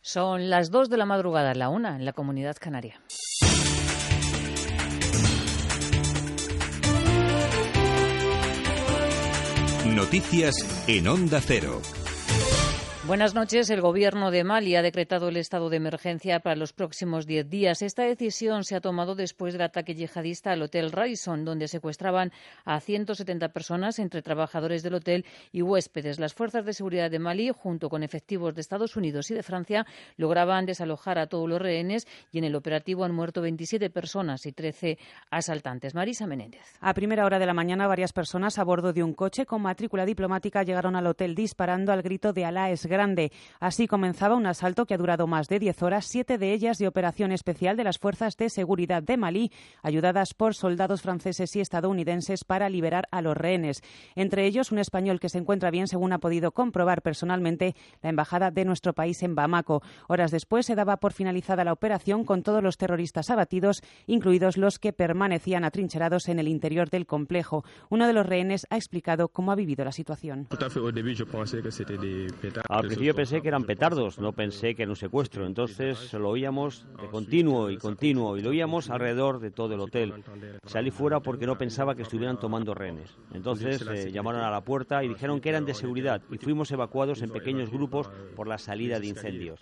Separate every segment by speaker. Speaker 1: Son las 2 de la madrugada, la 1 en la comunidad canaria.
Speaker 2: Noticias en Onda Cero.
Speaker 1: Buenas noches. El gobierno de Mali ha decretado el estado de emergencia para los próximos 10 días. Esta decisión se ha tomado después del ataque yihadista al Hotel Radisson, donde secuestraban a 170 personas entre trabajadores del hotel y huéspedes. Las fuerzas de seguridad de Mali, junto con efectivos de Estados Unidos y de Francia, lograban desalojar a todos los rehenes y en el operativo han muerto 27 personas y 13 asaltantes. Marisa Menéndez.
Speaker 3: A primera hora de la mañana, varias personas a bordo de un coche con matrícula diplomática llegaron al hotel disparando al grito de Alá es grande. Así comenzaba un asalto que ha durado más de 10 horas, siete de ellas de operación especial de las fuerzas de seguridad de Malí, ayudadas por soldados franceses y estadounidenses para liberar a los rehenes. Entre ellos, un español que se encuentra bien, según ha podido comprobar personalmente la embajada de nuestro país en Bamako. Horas después se daba por finalizada la operación con todos los terroristas abatidos, incluidos los que permanecían atrincherados en el interior del complejo. Uno de los rehenes ha explicado cómo ha vivido la situación.
Speaker 4: Al principio pensé que eran petardos, no pensé que era un secuestro. Entonces lo oíamos de continuo y continuo y lo oíamos alrededor de todo el hotel. Salí fuera porque no pensaba que estuvieran tomando rehenes. Entonces eh, llamaron a la puerta y dijeron que eran de seguridad y fuimos evacuados en pequeños grupos por la salida de incendios.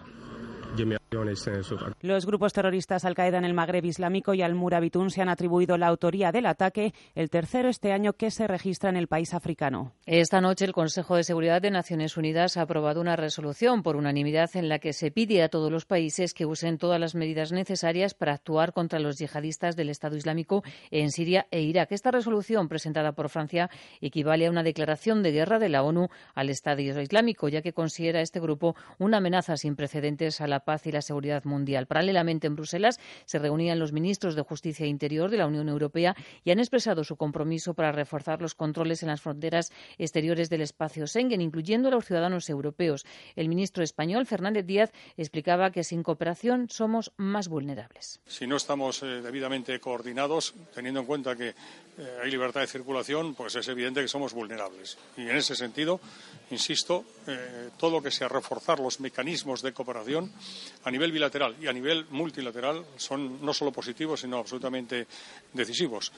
Speaker 3: Los grupos terroristas Al-Qaeda en el Magreb Islámico y Al-Murabitun se han atribuido la autoría del ataque, el tercero este año que se registra en el país africano.
Speaker 1: Esta noche el Consejo de Seguridad de Naciones Unidas ha aprobado una resolución por unanimidad en la que se pide a todos los países que usen todas las medidas necesarias para actuar contra los yihadistas del Estado Islámico en Siria e Irak. Esta resolución, presentada por Francia, equivale a una declaración de guerra de la ONU al Estado Islámico, ya que considera este grupo una amenaza sin precedentes a la paz y la seguridad mundial. Paralelamente, en Bruselas se reunían los ministros de Justicia e Interior de la Unión Europea y han expresado su compromiso para reforzar los controles en las fronteras exteriores del espacio Schengen, incluyendo a los ciudadanos europeos. El ministro español, Fernández Díaz, explicaba que sin cooperación somos más vulnerables.
Speaker 5: Si no estamos eh, debidamente coordinados, teniendo en cuenta que eh, hay libertad de circulación, pues es evidente que somos vulnerables. Y en ese sentido, insisto, eh, todo lo que sea reforzar los mecanismos de cooperación a nivel bilateral y a nivel multilateral son no solo positivos, sino absolutamente decisivos.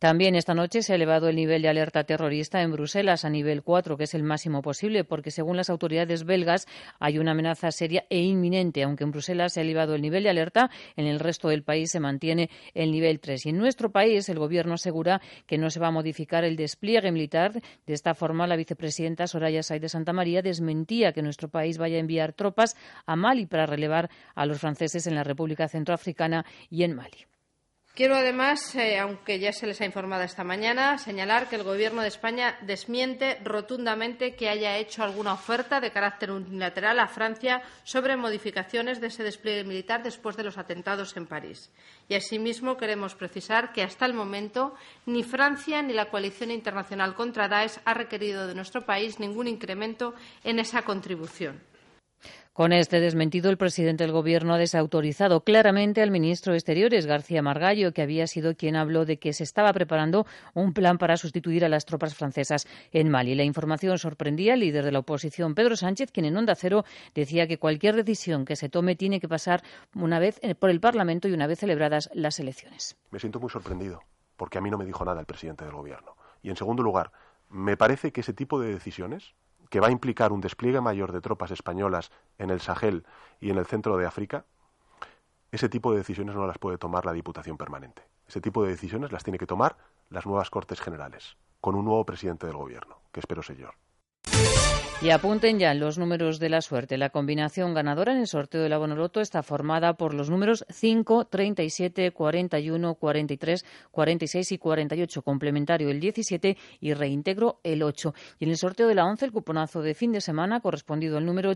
Speaker 1: También esta noche se ha elevado el nivel de alerta terrorista en Bruselas a nivel 4, que es el máximo posible, porque según las autoridades belgas hay una amenaza seria e inminente. Aunque en Bruselas se ha elevado el nivel de alerta, en el resto del país se mantiene el nivel 3. Y en nuestro país, el Gobierno asegura que no se va a modificar el despliegue militar. De esta forma, la vicepresidenta Soraya Sáez de Santa María desmentía que nuestro país vaya a enviar tropas a Mali para relevar a los franceses en la República Centroafricana y en Mali.
Speaker 6: Quiero además, eh, aunque ya se les ha informado esta mañana, señalar que el Gobierno de España desmiente rotundamente que haya hecho alguna oferta de carácter unilateral a Francia sobre modificaciones de ese despliegue militar después de los atentados en París. Y asimismo queremos precisar que hasta el momento ni Francia ni la coalición internacional contra Daesh ha requerido de nuestro país ningún incremento en esa contribución.
Speaker 1: Con este desmentido, el presidente del Gobierno ha desautorizado claramente al ministro de Exteriores, García Margallo, que había sido quien habló de que se estaba preparando un plan para sustituir a las tropas francesas en Mali. La información sorprendía al líder de la oposición, Pedro Sánchez, quien en Onda Cero decía que cualquier decisión que se tome tiene que pasar una vez eh, por el Parlamento y una vez celebradas las elecciones.
Speaker 7: Me siento muy sorprendido, porque a mí no me dijo nada el presidente del Gobierno. Y en segundo lugar, me parece que ese tipo de decisiones que va a implicar un despliegue mayor de tropas españolas en el Sahel y en el centro de África, ese tipo de decisiones no las puede tomar la Diputación Permanente. Ese tipo de decisiones las tiene que tomar las nuevas Cortes Generales, con un nuevo presidente del Gobierno, que espero señor.
Speaker 1: Y apunten ya los números de la suerte. La combinación ganadora en el sorteo de la Bonoloto está formada por los números 5, 37, 41, 43, 46 y 48, complementario el 17 y reintegro el 8. Y en el sorteo de la 11, el cuponazo de fin de semana correspondido al número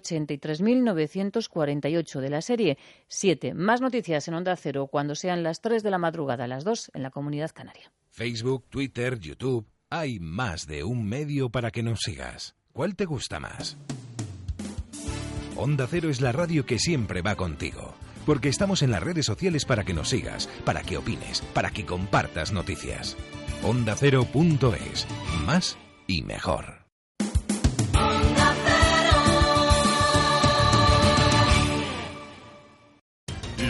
Speaker 1: 83.948 de la serie 7. Más noticias en Onda Cero cuando sean las 3 de la madrugada, las 2 en la Comunidad Canaria.
Speaker 8: Facebook, Twitter, YouTube. Hay más de un medio para que nos sigas. ¿Cuál te gusta más? Onda Cero es la radio que siempre va contigo, porque estamos en las redes sociales para que nos sigas, para que opines, para que compartas noticias. OndaCero.es, más y mejor.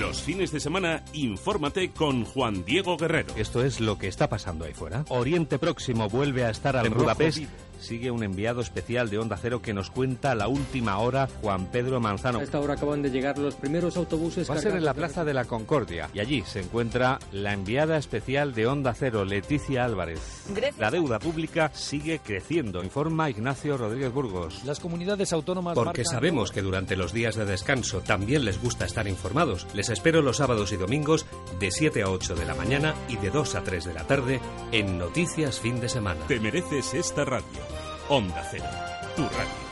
Speaker 9: Los fines de semana, infórmate con Juan Diego Guerrero.
Speaker 10: Esto es lo que está pasando ahí fuera. Oriente Próximo vuelve a estar al
Speaker 9: En
Speaker 10: rojo
Speaker 9: Budapest
Speaker 10: vivo. Sigue un enviado especial de Onda Cero que nos cuenta la última hora, Juan Pedro Manzano.
Speaker 11: A esta hora acaban de llegar los primeros autobuses.
Speaker 10: Va a ser
Speaker 11: cargados
Speaker 10: en la
Speaker 11: de
Speaker 10: Plaza de la Concordia y allí se encuentra la enviada especial de Onda Cero, Leticia Álvarez.
Speaker 12: Gracias.
Speaker 10: La deuda pública sigue creciendo, informa Ignacio Rodríguez Burgos.
Speaker 13: Las comunidades autónomas.
Speaker 14: Porque sabemos que durante los días de descanso también les gusta estar informados. Les espero los sábados y domingos de 7 a 8 de la mañana y de 2 a 3 de la tarde en Noticias Fin de Semana.
Speaker 9: Te mereces esta radio. Onda Cero, tu radio.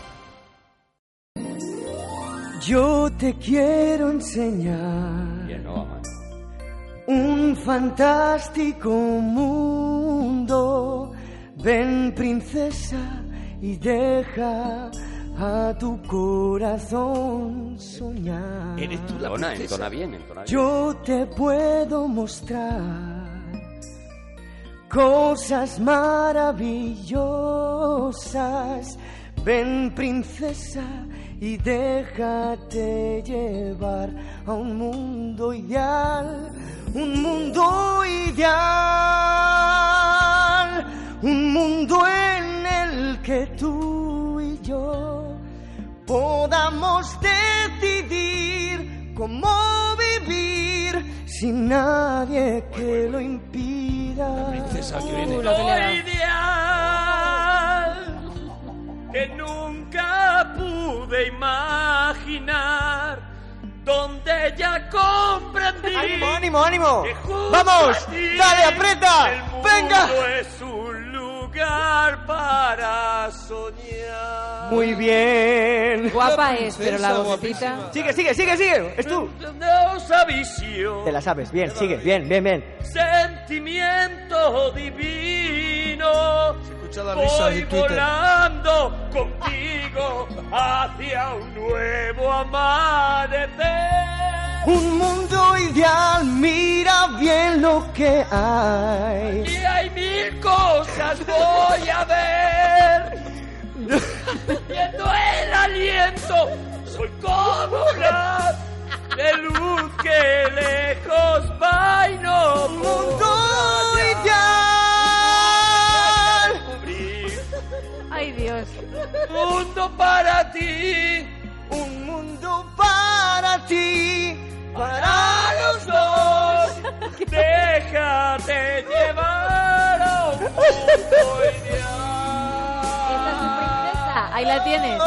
Speaker 15: Yo te quiero enseñar un fantástico mundo. Ven, princesa, y deja a tu corazón soñar.
Speaker 16: Eres tú la
Speaker 17: Bona,
Speaker 16: princesa.
Speaker 17: entona bien, entona bien.
Speaker 15: Yo te puedo mostrar cosas maravillosas. Ven, princesa, y déjate llevar a un mundo ideal, un mundo ideal, un mundo en el que tú y yo podamos decidir cómo vivir sin nadie que lo impida.
Speaker 17: princesa que viene.
Speaker 15: Lo
Speaker 17: Muy
Speaker 15: ideal
Speaker 17: que nunca pude imaginar, donde ya comprendí.
Speaker 15: ¡Ánimo, ánimo, ánimo! ¡Vamos! ¡Dale, aprieta! ¡Venga!
Speaker 17: es un lugar para soñar.
Speaker 15: Muy bien.
Speaker 17: Guapa es, pero la vocecita-
Speaker 15: Sigue, sigue, sigue, sigue. Es tú.
Speaker 17: Esa visión,
Speaker 15: Te la sabes. Bien, sigue. Bien, bien, bien.
Speaker 17: sentimiento divino.
Speaker 15: la risa
Speaker 17: Voy
Speaker 15: de Twitter.
Speaker 17: volando contigo hacia un nuevo amanecer.
Speaker 15: Un mundo ideal, mira bien lo que hay.
Speaker 17: Y hay mil cosas voy a ver. Viendo el aliento, soy como una de luz que lejos va y no mundo
Speaker 18: Ay, Dios.
Speaker 17: Mundo para ti,
Speaker 15: un mundo para ti,
Speaker 17: para los dos. Déjate llevar a un mundo
Speaker 12: princesa. Ahí la tienes.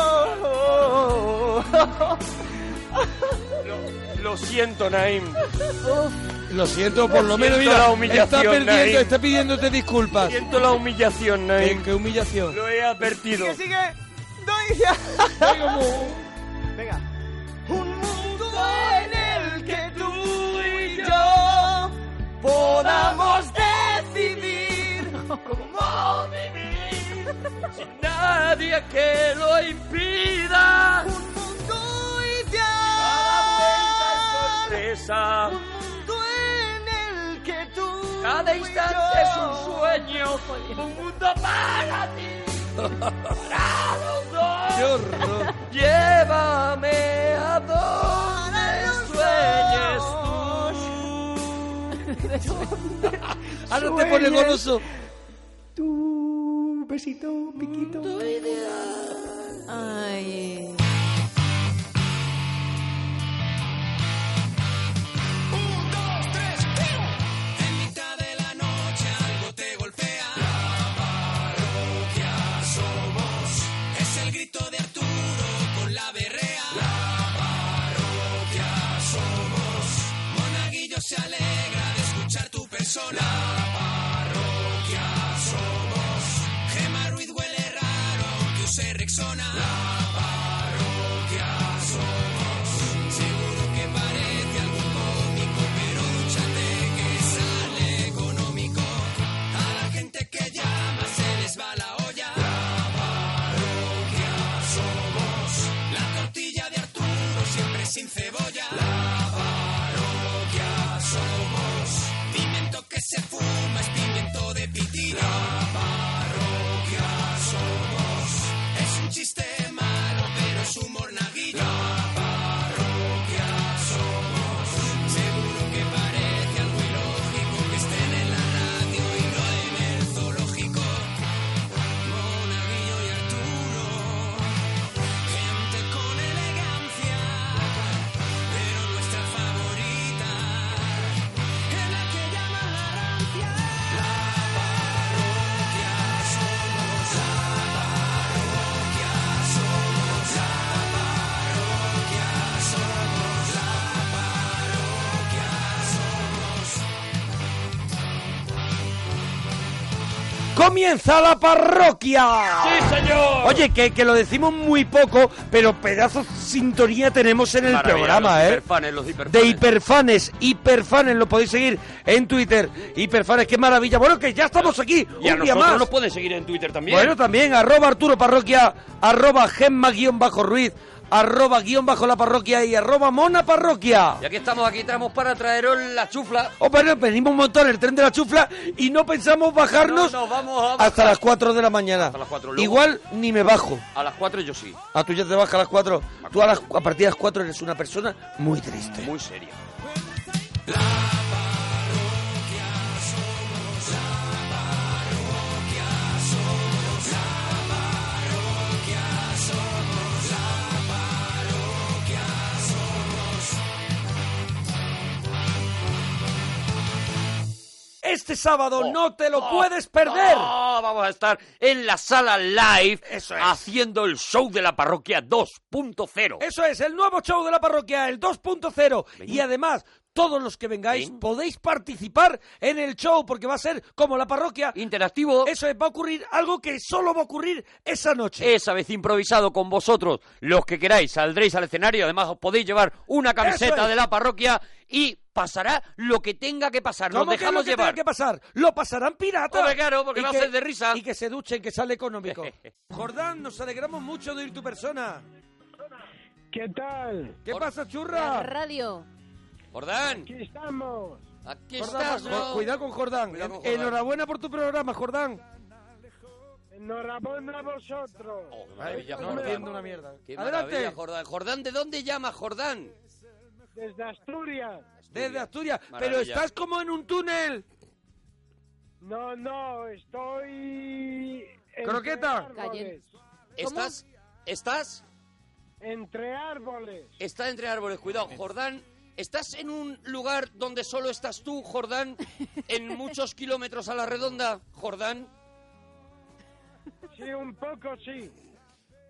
Speaker 17: Lo siento, Naim.
Speaker 19: Lo siento, por lo menos,
Speaker 17: Siento
Speaker 19: mira,
Speaker 17: la humillación,
Speaker 19: está perdiendo,
Speaker 17: Naim.
Speaker 19: está pidiéndote disculpas.
Speaker 17: Siento la humillación, Naim.
Speaker 19: ¿Qué, qué humillación?
Speaker 17: Lo he advertido.
Speaker 15: Sigue, sigue. Doy ya. Venga. Un mundo en el que tú y yo podamos decidir cómo vivir sin
Speaker 17: Nadie que lo impida.
Speaker 15: Un mundo
Speaker 17: Cada vuelta es sorpresa.
Speaker 15: en el que tú
Speaker 17: Cada
Speaker 15: y
Speaker 17: instante
Speaker 15: yo
Speaker 17: es un sueño. Un mundo para ti. Para los dos. Llévame a donde sueñes tú.
Speaker 12: Ah,
Speaker 19: Ahora te pone goloso.
Speaker 15: Tu besito, piquito.
Speaker 12: Ay.
Speaker 17: En mitad de la noche algo te golpea. La parroquia somos. Es el grito de Arturo con la berrea. La parroquia somos. Monaguillo se alegra de escuchar tu persona. La parroquia somos. Gema Ruiz huele raro que use Rexona. La parroquia
Speaker 19: comienza la parroquia.
Speaker 11: ¡Sí, señor!
Speaker 19: Oye, que, que lo decimos muy poco, pero pedazos de sintonía tenemos en el
Speaker 11: Maravilla,
Speaker 19: programa,
Speaker 11: los
Speaker 19: ¿eh?
Speaker 11: hiperfanes, los hiperfanes.
Speaker 19: De hiperfanes, hiperfanes, lo podéis seguir en Twitter. Hiperfanes, qué maravilla. Bueno, que ya estamos aquí,
Speaker 11: Y a
Speaker 19: un día
Speaker 11: nosotros
Speaker 19: más.
Speaker 11: nos pueden seguir en Twitter también.
Speaker 19: Bueno, también, arroba Arturo Parroquia, arroba Gemma guión bajo Ruiz, arroba guión bajo la parroquia y arroba Mona Parroquia.
Speaker 11: Y aquí estamos, aquí estamos para traeros la chufla.
Speaker 19: Oh, bueno, venimos un montón el tren de la chufla y no pensamos bajarnos
Speaker 11: No, no, vamos a
Speaker 19: hasta
Speaker 11: bajar.
Speaker 19: las 4 de la mañana.
Speaker 11: Hasta las 4, luego-
Speaker 19: Igual ni me bajo.
Speaker 11: A las 4 yo sí.
Speaker 19: A tú ya te bajas a las 4. Tú a, las- a partir de las 4 eres una persona muy triste.
Speaker 11: Muy seria.
Speaker 19: Este sábado no te lo puedes perder.
Speaker 11: Ah, Oh, vamos a estar en la sala live haciendo el show de la parroquia 2.0.
Speaker 19: Eso es, el nuevo show de la parroquia, el 2.0. Y además, todos los que vengáis podéis participar en el show porque va a ser como la parroquia.
Speaker 11: Interactivo.
Speaker 19: Eso es, va a ocurrir algo que solo va a ocurrir esa noche.
Speaker 11: Esa vez improvisado con vosotros, los que queráis, saldréis al escenario. Además, os podéis llevar una
Speaker 19: Eso
Speaker 11: camiseta
Speaker 19: es.
Speaker 11: de la parroquia y pasará lo que tenga que pasar. Nos
Speaker 19: ¿Cómo que
Speaker 11: dejamos
Speaker 19: lo que
Speaker 11: llevar.
Speaker 19: tenga que pasar? Lo pasarán piratas.
Speaker 11: Hombre, claro, porque
Speaker 19: Y
Speaker 11: va a
Speaker 19: que-
Speaker 11: ser de risa.
Speaker 19: Y que se duchen, que sale económico. Jordán, nos alegramos mucho de ir tu persona.
Speaker 15: ¿Qué tal?
Speaker 19: ¿Qué pasa,
Speaker 20: La
Speaker 19: churra?
Speaker 20: radio.
Speaker 11: Jordán.
Speaker 15: Aquí estamos.
Speaker 11: Aquí
Speaker 19: Jordán,
Speaker 11: estás, ¿no?
Speaker 19: cu- Cuidado con Jordán.
Speaker 11: Cuidado con
Speaker 19: En-
Speaker 11: Jordán.
Speaker 19: Enhorabuena por tu programa, Jordán.
Speaker 15: Enhorabuena a vosotros.
Speaker 11: Oh, qué maravilla,
Speaker 19: Estás
Speaker 11: Jordán.
Speaker 19: mordiendo una mierda.
Speaker 11: Qué
Speaker 19: Adelante.
Speaker 11: maravilla, Jordán. Jordán, ¿de dónde llama Jordán?
Speaker 15: Desde Asturias.
Speaker 19: Desde Asturias. Pero
Speaker 11: Maravilla.
Speaker 19: estás como en un túnel.
Speaker 15: No, no, estoy... entre
Speaker 19: Croqueta.
Speaker 15: árboles.
Speaker 11: ¿Estás? ¿Estás?
Speaker 15: Entre árboles.
Speaker 11: Está entre árboles, cuidado. Jordán, ¿estás en un lugar donde solo estás tú, Jordán? En muchos kilómetros a la redonda, Jordán.
Speaker 15: Sí, un poco sí.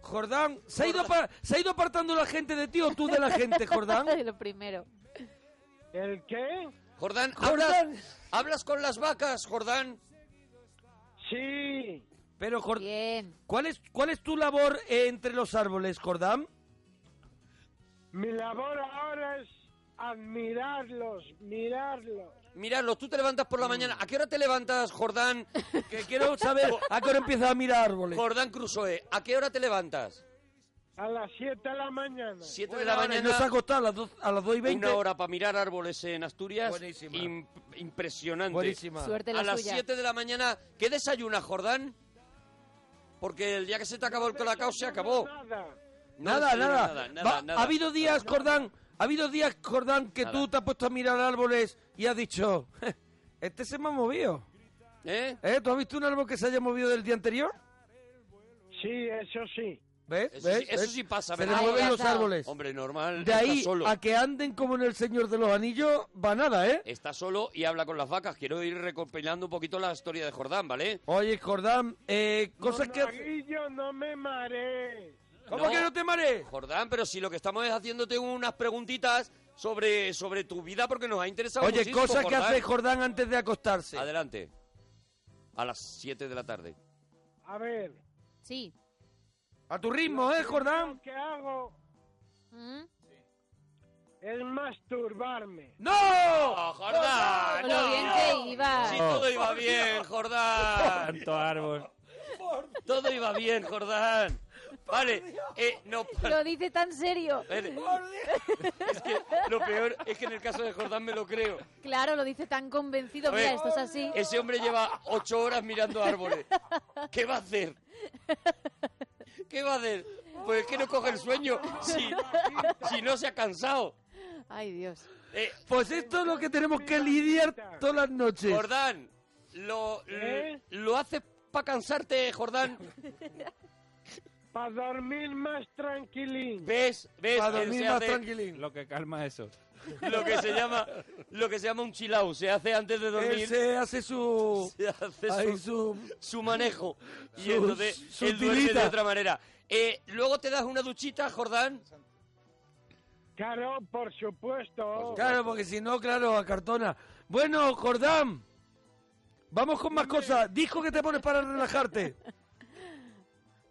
Speaker 19: Jordán, ¿se ha, ido pa- ¿se ha ido apartando la gente de ti o tú de la gente, Jordán?
Speaker 20: lo primero.
Speaker 15: ¿El qué?
Speaker 11: Jordán, ¿hablas, hablas con las vacas, Jordán?
Speaker 15: Sí.
Speaker 19: Pero, Jor- ¿cuál es, ¿cuál es tu labor eh, entre los árboles, Jordán?
Speaker 15: Mi labor ahora es admirarlos, mirarlos.
Speaker 11: Mirarlo, tú te levantas
Speaker 19: Mm.
Speaker 11: por la mañana. ¿A qué hora te levantas, Jordán?
Speaker 19: Que quiero saber a qué hora empiezas a mirar árboles.
Speaker 11: Jordán Crusoe, ¿a qué hora te levantas?
Speaker 15: A las 7 de la mañana.
Speaker 11: 7 de la mañana.
Speaker 19: No se ha acostado a las, dos, a las 2 y 20.
Speaker 11: Una hora para mirar árboles en Asturias. Im- impresionante.
Speaker 19: Buenísima. Suerte la
Speaker 11: a las
Speaker 19: suya.
Speaker 11: 7 de la mañana. ¿Qué desayunas, Jordán? Porque el día que se te acabó el colacao se acabó. No
Speaker 19: nada,
Speaker 11: desayunas
Speaker 19: nada.
Speaker 11: nada, nada,
Speaker 19: Va-
Speaker 11: nada.
Speaker 19: Ha habido días, Jordán, ha habido días, Jordán, que tú te has puesto a mirar árboles y has dicho, este se me ha movido.
Speaker 11: ¿Eh?
Speaker 19: ¿Tú has visto un árbol que se haya movido del día anterior?
Speaker 15: Sí, eso sí.
Speaker 19: ¿Ves?
Speaker 11: Eso,
Speaker 19: ¿Ves?
Speaker 11: sí, eso
Speaker 19: ¿Ves?
Speaker 11: sí pasa,
Speaker 19: Se le
Speaker 11: ¿verdad?
Speaker 19: mueven los árboles.
Speaker 11: Hombre, normal.
Speaker 19: De
Speaker 11: está
Speaker 19: ahí
Speaker 11: solo.
Speaker 19: a que anden como en el Señor de los Anillos, va nada, ¿eh?
Speaker 11: Está solo y habla con las vacas. Quiero ir recopilando un poquito la historia de Jordán, ¿vale?
Speaker 19: Oye, Jordán, eh, cosas que...
Speaker 15: Monaguillo, no me marees.
Speaker 19: ¿Cómo que no te marees?
Speaker 11: Jordán, pero si lo que estamos es haciéndote unas preguntitas sobre, sobre tu vida porque nos ha interesado
Speaker 19: Oye,
Speaker 11: muchísimo,
Speaker 19: cosas que
Speaker 11: Jordán.
Speaker 19: hace Jordán antes de acostarse.
Speaker 11: Adelante. A las 7 de la tarde.
Speaker 15: A ver.
Speaker 20: Sí.
Speaker 19: A tu ritmo, ¿eh, Jordán?
Speaker 15: ¿Qué hago? Es masturbarme.
Speaker 19: ¡No!
Speaker 11: Ah, ¡Jordán!
Speaker 20: Con lo bien que iba.
Speaker 19: Ah.
Speaker 11: Sí, todo iba bien, Jordán.
Speaker 14: Tanto árbol.
Speaker 11: Todo iba bien, Jordán. Vale, eh, no,
Speaker 20: Lo dice tan serio.
Speaker 11: Vale. es que lo peor es que en el caso de Jordán me lo creo.
Speaker 20: Claro, lo dice tan convencido.
Speaker 11: A ver,
Speaker 20: Mira, esto es así.
Speaker 11: Ese hombre lleva ocho horas mirando árboles. ¿Qué va a hacer? ¿Qué va a hacer? Pues es que no coge el sueño si, si no se ha cansado.
Speaker 20: Ay, Dios.
Speaker 11: Eh,
Speaker 19: Pues esto es lo que tenemos que lidiar todas las noches.
Speaker 11: Jordán, lo,
Speaker 15: ¿Eh?
Speaker 11: lo haces para cansarte, Jordán.
Speaker 15: Para dormir más tranquilín.
Speaker 11: ¿Ves? ¿Ves?
Speaker 15: Pa'
Speaker 11: Eh,
Speaker 15: dormir
Speaker 11: se
Speaker 15: más
Speaker 11: hace
Speaker 14: Lo que calma eso.
Speaker 11: lo que se llama lo que se llama un chill out. Se hace antes de dormir.
Speaker 19: Él se hace su...
Speaker 11: se hace
Speaker 19: ahí
Speaker 11: su,
Speaker 19: su-
Speaker 11: su manejo. Y
Speaker 19: su-
Speaker 11: entonces
Speaker 19: su
Speaker 11: él duerme de
Speaker 19: tirita.
Speaker 11: otra manera. Eh, Luego te das una duchita, Jordán.
Speaker 15: Claro, por supuesto.
Speaker 19: Claro, porque si no, claro, a cartona. Bueno, Jordán, Vamos con más cosas. Disco que te pones para relajarte.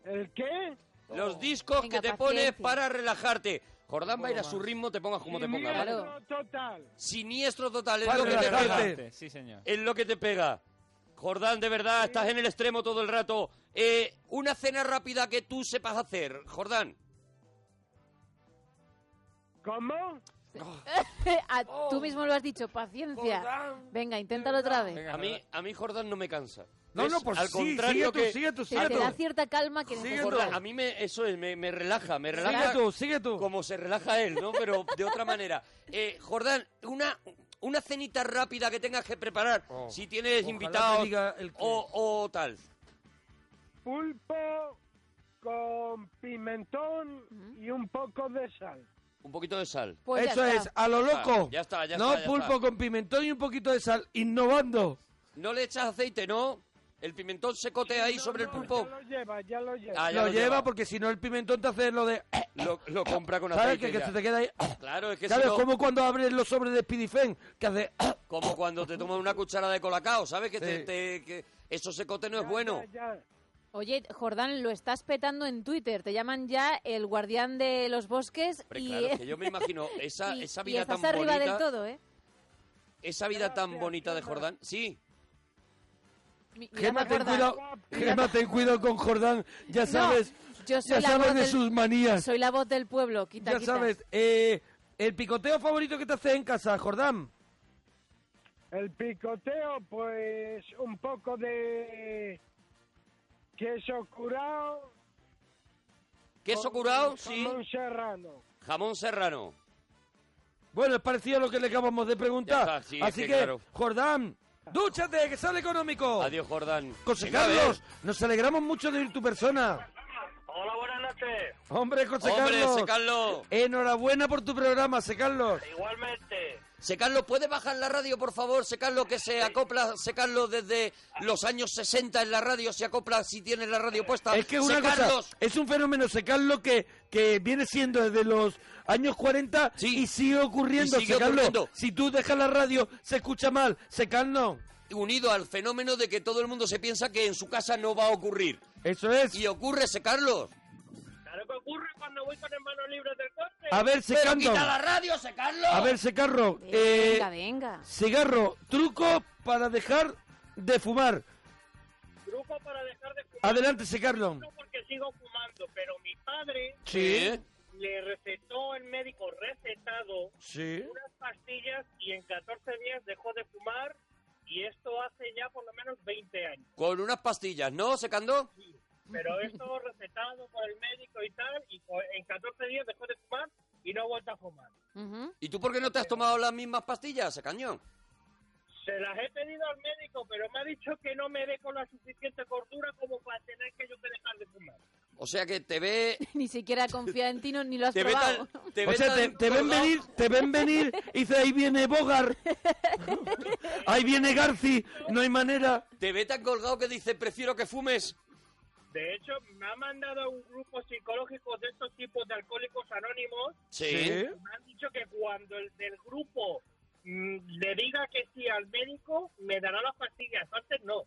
Speaker 15: ¿El qué?
Speaker 19: Oh.
Speaker 11: Los discos
Speaker 15: Venga,
Speaker 11: que te pones
Speaker 15: paciencia.
Speaker 11: para relajarte. Jordán va a ir a
Speaker 15: Toma.
Speaker 11: su ritmo, te pongas como te pongas. ¿vale? Siniestro
Speaker 15: Siniestro total.
Speaker 11: total, es
Speaker 15: Para
Speaker 11: lo que te
Speaker 15: relajarte.
Speaker 11: pega.
Speaker 21: Sí, señor.
Speaker 11: Es lo que te pega. Jordán, de verdad, estás en el extremo todo el rato. Eh, una cena rápida que tú sepas hacer, Jordán.
Speaker 15: ¿Cómo?
Speaker 20: Ah,
Speaker 19: Oh.
Speaker 20: Tú mismo lo has dicho, paciencia. Venga, inténtalo otra vez.
Speaker 11: A mí, a mí Jordán no me cansa.
Speaker 19: No,
Speaker 11: Es
Speaker 19: no, pues
Speaker 11: al
Speaker 19: sí,
Speaker 11: contrario
Speaker 19: sigue tú,
Speaker 11: que...
Speaker 19: sigue tú,
Speaker 20: Te, te da cierta calma que
Speaker 11: Jordán,
Speaker 20: necesitas.
Speaker 11: a mí me, eso es, me, me relaja, me
Speaker 20: Sigue
Speaker 11: relaja.
Speaker 19: tú, sigue tú.
Speaker 11: Como se relaja él, ¿no? Pero de otra manera. Eh, Jordán, una, una cenita rápida que tengas que preparar si tienes
Speaker 19: Oh. ojalá
Speaker 11: invitados
Speaker 19: me diga el que-
Speaker 11: o, o tal.
Speaker 15: Pulpo con pimentón y un poco de sal.
Speaker 11: Un poquito de sal.
Speaker 20: Pues
Speaker 19: Eso es, a lo
Speaker 11: Pues Ya está,
Speaker 19: loco.
Speaker 11: Ya está, ya
Speaker 19: no,
Speaker 11: está. ya
Speaker 19: pulpo
Speaker 11: está.
Speaker 19: con pimentón y un poquito de sal, innovando.
Speaker 11: No le echas aceite, ¿no? El pimentón se cotea ahí sobre el pulpo.
Speaker 15: Lo lleva, ya lo lleva.
Speaker 11: Ah, ya
Speaker 19: lo,
Speaker 11: lo
Speaker 19: lleva,
Speaker 11: lleva.
Speaker 19: porque si no el pimentón te hace lo de...
Speaker 11: Lo, lo compra con
Speaker 19: ¿Sabes?
Speaker 11: aceite.
Speaker 19: Que, que
Speaker 11: ya.
Speaker 19: se te queda ahí...
Speaker 11: Claro, es que si
Speaker 19: ¿Sabes?
Speaker 11: no-
Speaker 19: Como cuando abres los sobres de Spidifen, que hace...
Speaker 11: Como cuando te tomas una cuchara de colacao, ¿sabes? Que, te, te- que eso secote no es bueno.
Speaker 20: Oye, Jordán, lo estás petando en Twitter. Te llaman ya el guardián de los bosques
Speaker 11: Hombre,
Speaker 20: y,
Speaker 11: claro, que yo me imagino esa,
Speaker 20: y-
Speaker 11: esa
Speaker 20: y
Speaker 11: vida
Speaker 20: estás
Speaker 11: tan
Speaker 20: arriba
Speaker 11: bonita.
Speaker 20: del todo, ¿eh?
Speaker 11: Esa vida tan bonita de Jordán. Sí,
Speaker 20: Mi-
Speaker 19: Gemma,
Speaker 20: mirad a
Speaker 19: ten
Speaker 20: Jordán.
Speaker 19: cuidado, Gemma, ten cuidado con Jordán, ya
Speaker 20: No,
Speaker 19: sabes,
Speaker 20: yo soy
Speaker 19: ya
Speaker 20: la
Speaker 19: sabes
Speaker 20: voz
Speaker 19: de
Speaker 20: del-
Speaker 19: sus manías.
Speaker 20: Soy la voz del pueblo, quita,
Speaker 19: ya
Speaker 20: quita.
Speaker 19: sabes, eh, el picoteo favorito que te hace en casa, Jordán.
Speaker 15: El picoteo, pues un poco de queso curado.
Speaker 11: queso
Speaker 15: con
Speaker 11: curado, sí.
Speaker 15: jamón serrano.
Speaker 11: Jamón serrano.
Speaker 19: Bueno, es parecido a lo que le acabamos de preguntar.
Speaker 11: Ya está, sí, es
Speaker 19: Así
Speaker 11: que
Speaker 19: que,
Speaker 11: claro.
Speaker 19: Jordán, dúchate, que sale económico.
Speaker 11: Adiós, Jordán.
Speaker 19: José
Speaker 11: Venga, a ver.
Speaker 19: Carlos, nos alegramos mucho de ir tu persona.
Speaker 16: Hola, buenas noches.
Speaker 19: Hombre, José
Speaker 11: Hombre,
Speaker 19: Carlos.
Speaker 11: José Carlos.
Speaker 19: Enhorabuena por tu programa, José Carlos.
Speaker 16: Igualmente.
Speaker 11: Se Carlos, ¿puede bajar la radio, por favor? Se Carlos, que se acopla, se Carlos, desde los años 60 en la radio, se acopla si tienes la radio puesta.
Speaker 19: Es que
Speaker 11: Se
Speaker 19: una cosa,
Speaker 11: Carlos,
Speaker 19: es un fenómeno, José Carlos, que, que viene siendo desde los años 40 y sigue ocurriendo,
Speaker 11: Y sigue
Speaker 19: José Carlos.
Speaker 11: ocurriendo.
Speaker 19: Si tú dejas la radio, se escucha mal, José Carlos.
Speaker 11: unido al fenómeno de que todo el mundo se piensa que en su casa no va a ocurrir.
Speaker 19: Eso es.
Speaker 11: Y ocurre, se Carlos.
Speaker 16: Claro que ocurre cuando voy con el mano libre del coche.
Speaker 19: A ver, se
Speaker 16: Pero
Speaker 19: canta.
Speaker 16: quita la radio, se Carlos.
Speaker 19: A ver, José Carlos, eh,
Speaker 20: Venga, venga.
Speaker 19: cigarro, truco para dejar de fumar.
Speaker 16: Truco para dejar de fumar.
Speaker 19: Adelante, José Carlos.
Speaker 16: No porque sigo fumando, pero mi padre
Speaker 19: Sí.
Speaker 16: le recetó el médico recetado
Speaker 19: Sí.
Speaker 16: unas pastillas y en 14 días dejó de fumar y esto hace ya por lo menos 20 años.
Speaker 11: Con unas pastillas, ¿no, Secando?
Speaker 16: Pero esto recetado por el médico y tal y co- en 14 días dejó de fumar y no ha vuelto a fumar.
Speaker 11: ¿Y tú por qué no te has tomado las mismas pastillas, Secañón?
Speaker 16: Se las he pedido al médico, pero me ha dicho que no me dé con la suficiente cordura como para tener que yo que dejar de fumar.
Speaker 11: O sea que te ve...
Speaker 20: Ni siquiera confía en ti, no, ni lo has
Speaker 11: Te ve
Speaker 20: probado.
Speaker 11: tan- te
Speaker 19: o
Speaker 11: ve
Speaker 19: sea, te,
Speaker 11: tan
Speaker 19: te ven
Speaker 11: colgado.
Speaker 19: venir, te ven venir y dice, ahí viene Bogar, ahí viene Garci, no hay manera.
Speaker 11: Te ve tan colgado que dice, prefiero que fumes.
Speaker 16: De hecho, me ha mandado un grupo psicológico de estos tipos de alcohólicos anónimos.
Speaker 11: Sí.
Speaker 16: Me han dicho que cuando el del grupo mm, le diga que sí al médico, me dará las pastillas. Antes no.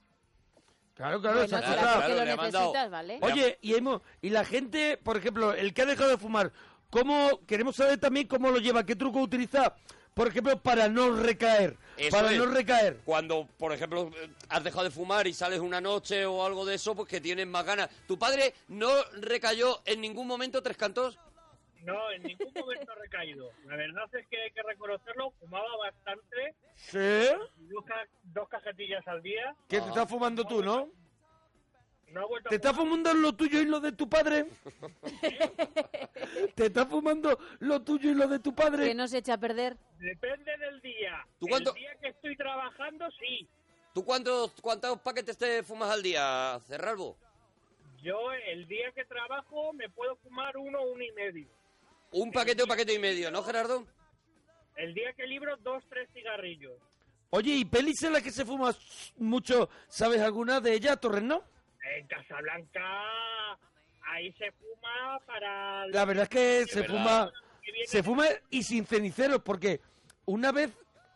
Speaker 19: Claro, claro,
Speaker 16: Bueno,
Speaker 19: esa
Speaker 16: será
Speaker 19: cosa.
Speaker 16: porque lo Claro, le ha mandado. necesitas, ¿vale?
Speaker 19: Oye, y, hemos, y la gente, por ejemplo, el que ha dejado de fumar, ¿cómo, queremos saber también cómo lo lleva, qué truco utiliza, por ejemplo, para no recaer,
Speaker 11: Eso
Speaker 19: para
Speaker 11: es.
Speaker 19: no recaer.
Speaker 11: Cuando, por ejemplo, eh, has dejado de fumar y sales una noche o algo de eso, pues que tienes más ganas. ¿Tu padre no recayó en ningún momento tres cantos?
Speaker 16: No, en ningún momento he recaído. La verdad es que hay que reconocerlo. Fumaba bastante.
Speaker 19: ¿Sí?
Speaker 16: Dos, ca- dos cajetillas al día. Ah.
Speaker 19: Que te estás fumando tú, ¿no?
Speaker 16: No he vuelto a
Speaker 19: ¿Te estás fumando lo tuyo y lo de tu padre? ¿Te estás fumando lo tuyo y lo de tu
Speaker 20: Que
Speaker 19: padre?
Speaker 20: no se echa a perder.
Speaker 16: Depende del día.
Speaker 11: ¿Tú cuánto-
Speaker 16: El día que estoy trabajando, sí.
Speaker 11: ¿Tú cuántos, cuántos paquetes te fumas al día, Cerralbo?
Speaker 16: Yo el día que trabajo me puedo fumar uno, uno y medio.
Speaker 11: Un paquete o paquete y medio, ¿no, Gerardo?
Speaker 16: El día que libro, dos, tres cigarrillos.
Speaker 19: Oye, ¿y pelis en las que se fuma mucho? ¿Sabes alguna de ellas, Torres, no?
Speaker 16: En Casablanca, ahí se fuma para...
Speaker 19: La verdad es que se
Speaker 16: ¿Verdad?
Speaker 19: fuma,
Speaker 16: Que viene-
Speaker 19: se fuma y sin ceniceros, porque una vez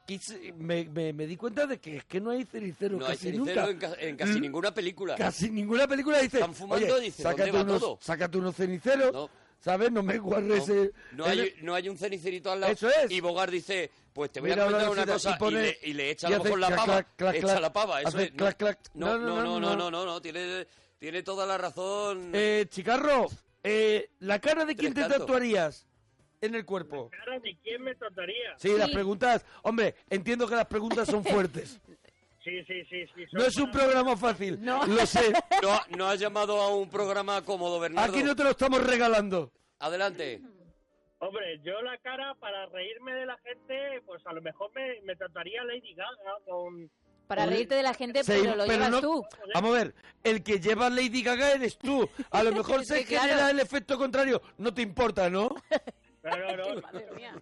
Speaker 19: quise- me, me- me di cuenta de que, que no hay cenicero
Speaker 11: No hay
Speaker 19: casi
Speaker 11: cenicero
Speaker 19: nunca.
Speaker 11: en ca- en casi
Speaker 19: Mm,
Speaker 11: ninguna película.
Speaker 19: Casi ninguna película dice.
Speaker 11: Están fumando,
Speaker 19: "Oye,
Speaker 11: dice,
Speaker 19: sácate,
Speaker 11: ¿dónde va
Speaker 19: unos,
Speaker 11: todo?".
Speaker 19: sácate unos ceniceros, ¿sabes? No me guardes. eh,
Speaker 11: No
Speaker 19: en
Speaker 11: hay,
Speaker 19: el-
Speaker 11: no hay un cenicerito al lado.
Speaker 19: Eso es.
Speaker 11: Y Bogart dice, pues te voy
Speaker 19: Mira,
Speaker 11: a contar
Speaker 19: ahora
Speaker 11: una cosa.
Speaker 19: sí,
Speaker 11: Y,
Speaker 19: y pone-
Speaker 11: le, y le echa a
Speaker 19: y
Speaker 11: lo
Speaker 19: hace
Speaker 11: mejor la
Speaker 19: clac,
Speaker 11: pava.
Speaker 19: clac, clac,
Speaker 11: echa
Speaker 19: clac.
Speaker 11: la pava. Eso
Speaker 19: Hace
Speaker 11: es. No,
Speaker 19: clac, clac.
Speaker 11: No, no, no, no, no, no, Tiene, tiene toda la razón.
Speaker 19: Eh, Chicarro, eh, ¿la cara de quién
Speaker 11: Tres
Speaker 19: te
Speaker 11: cantos.
Speaker 19: tatuarías en el cuerpo?
Speaker 16: Cara de quién me trataría.
Speaker 19: Sí, las preguntas. Hombre, entiendo que las preguntas son fuertes.
Speaker 16: Sí, sí, sí, sí.
Speaker 19: No es un programa fácil. Lo sé.
Speaker 11: No, ha- no has llamado a un programa cómodo, Bernardo.
Speaker 19: Aquí no te lo estamos regalando.
Speaker 11: Adelante.
Speaker 16: Hombre, yo la cara para reírme de la gente, pues a lo mejor me, me trataría Lady Gaga con...
Speaker 20: Para
Speaker 19: Hombre,
Speaker 20: reírte de la gente,
Speaker 19: Se-
Speaker 20: pero lo llevas
Speaker 19: no-
Speaker 20: tú.
Speaker 19: Vamos a ver, el que lleva Lady Gaga eres tú. A lo mejor se
Speaker 20: Sí, claro.
Speaker 19: genera el efecto contrario. No te importa, ¿no?
Speaker 16: No, no,
Speaker 20: Madre mía.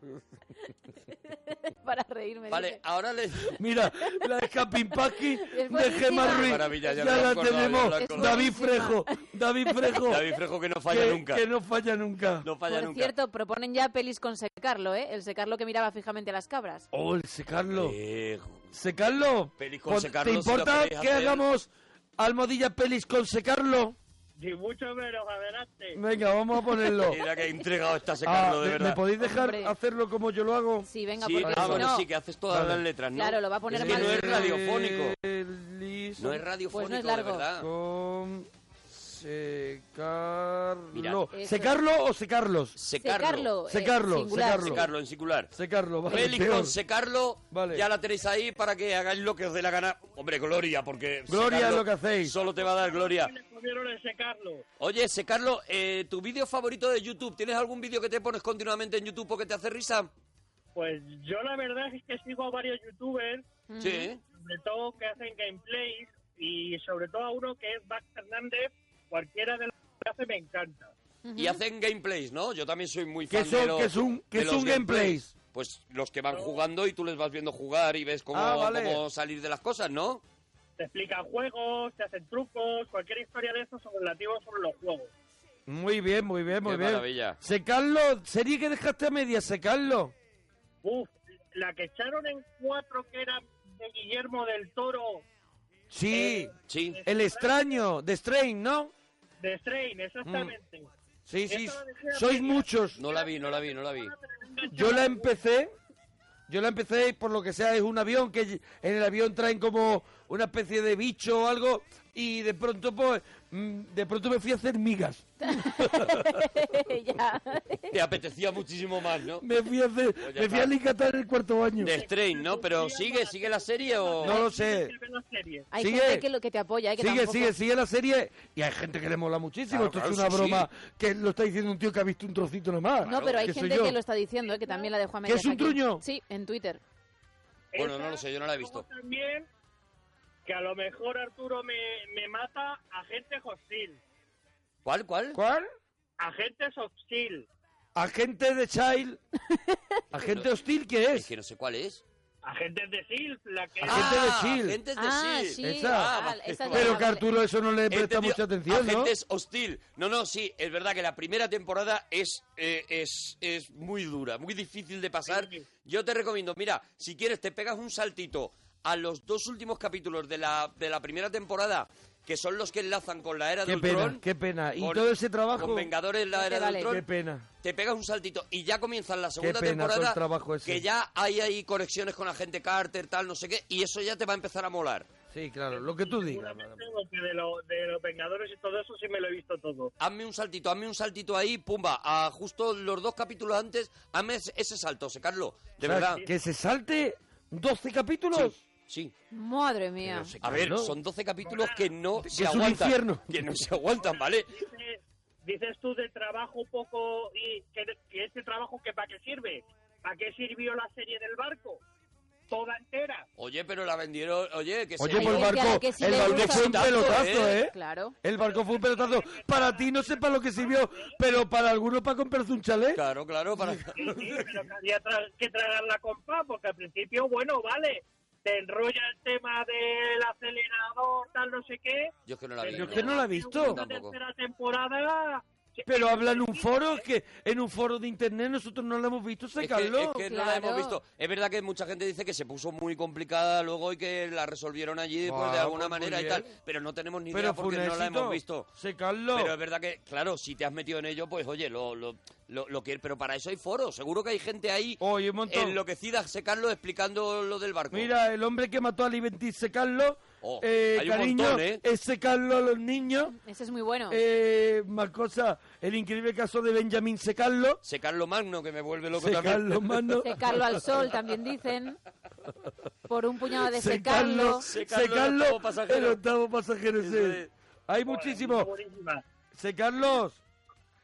Speaker 20: Para reírme.
Speaker 11: Vale,
Speaker 20: dice.
Speaker 11: ahora le...
Speaker 19: Mira, la de Camping Paqui de
Speaker 20: buenísima.
Speaker 19: Gemma Ruiz.
Speaker 11: Maravilla, ya
Speaker 19: ya
Speaker 11: lo han
Speaker 19: la
Speaker 11: acordado, ya
Speaker 19: tenemos.
Speaker 11: lo han acordado.
Speaker 19: David Frejo. David Frejo.
Speaker 11: David Frejo que no falla
Speaker 19: Que-
Speaker 11: nunca.
Speaker 19: Que no falla nunca.
Speaker 11: No
Speaker 20: Por cierto, proponen ya pelis con secarlo, ¿eh? El secarlo que miraba fijamente a las cabras.
Speaker 19: Oh, el secarlo.
Speaker 11: Eh,
Speaker 19: Secarlo.
Speaker 11: Pelis con secarlo,
Speaker 19: ¿Te
Speaker 11: si lo
Speaker 19: importa
Speaker 11: queréis
Speaker 19: que
Speaker 11: hacer?
Speaker 19: hagamos almohadilla pelis con secarlo?
Speaker 16: Ni mucho menos, adelante.
Speaker 19: Venga, vamos a ponerlo.
Speaker 11: Mira que entregado está secarlo,
Speaker 19: Ah,
Speaker 11: de
Speaker 19: ¿me-
Speaker 11: verdad.
Speaker 19: ¿Me podéis dejar
Speaker 20: Hombre.
Speaker 19: hacerlo como yo lo hago?
Speaker 20: Sí, venga,
Speaker 11: Sí,
Speaker 20: porque
Speaker 11: ah,
Speaker 20: si
Speaker 11: bueno,
Speaker 20: no-
Speaker 11: sí, que haces todas las letras, ¿no?
Speaker 20: Claro, lo va a poner
Speaker 11: Es que
Speaker 20: mal.
Speaker 11: no es radiofónico. No es
Speaker 20: Pues
Speaker 11: radiofónico,
Speaker 20: no es
Speaker 11: de
Speaker 20: largo.
Speaker 11: verdad.
Speaker 19: Con secarlo.
Speaker 11: Mira.
Speaker 19: ¿Secarlo o secarlos?
Speaker 11: Secarlo.
Speaker 19: Secarlo,
Speaker 11: Eh, singular.
Speaker 19: secarlo.
Speaker 11: Secarlo, en singular.
Speaker 19: Secarlo, vale.
Speaker 11: Pelis
Speaker 19: peor.
Speaker 11: con secarlo,
Speaker 19: Vale.
Speaker 11: ya la tenéis ahí para que hagáis lo que os dé la gana. Hombre, Gloria, porque...
Speaker 19: Gloria es
Speaker 11: secarlo
Speaker 19: lo que hacéis.
Speaker 11: Solo te va a dar Gloria.
Speaker 16: Me comieron el secarlo.
Speaker 11: Oye, secarlo, eh, tu vídeo favorito de YouTube, ¿tienes algún vídeo que te pones continuamente en YouTube porque te hace risa?
Speaker 16: Pues yo la verdad es que sigo a varios youtubers,
Speaker 11: Sí.
Speaker 16: sobre todo que hacen gameplays y sobre todo a uno que es Max Hernández, cualquiera de los que hace me encanta.
Speaker 11: Y hacen gameplays, ¿no? Yo también soy muy
Speaker 19: ¿Qué
Speaker 11: fan de
Speaker 19: son-
Speaker 11: los...
Speaker 19: qué son- qué
Speaker 11: de los
Speaker 19: son gameplays?
Speaker 11: Pues los que van jugando y tú les vas viendo jugar y ves cómo,
Speaker 19: Ah, vale.
Speaker 11: cómo salir de las cosas, ¿no?
Speaker 16: Te explican juegos, te hacen trucos, cualquier historia de esos relativos sobre los juegos.
Speaker 19: Muy bien, muy bien, muy
Speaker 11: Qué
Speaker 19: bien.
Speaker 11: maravilla.
Speaker 19: Secarlo, sería que dejaste a media, secarlo.
Speaker 16: Uf, la que echaron en cuatro que era de Guillermo del Toro,
Speaker 19: Sí.
Speaker 11: Eh, Sí.
Speaker 19: El extraño, de Strain, ¿no?
Speaker 16: de Strain, exactamente.
Speaker 19: Sí, sí.
Speaker 16: Esta la decía
Speaker 19: Sois
Speaker 16: media.
Speaker 19: muchos.
Speaker 11: No la vi, no la vi, no la vi.
Speaker 19: Yo la empecé, yo la empecé y por lo que sea es un avión que ll- en el avión traen como una especie de bicho o algo y de pronto pues mm, de pronto me fui a hacer migas.
Speaker 20: ya.
Speaker 11: Te apetecía muchísimo más, ¿no?
Speaker 19: Me fui a hacer,
Speaker 11: ya
Speaker 19: me fui
Speaker 11: está.
Speaker 19: a alicatar en el cuarto baño.
Speaker 11: De Strain, ¿no? Pero sigue, sigue la serie o...
Speaker 19: No lo sé.
Speaker 20: Hay
Speaker 19: Sigue.
Speaker 20: gente que, lo, que te apoya, ¿eh? que
Speaker 19: Sigue,
Speaker 20: tampoco-
Speaker 19: sigue, sigue la serie y hay gente que le mola muchísimo.
Speaker 11: Claro,
Speaker 19: Esto es una
Speaker 11: claro, sí,
Speaker 19: broma que lo está diciendo un tío que ha visto un trocito nomás.
Speaker 20: No, pero hay
Speaker 19: que soy
Speaker 20: gente
Speaker 19: yo.
Speaker 20: que lo está diciendo, ¿eh? que también la dejó a
Speaker 19: ¿Que
Speaker 20: medias
Speaker 19: es un
Speaker 20: aquí.
Speaker 19: truño?
Speaker 20: Sí, en Twitter.
Speaker 11: Bueno, no lo sé, yo no la he visto.
Speaker 16: También que a lo mejor Arturo me, me mata agente hostil.
Speaker 11: ¿Cuál, cuál?
Speaker 19: ¿Cuál?
Speaker 16: Agentes hostil.
Speaker 19: Agente de Child. Agente hostil, ¿qué es?
Speaker 11: Es que no sé cuál es.
Speaker 16: Agentes de SIL, E la que...
Speaker 19: Agente de Shield.
Speaker 11: Agentes de
Speaker 20: Ah,
Speaker 11: Shield.
Speaker 20: sí.
Speaker 19: Esa.
Speaker 20: Ah, vale, esa es la
Speaker 19: Pero
Speaker 20: de-
Speaker 19: que a Arturo eso no le
Speaker 11: He
Speaker 19: presta
Speaker 11: entendido.
Speaker 19: mucha atención, ¿no?
Speaker 11: Agentes hostil. No, no, sí, es verdad que la primera temporada es, eh, es, es muy dura, muy difícil de pasar. Yo te recomiendo, mira, si quieres te pegas un saltito a los dos últimos capítulos de la, de la primera temporada, que son los que enlazan con la era
Speaker 19: Qué
Speaker 11: del
Speaker 19: pena, qué pena. Y todo ese trabajo.
Speaker 11: Con Vengadores, la era del
Speaker 19: Qué pena.
Speaker 11: te pegas un saltito y ya comienza la segunda
Speaker 19: pena todo
Speaker 11: temporada
Speaker 19: el trabajo ese.
Speaker 11: que ya hay ahí conexiones con la gente Carter, tal, no sé qué, y eso ya te va a empezar a molar.
Speaker 19: Sí, claro, lo que tú digas.
Speaker 16: Porque de, lo- de los Vengadores y todo eso sí me lo he visto todo.
Speaker 11: Hazme un saltito, hazme un saltito ahí, pumba, a justo los dos capítulos antes, hazme es- ese salto, se Carlos, de
Speaker 19: O sea,
Speaker 11: verdad.
Speaker 19: Que se salte 12 capítulos.
Speaker 11: Sí.
Speaker 20: Madre mía.
Speaker 11: A ver,
Speaker 19: Carlos.
Speaker 11: son 12 capítulos que no se
Speaker 19: es un
Speaker 11: aguantan.
Speaker 19: infierno.
Speaker 11: Que no se aguantan, ¿vale?
Speaker 16: Dices- Dices tú de trabajo poco y que, que este trabajo que para qué sirve. ¿Para qué sirvió la serie del barco? Toda entera.
Speaker 11: Oye, pero la vendieron, oye, que se-
Speaker 19: Oye, pues el
Speaker 20: gente a la
Speaker 19: barco,
Speaker 20: que sí
Speaker 19: el
Speaker 20: le
Speaker 19: barco
Speaker 20: gusta.
Speaker 19: fue un pelotazo,
Speaker 11: ¿eh?
Speaker 19: ¿eh?
Speaker 20: Claro.
Speaker 19: El barco fue un pelotazo. Para ti no sé para lo que sirvió, pero para algunos para comprarse un chalet.
Speaker 11: Claro, claro, para...
Speaker 16: Sí, sí, pero que había tra- que tragarla con pan, porque al principio, bueno, vale, te enrolla el tema del acelerador, tal, no sé qué.
Speaker 11: Yo es que no la vi.
Speaker 19: Yo es que no la he visto.
Speaker 11: Tampoco.
Speaker 16: Tercera temporada
Speaker 19: Pero habla en un foro, es que en un foro de internet nosotros no la hemos visto, se
Speaker 11: Es que, es que no la hemos visto. Es verdad que mucha gente dice que se puso muy complicada luego y que la resolvieron allí pues,
Speaker 19: Bueno,
Speaker 11: de alguna
Speaker 19: pues, muy
Speaker 11: manera y
Speaker 19: bien.
Speaker 11: tal. Pero no tenemos ni
Speaker 19: Pero
Speaker 11: idea
Speaker 19: fue
Speaker 11: porque
Speaker 19: un
Speaker 11: no la
Speaker 19: éxito.
Speaker 11: hemos visto.
Speaker 19: Se caló.
Speaker 11: Pero es verdad que, claro, si te has metido en ello, pues oye, lo, lo, lo, lo que pero para eso hay foros. Seguro que hay gente ahí
Speaker 19: montón.
Speaker 11: enloquecida, se Carlos, explicando lo del barco.
Speaker 19: Mira, el hombre que mató a Libenti, ese Carlos,
Speaker 11: Oh,
Speaker 19: eh,
Speaker 11: hay un
Speaker 19: cariño,
Speaker 11: montón, ¿eh?
Speaker 19: ese Carlos a los niños.
Speaker 20: Ese es muy bueno.
Speaker 19: Eh, más cosas, el increíble caso de Benjamín Secarlo.
Speaker 11: Secarlo Magno, que me vuelve loco también.
Speaker 19: Secarlo Magno.
Speaker 20: Secarlo al sol, también dicen. Por un puñado de
Speaker 19: Secarlo,
Speaker 20: secarlo.
Speaker 19: Secarlo, el octavo pasajero. ese. Hay muchísimos. Secarlos.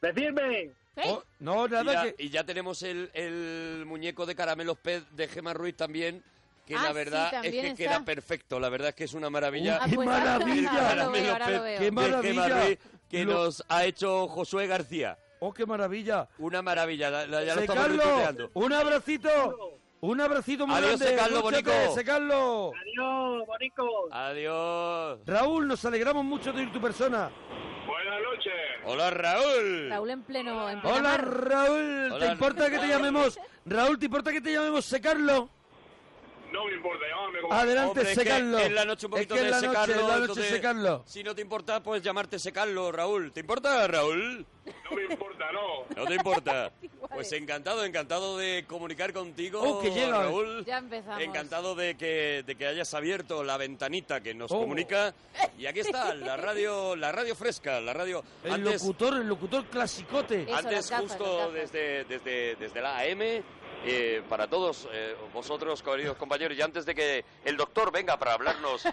Speaker 16: ¡Decirme!
Speaker 19: Oh, no, nada
Speaker 11: y ya,
Speaker 19: que...
Speaker 11: y ya tenemos el, el muñeco de caramelos pez de Gemma Ruiz también, que
Speaker 19: Ah,
Speaker 11: la
Speaker 19: sí,
Speaker 11: verdad es
Speaker 19: también
Speaker 11: que
Speaker 19: está.
Speaker 11: queda perfecto. La verdad es que es una maravilla.
Speaker 19: Uh, ¡qué Ah, pues ahora- maravilla!
Speaker 11: El
Speaker 19: ahora
Speaker 11: caramelos
Speaker 19: lo veo, ahora
Speaker 11: pez
Speaker 19: lo veo.
Speaker 11: de
Speaker 19: ¡Qué maravilla!
Speaker 11: Gemma Ruiz que
Speaker 19: Lo-
Speaker 11: nos ha hecho Josué García.
Speaker 19: ¡Oh, qué maravilla!
Speaker 11: Una maravilla, la- la- ya lo estamos
Speaker 19: Secarlo,
Speaker 11: retuiteando.
Speaker 19: un abracito. Un abracito muy
Speaker 11: Adiós,
Speaker 19: grande.
Speaker 11: Secarlo,
Speaker 19: Lúchate,
Speaker 11: bonico.
Speaker 19: Secarlo.
Speaker 16: Adiós, bonico.
Speaker 11: Adiós.
Speaker 19: Raúl, nos alegramos mucho de ir tu persona.
Speaker 16: Buenas noches.
Speaker 11: Hola, Raúl.
Speaker 20: Raúl en pleno. En plena
Speaker 19: Hola,
Speaker 20: mar.
Speaker 19: Raúl. ¿Te
Speaker 20: Hola.
Speaker 19: importa que te llamemos? Raúl, ¿te importa que te llamemos Secarlo?
Speaker 16: No me importa, llámame como...
Speaker 19: Adelante,
Speaker 11: Hombre, es que
Speaker 19: Secarlo.
Speaker 11: en la noche un poquito
Speaker 19: es que
Speaker 11: de
Speaker 19: en la noche,
Speaker 11: secarlo.
Speaker 19: en la noche
Speaker 11: entonces,
Speaker 19: secarlo.
Speaker 11: Si no te importa, pues llamarte secarlo, Raúl. ¿Te importa, Raúl? No me importa, no. No te importa. pues encantado, encantado de comunicar contigo,
Speaker 19: Oh, que llega.
Speaker 11: Raúl.
Speaker 20: Ya empezamos.
Speaker 11: Encantado de que, de que hayas abierto la ventanita que nos
Speaker 19: Oh.
Speaker 11: comunica. Y aquí está, la radio, la radio fresca, la radio.
Speaker 19: El
Speaker 11: Antes,
Speaker 19: locutor, el locutor clasicote.
Speaker 11: antes justo desde, desde, desde la AM, eh, para todos eh, vosotros, queridos compañeros, y antes de que el doctor venga para hablarnos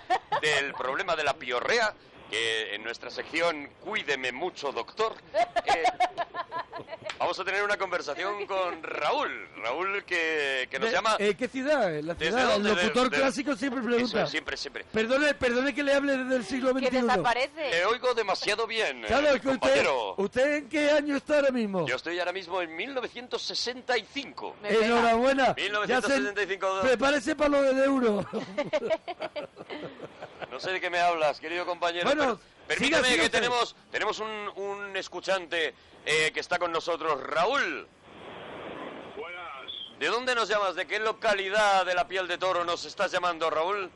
Speaker 11: del problema de la piorrea, que en nuestra sección Cuídeme mucho, doctor, eh, vamos a tener una conversación con Raúl. Raúl que, que nos
Speaker 19: De-
Speaker 11: llama...
Speaker 19: eh, ¿Qué ciudad? La
Speaker 11: ¿Desde
Speaker 19: ciudad. El
Speaker 11: dónde? De-
Speaker 19: locutor
Speaker 11: de-
Speaker 19: clásico siempre pregunta.
Speaker 11: Eso, siempre, siempre.
Speaker 19: Perdone, perdone que le hable desde el siglo XXI.
Speaker 11: Le oigo demasiado bien, eh,
Speaker 19: Claro, es que usted,
Speaker 11: compañero.
Speaker 19: ¿usted en qué año está ahora mismo?
Speaker 11: Yo estoy ahora mismo en 1965.
Speaker 19: Enhorabuena. Ya se-
Speaker 11: 1975.
Speaker 19: Prepárese para lo del euro.
Speaker 11: No sé de qué me hablas, querido compañero.
Speaker 19: Bueno,
Speaker 11: pero- permíteme
Speaker 19: siga, siga
Speaker 11: que
Speaker 19: usted.
Speaker 11: tenemos, tenemos un, un escuchante eh, que está con nosotros, Raúl. Buenas. ¿De dónde nos llamas? ¿De qué localidad de la piel de toro nos estás llamando, Raúl?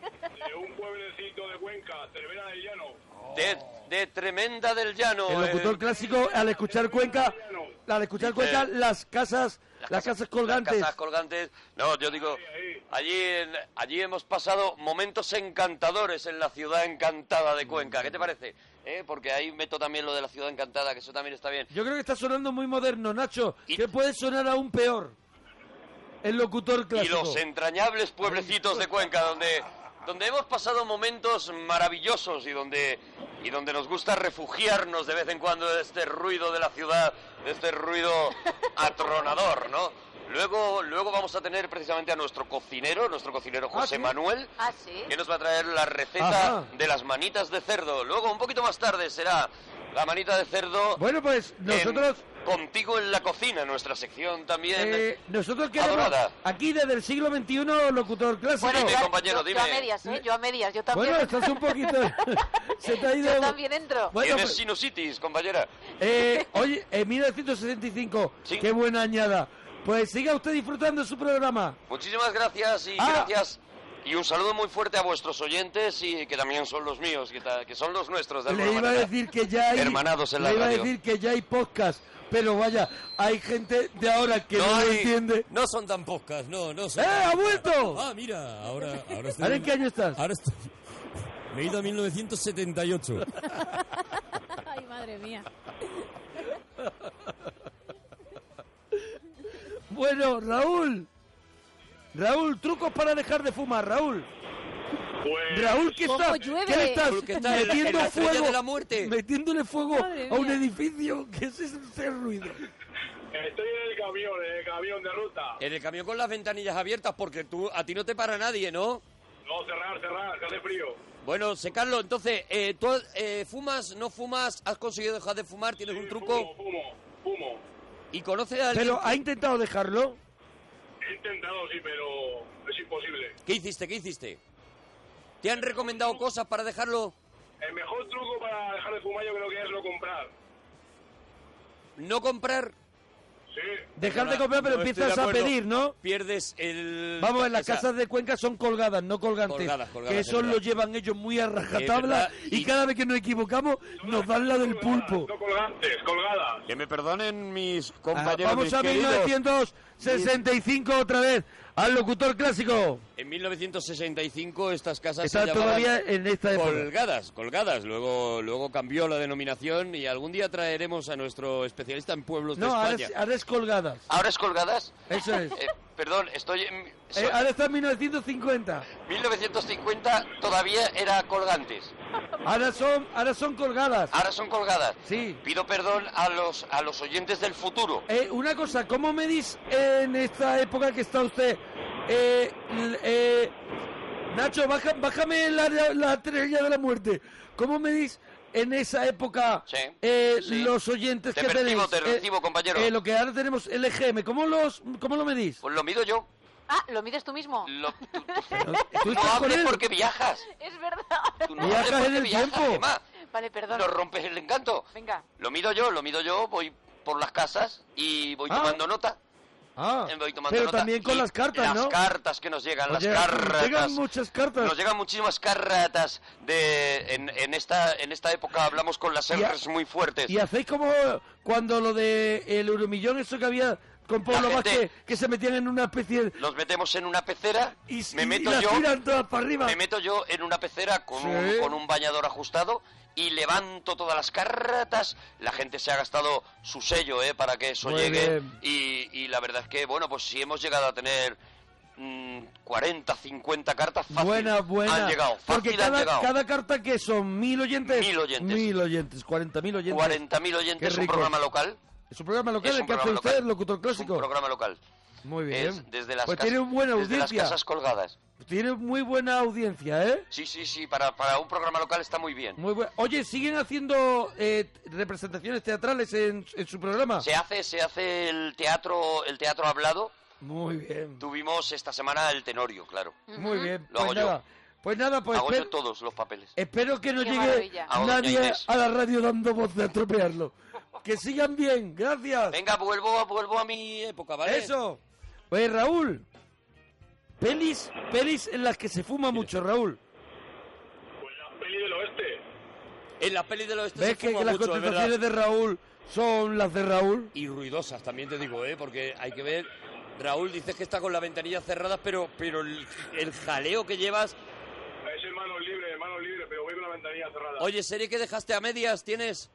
Speaker 11: De un pueblecito de Cuenca, Tremenda del Llano. De,
Speaker 19: El
Speaker 11: de Tremenda del Llano. eh,
Speaker 19: locutor clásico, al escuchar Cuenca, al escuchar Cuenca, las casas, las casas colgantes.
Speaker 11: Casas colgantes. No, yo digo, allí, en- allí hemos pasado momentos encantadores en la ciudad encantada de Cuenca. ¿Qué te parece? ¿Eh? Porque ahí meto también lo de la ciudad encantada, que eso también está bien.
Speaker 19: Yo creo que está sonando muy moderno, Nacho. Que puede sonar aún peor. El locutor
Speaker 11: Y
Speaker 19: clásico.
Speaker 11: los entrañables pueblecitos de Cuenca, donde, donde hemos pasado momentos maravillosos y donde, y donde nos gusta refugiarnos de vez en cuando de este ruido de la ciudad, de este ruido atronador, ¿no? Luego, luego vamos a tener precisamente a nuestro cocinero, nuestro cocinero José Manuel,
Speaker 12: Ah, sí.
Speaker 11: que nos va a traer la receta
Speaker 19: Ajá.
Speaker 11: de las manitas de cerdo. Luego, un poquito más tarde, será la manita de cerdo.
Speaker 19: Bueno, pues nosotros,
Speaker 11: en- contigo en la cocina, nuestra sección también.
Speaker 19: eh, nosotros queremos
Speaker 11: Adorada.
Speaker 19: aquí desde el siglo XXI locutor clásico.
Speaker 11: Dime, este compañero,
Speaker 21: Yo a
Speaker 11: dime.
Speaker 21: medias, ¿eh? Yo a medias, yo también.
Speaker 19: Bueno, estás un poquito. Se te ha ido.
Speaker 21: Yo también entro.
Speaker 19: Bueno,
Speaker 11: Tienes
Speaker 19: pues-
Speaker 11: sinusitis, compañera.
Speaker 19: Eh, oye, en 1965. Qué buena añada. Pues siga usted disfrutando de su programa.
Speaker 11: Muchísimas gracias y
Speaker 19: Ah.
Speaker 11: gracias. Y un saludo muy fuerte a vuestros oyentes y que también son los míos, que, ta- que son los nuestros de
Speaker 19: Le
Speaker 11: alguna
Speaker 19: iba a
Speaker 11: manera.
Speaker 19: decir que ya hay.
Speaker 11: Hermanados en la
Speaker 19: le iba
Speaker 11: radio.
Speaker 19: a decir que ya hay podcast. Pero vaya, hay gente de ahora que no,
Speaker 11: No
Speaker 19: lo
Speaker 11: hay-
Speaker 19: entiende.
Speaker 22: No son tan pocas, no, no son.
Speaker 19: ¡Eh, ha vuelto!
Speaker 22: Ah, mira, ahora, ahora estoy.
Speaker 19: ¿Ahora en qué año estás?
Speaker 22: Ahora estoy. Me he ido a 1978.
Speaker 20: Ay, madre mía.
Speaker 19: Bueno, Raúl. Raúl, trucos para dejar de fumar, Raúl.
Speaker 16: Pues
Speaker 19: Raúl, ¿qué
Speaker 12: ¿Cómo
Speaker 19: está?
Speaker 12: llueve?
Speaker 19: ¿Qué le estás
Speaker 12: Raúl, que está en la-
Speaker 19: metiendo
Speaker 12: en la estrella
Speaker 19: fuego?
Speaker 12: de la muerte.
Speaker 19: Metiéndole fuego
Speaker 12: Madre
Speaker 19: a un
Speaker 12: mía.
Speaker 19: edificio. ¿Qué es ese, ese ruido?
Speaker 11: Estoy en el camión, en el camión de ruta. En el camión con las ventanillas abiertas porque tú a ti no te para nadie, ¿no?
Speaker 16: No, cerrar, cerrar, que hace frío.
Speaker 11: Bueno, sé Carlos, entonces, eh, ¿tú eh, fumas, no fumas? ¿Has conseguido dejar de fumar? ¿Tienes un truco? Fumo,
Speaker 16: fumo, fumo.
Speaker 11: ¿Y conoces a alguien?
Speaker 19: Pero
Speaker 11: que-
Speaker 19: ha intentado dejarlo.
Speaker 16: He intentado, sí, pero es imposible.
Speaker 11: ¿Qué hiciste? ¿Qué hiciste? ¿Te han recomendado cosas para dejarlo?
Speaker 16: El mejor truco para dejar de fumar yo creo que es no comprar.
Speaker 11: no comprar.
Speaker 19: Dejar de comprar, pero
Speaker 11: No estoy
Speaker 19: empiezas
Speaker 11: de
Speaker 19: a
Speaker 11: acuerdo.
Speaker 19: pedir, ¿no?
Speaker 11: Pierdes el.
Speaker 19: Vamos, en las
Speaker 11: o sea,
Speaker 19: casas de Cuenca son colgadas, no colgantes.
Speaker 11: Colgadas, colgadas,
Speaker 19: que
Speaker 11: es
Speaker 19: eso lo
Speaker 11: verdad.
Speaker 19: llevan ellos muy a
Speaker 11: Es
Speaker 19: rajatabla
Speaker 11: verdad,
Speaker 19: y, cada vez que nos equivocamos nos dan la del pulpo.
Speaker 23: Ah, Que me perdonen mis
Speaker 19: Ah,
Speaker 23: compañeros.
Speaker 19: vamos
Speaker 23: mis
Speaker 19: a
Speaker 23: queridos.
Speaker 19: 1965 otra vez, al locutor clásico.
Speaker 11: En 1965 estas casas
Speaker 19: Está
Speaker 11: se llamaban
Speaker 19: todavía en esta época.
Speaker 11: colgadas, colgadas. Luego, luego cambió la denominación y algún día traeremos a nuestro especialista en pueblos
Speaker 19: No,
Speaker 11: de
Speaker 19: ahora,
Speaker 11: España.
Speaker 19: es- ahora es colgadas.
Speaker 11: ¿Ahora es colgadas? Eh,
Speaker 19: Eso es.
Speaker 11: perdón, estoy en...
Speaker 19: Eh, ahora está en 1950.
Speaker 11: 1950 todavía era colgantes.
Speaker 19: Ahora son, ahora son colgadas.
Speaker 11: Ahora son colgadas.
Speaker 19: Sí.
Speaker 11: Pido perdón a los, a los oyentes del futuro.
Speaker 19: Eh, una cosa, ¿cómo medís en esta época que está usted? Eh, l- eh, Nacho, baja- bájame la, la, la estrella de la muerte. ¿Cómo medís en esa época eh, los oyentes
Speaker 11: Te
Speaker 19: que
Speaker 11: percibo,
Speaker 19: tenéis?
Speaker 11: te
Speaker 19: Eh,
Speaker 11: recibo, compañero.
Speaker 19: eh, lo que ahora tenemos, LGM, ¿cómo, los, ¿cómo lo medís?
Speaker 11: Pues lo mido yo.
Speaker 21: Ah, ¿lo mides tú mismo?
Speaker 19: ¿Tú estás con él?
Speaker 11: porque viajas.
Speaker 21: Es verdad.
Speaker 19: Viajas en el tiempo.
Speaker 21: Vale, perdón.
Speaker 11: Nos rompes el encanto.
Speaker 21: Venga.
Speaker 11: Lo mido yo, lo mido yo, voy por las casas y voy tomando nota.
Speaker 19: Ah,
Speaker 11: Eh, voy tomando
Speaker 19: pero
Speaker 11: nota.
Speaker 19: también con
Speaker 11: Y
Speaker 19: las cartas,
Speaker 11: las
Speaker 19: ¿no?
Speaker 11: cartas que nos llegan,
Speaker 19: Oye,
Speaker 11: las cartas.
Speaker 19: llegan muchas cartas.
Speaker 11: Nos llegan muchísimas cartas de en, en esta en esta época hablamos con las
Speaker 19: Y a-
Speaker 11: R's muy fuertes.
Speaker 19: Y hacéis como cuando lo de el euromillón, eso que había con Pablo
Speaker 11: gente-
Speaker 19: Vázquez, que se metían en una especie de...
Speaker 11: Nos metemos en una pecera,
Speaker 19: Y,
Speaker 11: me
Speaker 19: y
Speaker 11: meto
Speaker 19: la
Speaker 11: yo,
Speaker 19: tiran todas para arriba.
Speaker 11: me meto yo en una pecera con,
Speaker 19: Sí.
Speaker 11: un, con un bañador ajustado y levanto todas las cartas. La gente se ha gastado su sello eh, para que eso
Speaker 19: Muy
Speaker 11: llegue.
Speaker 19: bien.
Speaker 11: Y, y la verdad es que, bueno, pues si hemos llegado a tener mm, 40, 50 cartas, fácil
Speaker 19: Buena, buena.
Speaker 11: han llegado.
Speaker 19: Porque
Speaker 11: fácil han
Speaker 19: cada,
Speaker 11: llegado.
Speaker 19: cada carta que son mil oyentes.
Speaker 11: Mil oyentes.
Speaker 19: Mil oyentes, cuarenta mil oyentes.
Speaker 11: 40.000 oyentes,
Speaker 19: Qué
Speaker 11: es un
Speaker 19: rico.
Speaker 11: programa local.
Speaker 19: Es un programa local
Speaker 11: Es un
Speaker 19: el que hace
Speaker 11: programa
Speaker 19: usted,
Speaker 11: local.
Speaker 19: el locutor
Speaker 11: Es un
Speaker 19: clásico.
Speaker 11: programa local.
Speaker 19: Muy bien.
Speaker 11: Es desde las,
Speaker 19: pues
Speaker 11: cas-
Speaker 19: tiene buena
Speaker 11: desde las
Speaker 19: audiencia.
Speaker 11: casas colgadas.
Speaker 19: Tiene muy buena audiencia, ¿eh?
Speaker 11: Sí, sí, sí, para, para un programa local está muy bien.
Speaker 19: Muy buen- Oye, ¿siguen haciendo eh, representaciones teatrales en, en su programa?
Speaker 11: Se hace, se hace el teatro, el teatro hablado.
Speaker 19: Muy bien.
Speaker 11: Tuvimos esta semana el Tenorio, claro.
Speaker 19: Muy bien.
Speaker 11: Lo hago
Speaker 19: pues
Speaker 11: yo.
Speaker 19: nada. Pues nada, pues
Speaker 11: Hago
Speaker 19: esper-
Speaker 11: yo todos los papeles.
Speaker 19: espero que no
Speaker 11: Qué
Speaker 19: llegue
Speaker 11: maravilla. A doña
Speaker 19: nadie
Speaker 11: Inés.
Speaker 19: a la radio dando voz de atropellarlo. que sigan bien, gracias.
Speaker 11: Venga, vuelvo, vuelvo a mi época, ¿vale?
Speaker 19: Eso. Oye, Raúl. Pelis, pelis en las que se fuma mucho, Raúl.
Speaker 11: En las pelis del oeste
Speaker 19: ¿Ves
Speaker 11: se
Speaker 19: que,
Speaker 11: fuma
Speaker 19: que las
Speaker 11: mucho, es verdad.
Speaker 19: contestaciones de Raúl son las de Raúl?
Speaker 11: Y ruidosas, también te digo, ¿eh? Porque hay que ver... Raúl, dices que está con las ventanillas cerradas, pero, pero el, el jaleo que llevas...
Speaker 15: Es hermano libre, hermano libre, pero voy con la ventanilla cerrada.
Speaker 11: Oye, serie que dejaste a medias, ¿tienes?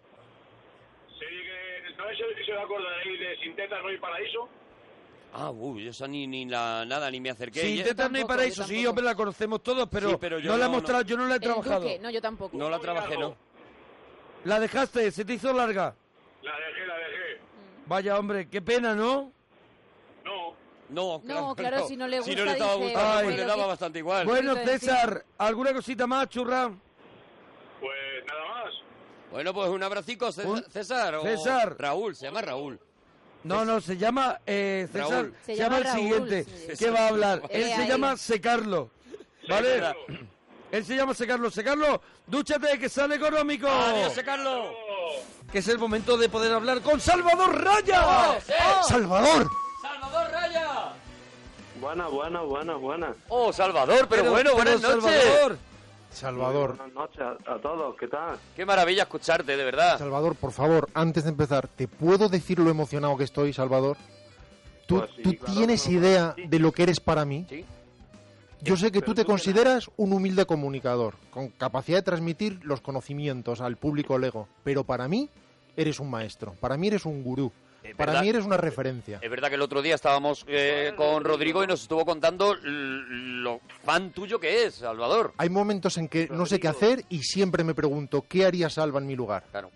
Speaker 15: Eh, ¿Sabes si se acuerda de ahí de Sin Tetas no hay paraíso?
Speaker 11: Ah, uy, esa ni, ni la, nada, ni me acerqué.
Speaker 19: Sí,
Speaker 11: Ya-
Speaker 19: Tetas no hay paraíso, sí, hombre, la conocemos todos, pero,
Speaker 11: Sí, pero yo
Speaker 19: no la he
Speaker 11: no,
Speaker 19: mostrado,
Speaker 11: no.
Speaker 19: yo no la he
Speaker 20: El
Speaker 19: trabajado.
Speaker 20: Duque, no, yo tampoco.
Speaker 11: No la trabajé, ¿no?
Speaker 19: La dejaste, se te hizo larga.
Speaker 15: La dejé, la dejé.
Speaker 19: Vaya, hombre, qué pena, ¿no?
Speaker 11: No,
Speaker 20: No, claro, si no le
Speaker 11: Si no
Speaker 20: gusta,
Speaker 11: le estaba
Speaker 20: dice,
Speaker 11: gustando,
Speaker 19: "Ay".
Speaker 11: pues le daba bastante igual.
Speaker 19: Bueno, César, ¿alguna cosita más, churra?
Speaker 11: Pues nada más. Bueno, pues un abracico, César. César, o-
Speaker 19: César.
Speaker 11: Raúl, se llama Raúl.
Speaker 19: No, no, se llama eh, César.
Speaker 11: Raúl.
Speaker 19: Se, llama, el
Speaker 11: Raúl,
Speaker 19: siguiente.
Speaker 11: sí.
Speaker 19: que va a hablar?
Speaker 11: Sí,
Speaker 20: Eh,
Speaker 19: Él se
Speaker 11: ahí.
Speaker 19: llama Secarlo. ¿Vale? Él se llama Secarlo. Secarlo, dúchate que sale económico.
Speaker 11: Adiós, Carlos.
Speaker 19: Que es el momento de poder hablar con Salvador Raya.
Speaker 11: eh.
Speaker 12: ¡Sí!
Speaker 19: Salvador.
Speaker 11: Salvador Raya.
Speaker 24: Buena, buena, buena, buena.
Speaker 11: Oh, Salvador, pero, bueno, buenas noches.
Speaker 25: Salvador.
Speaker 24: Buenas noches a, a todos, ¿qué tal?
Speaker 11: Qué maravilla escucharte, de verdad.
Speaker 25: Salvador, por favor, antes de empezar, ¿te puedo decir lo emocionado que estoy, Salvador? ¿Tú,
Speaker 24: Pues sí,
Speaker 25: tú
Speaker 24: claro,
Speaker 25: tienes
Speaker 24: pero-
Speaker 25: idea
Speaker 24: sí.
Speaker 25: de lo que eres para mí?
Speaker 11: Sí.
Speaker 25: Yo sé que
Speaker 24: Pero
Speaker 25: tú te
Speaker 24: tú que
Speaker 25: consideras un humilde comunicador, con capacidad de transmitir los conocimientos al público lego, pero para mí eres un maestro, para mí eres un gurú,
Speaker 11: Es
Speaker 25: para
Speaker 11: Eh, verdad. Eh,
Speaker 25: mí eres una referencia.
Speaker 11: Es verdad que el otro día estábamos eh, con Rodrigo y nos estuvo contando l- lo fan tuyo que es, Salvador.
Speaker 25: Hay momentos en que no sé qué hacer y siempre me pregunto, ¿qué haría Salva en mi lugar?
Speaker 11: Claro.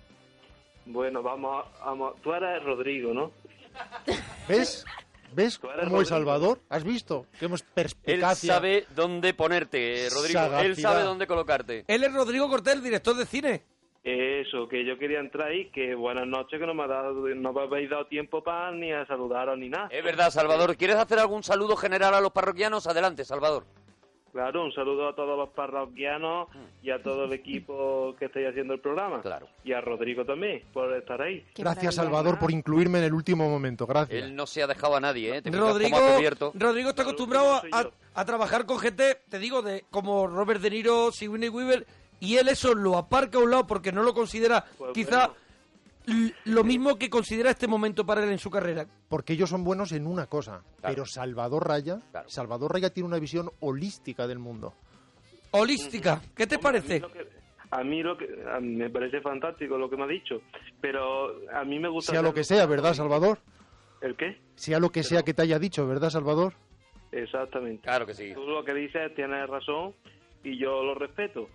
Speaker 24: Bueno, vamos, a- vamos. a- Tú eres Rodrigo, ¿no?
Speaker 25: ¿Ves? ¿Ves cómo es
Speaker 24: Rodrigo.
Speaker 25: Salvador? ¿Has visto? Que hemos
Speaker 11: Él
Speaker 25: perspicacia.
Speaker 11: sabe dónde ponerte, eh, Rodrigo. Él
Speaker 25: Sagacidad.
Speaker 11: sabe dónde colocarte.
Speaker 19: Él es Rodrigo Cortés, director de cine.
Speaker 24: Eso, que yo quería entrar ahí, que buenas noches, que no me, ha dado, no me habéis dado tiempo para ni a saludaros ni nada.
Speaker 11: Es verdad, Salvador. ¿Quieres hacer algún saludo general a los parroquianos? Adelante, Salvador.
Speaker 24: Claro, un saludo a todos los parroquianos y a todo el equipo que estáis haciendo el programa. Claro. Y a Rodrigo también por estar ahí.
Speaker 25: Gracias, Salvador, por incluirme en el último momento. Gracias.
Speaker 11: Él no se ha dejado a nadie, ¿eh? Te fijas cómo
Speaker 19: Rodrigo,
Speaker 11: ha cubierto.
Speaker 19: Rodrigo está acostumbrado a, a trabajar con gente, te digo, de como Robert De Niro, Sigourney Weaver, y él eso lo aparca a un lado porque no lo considera quizá l- lo mismo que considera este momento para él en su carrera.
Speaker 25: Porque ellos son buenos en una cosa, pero Salvador Raya, Salvador Raya tiene una visión holística del mundo.
Speaker 19: Holística, ¿qué te parece?
Speaker 24: A mí lo que a mí me parece fantástico lo que me ha dicho, pero a mí me gusta
Speaker 25: Sea lo
Speaker 24: hacer-
Speaker 25: que sea, ¿verdad, Salvador?
Speaker 24: ¿El qué?
Speaker 25: Sea lo que sea que te haya dicho, ¿verdad, Salvador?
Speaker 24: Exactamente.
Speaker 11: Claro que sí.
Speaker 24: Tú lo que dices tienes razón y yo lo respeto.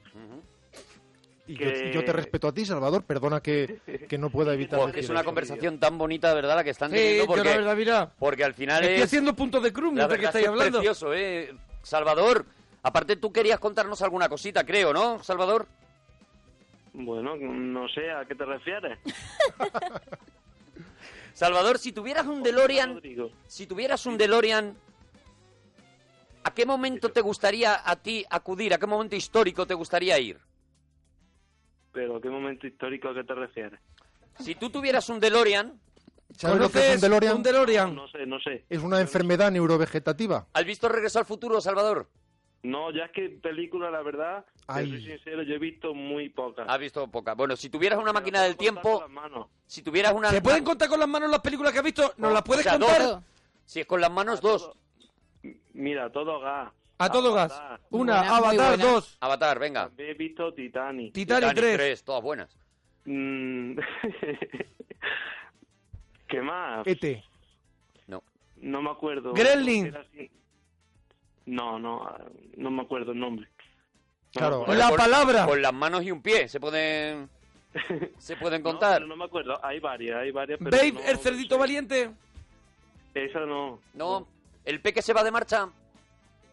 Speaker 25: Y
Speaker 24: Que-
Speaker 25: yo, y yo te respeto a ti, Salvador, perdona que, que no pueda evitar
Speaker 11: Porque es
Speaker 25: decir
Speaker 11: una
Speaker 25: eso.
Speaker 11: conversación tan bonita, ¿verdad? La que están
Speaker 25: Sí,
Speaker 11: teniendo.
Speaker 25: yo
Speaker 11: Porque,
Speaker 25: la verdad,
Speaker 11: porque al final
Speaker 25: estoy
Speaker 11: es.
Speaker 19: haciendo puntos de cruz
Speaker 11: la
Speaker 19: mientras que
Speaker 11: verdad
Speaker 19: estáis
Speaker 11: es que es
Speaker 19: hablando.
Speaker 11: precioso, ¿eh? Salvador, aparte tú querías contarnos alguna cosita, creo, ¿no, Salvador?
Speaker 24: Bueno, no sé a qué te refieres.
Speaker 11: Salvador, si tuvieras un DeLorean, si tuvieras un DeLorean, ¿a qué momento te gustaría a ti acudir? ¿A qué momento histórico te gustaría ir?
Speaker 24: Pero qué momento histórico a qué te refieres.
Speaker 11: Si tú tuvieras un DeLorean,
Speaker 25: ¿Sabes lo que es un DeLorean?
Speaker 24: No sé, no sé.
Speaker 25: Es una enfermedad neurovegetativa.
Speaker 11: ¿has visto Regreso al Futuro, Salvador?
Speaker 24: No, ya es que película, la verdad, te soy sincero, yo he visto muy pocas.
Speaker 11: Has visto poca. Bueno, si tuvieras una máquina del tiempo, si tuvieras una...
Speaker 19: ¿Se pueden contar con las manos las películas que has visto? ¿Nos las puedes
Speaker 11: O sea,
Speaker 19: contar?
Speaker 11: dos. ¿eh? Si es con las manos, dos.
Speaker 24: Mira, todo gas.
Speaker 19: A todo gas.
Speaker 24: Avatar.
Speaker 19: Una, Muy buena, muy Avatar buena. dos.
Speaker 11: Avatar, venga.
Speaker 24: He visto Titanic.
Speaker 11: Titanic tres. todas buenas.
Speaker 24: Mm, ¿Qué más?
Speaker 25: ET.
Speaker 11: No.
Speaker 24: No me acuerdo.
Speaker 19: Gremlin.
Speaker 24: Era así. No, no, no me acuerdo el nombre.
Speaker 25: Claro.
Speaker 11: Con
Speaker 24: La
Speaker 19: palabra.
Speaker 11: Con las manos y un pie, se pueden... Se pueden contar.
Speaker 24: No, me acuerdo, hay varias, hay varias. Pero
Speaker 19: Babe,
Speaker 24: no,
Speaker 19: el cerdito valiente.
Speaker 24: Esa no.
Speaker 11: No, el peque se va de marcha.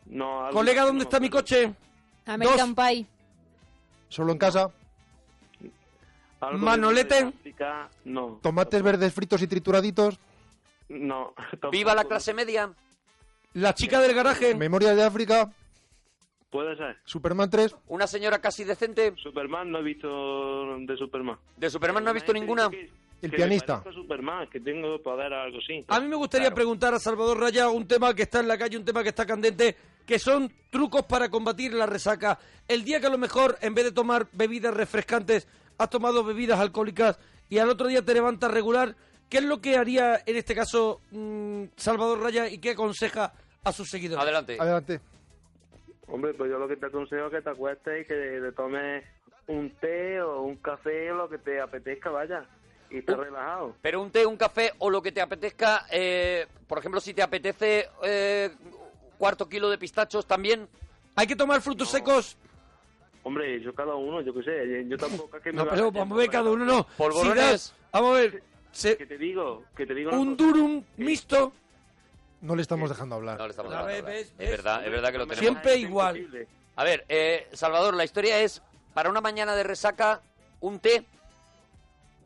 Speaker 24: No, algo
Speaker 19: Colega,
Speaker 24: así,
Speaker 19: ¿dónde
Speaker 24: no.
Speaker 19: está mi coche?
Speaker 20: American Pie.
Speaker 25: Solo en casa,
Speaker 24: Algo de
Speaker 19: Manolete.
Speaker 24: África, No,
Speaker 25: tomates verdes fritos y trituraditos,
Speaker 24: no.
Speaker 11: Viva la clase media.
Speaker 19: la chica del garaje,
Speaker 25: memoria de África,
Speaker 24: Puede ser.
Speaker 25: Superman 3,
Speaker 11: Una señora casi decente.
Speaker 24: Superman no he visto de Superman.
Speaker 11: De Superman no he visto ninguna.
Speaker 25: El
Speaker 24: Que me
Speaker 25: pianista.
Speaker 24: parezco a Superman, que tengo poder o algo así.
Speaker 19: A mí me gustaría preguntar a Salvador Raya un tema que está en la calle, un tema que está candente, que son trucos para combatir la resaca. El día que a lo mejor, en vez de tomar bebidas refrescantes, has tomado bebidas alcohólicas y al otro día te levantas regular, ¿qué es lo que haría en este caso mm, Salvador Raya y qué aconseja a sus seguidores?
Speaker 11: Adelante.
Speaker 25: Adelante.
Speaker 24: Hombre, pues yo lo que te aconsejo es que te acuestes y que te tomes un té o un café o lo que te apetezca, vaya. Y estés relajado.
Speaker 11: Pero un té, un café o lo que te apetezca. eh, por ejemplo, si te apetece eh, cuarto kilo de pistachos también.
Speaker 19: Hay que tomar frutos secos.
Speaker 24: Hombre, yo cada uno, yo qué sé, yo tampoco es que me
Speaker 19: No,
Speaker 24: lo
Speaker 19: pero pues,
Speaker 24: apetezca,
Speaker 19: vamos a ver, cada uno no.
Speaker 11: Polvorones.
Speaker 19: Si das- vamos a ver, se-
Speaker 24: Que te digo, que te digo una
Speaker 19: un
Speaker 24: cosa.
Speaker 19: durum mixto,
Speaker 25: no le estamos dejando hablar.
Speaker 11: No le estamos
Speaker 19: A
Speaker 11: dando
Speaker 19: ver,
Speaker 11: nada.
Speaker 19: ves,
Speaker 11: Es verdad, es verdad que lo tenemos.
Speaker 19: siempre igual.
Speaker 11: A ver, eh, Salvador, la historia es para una mañana de resaca un té.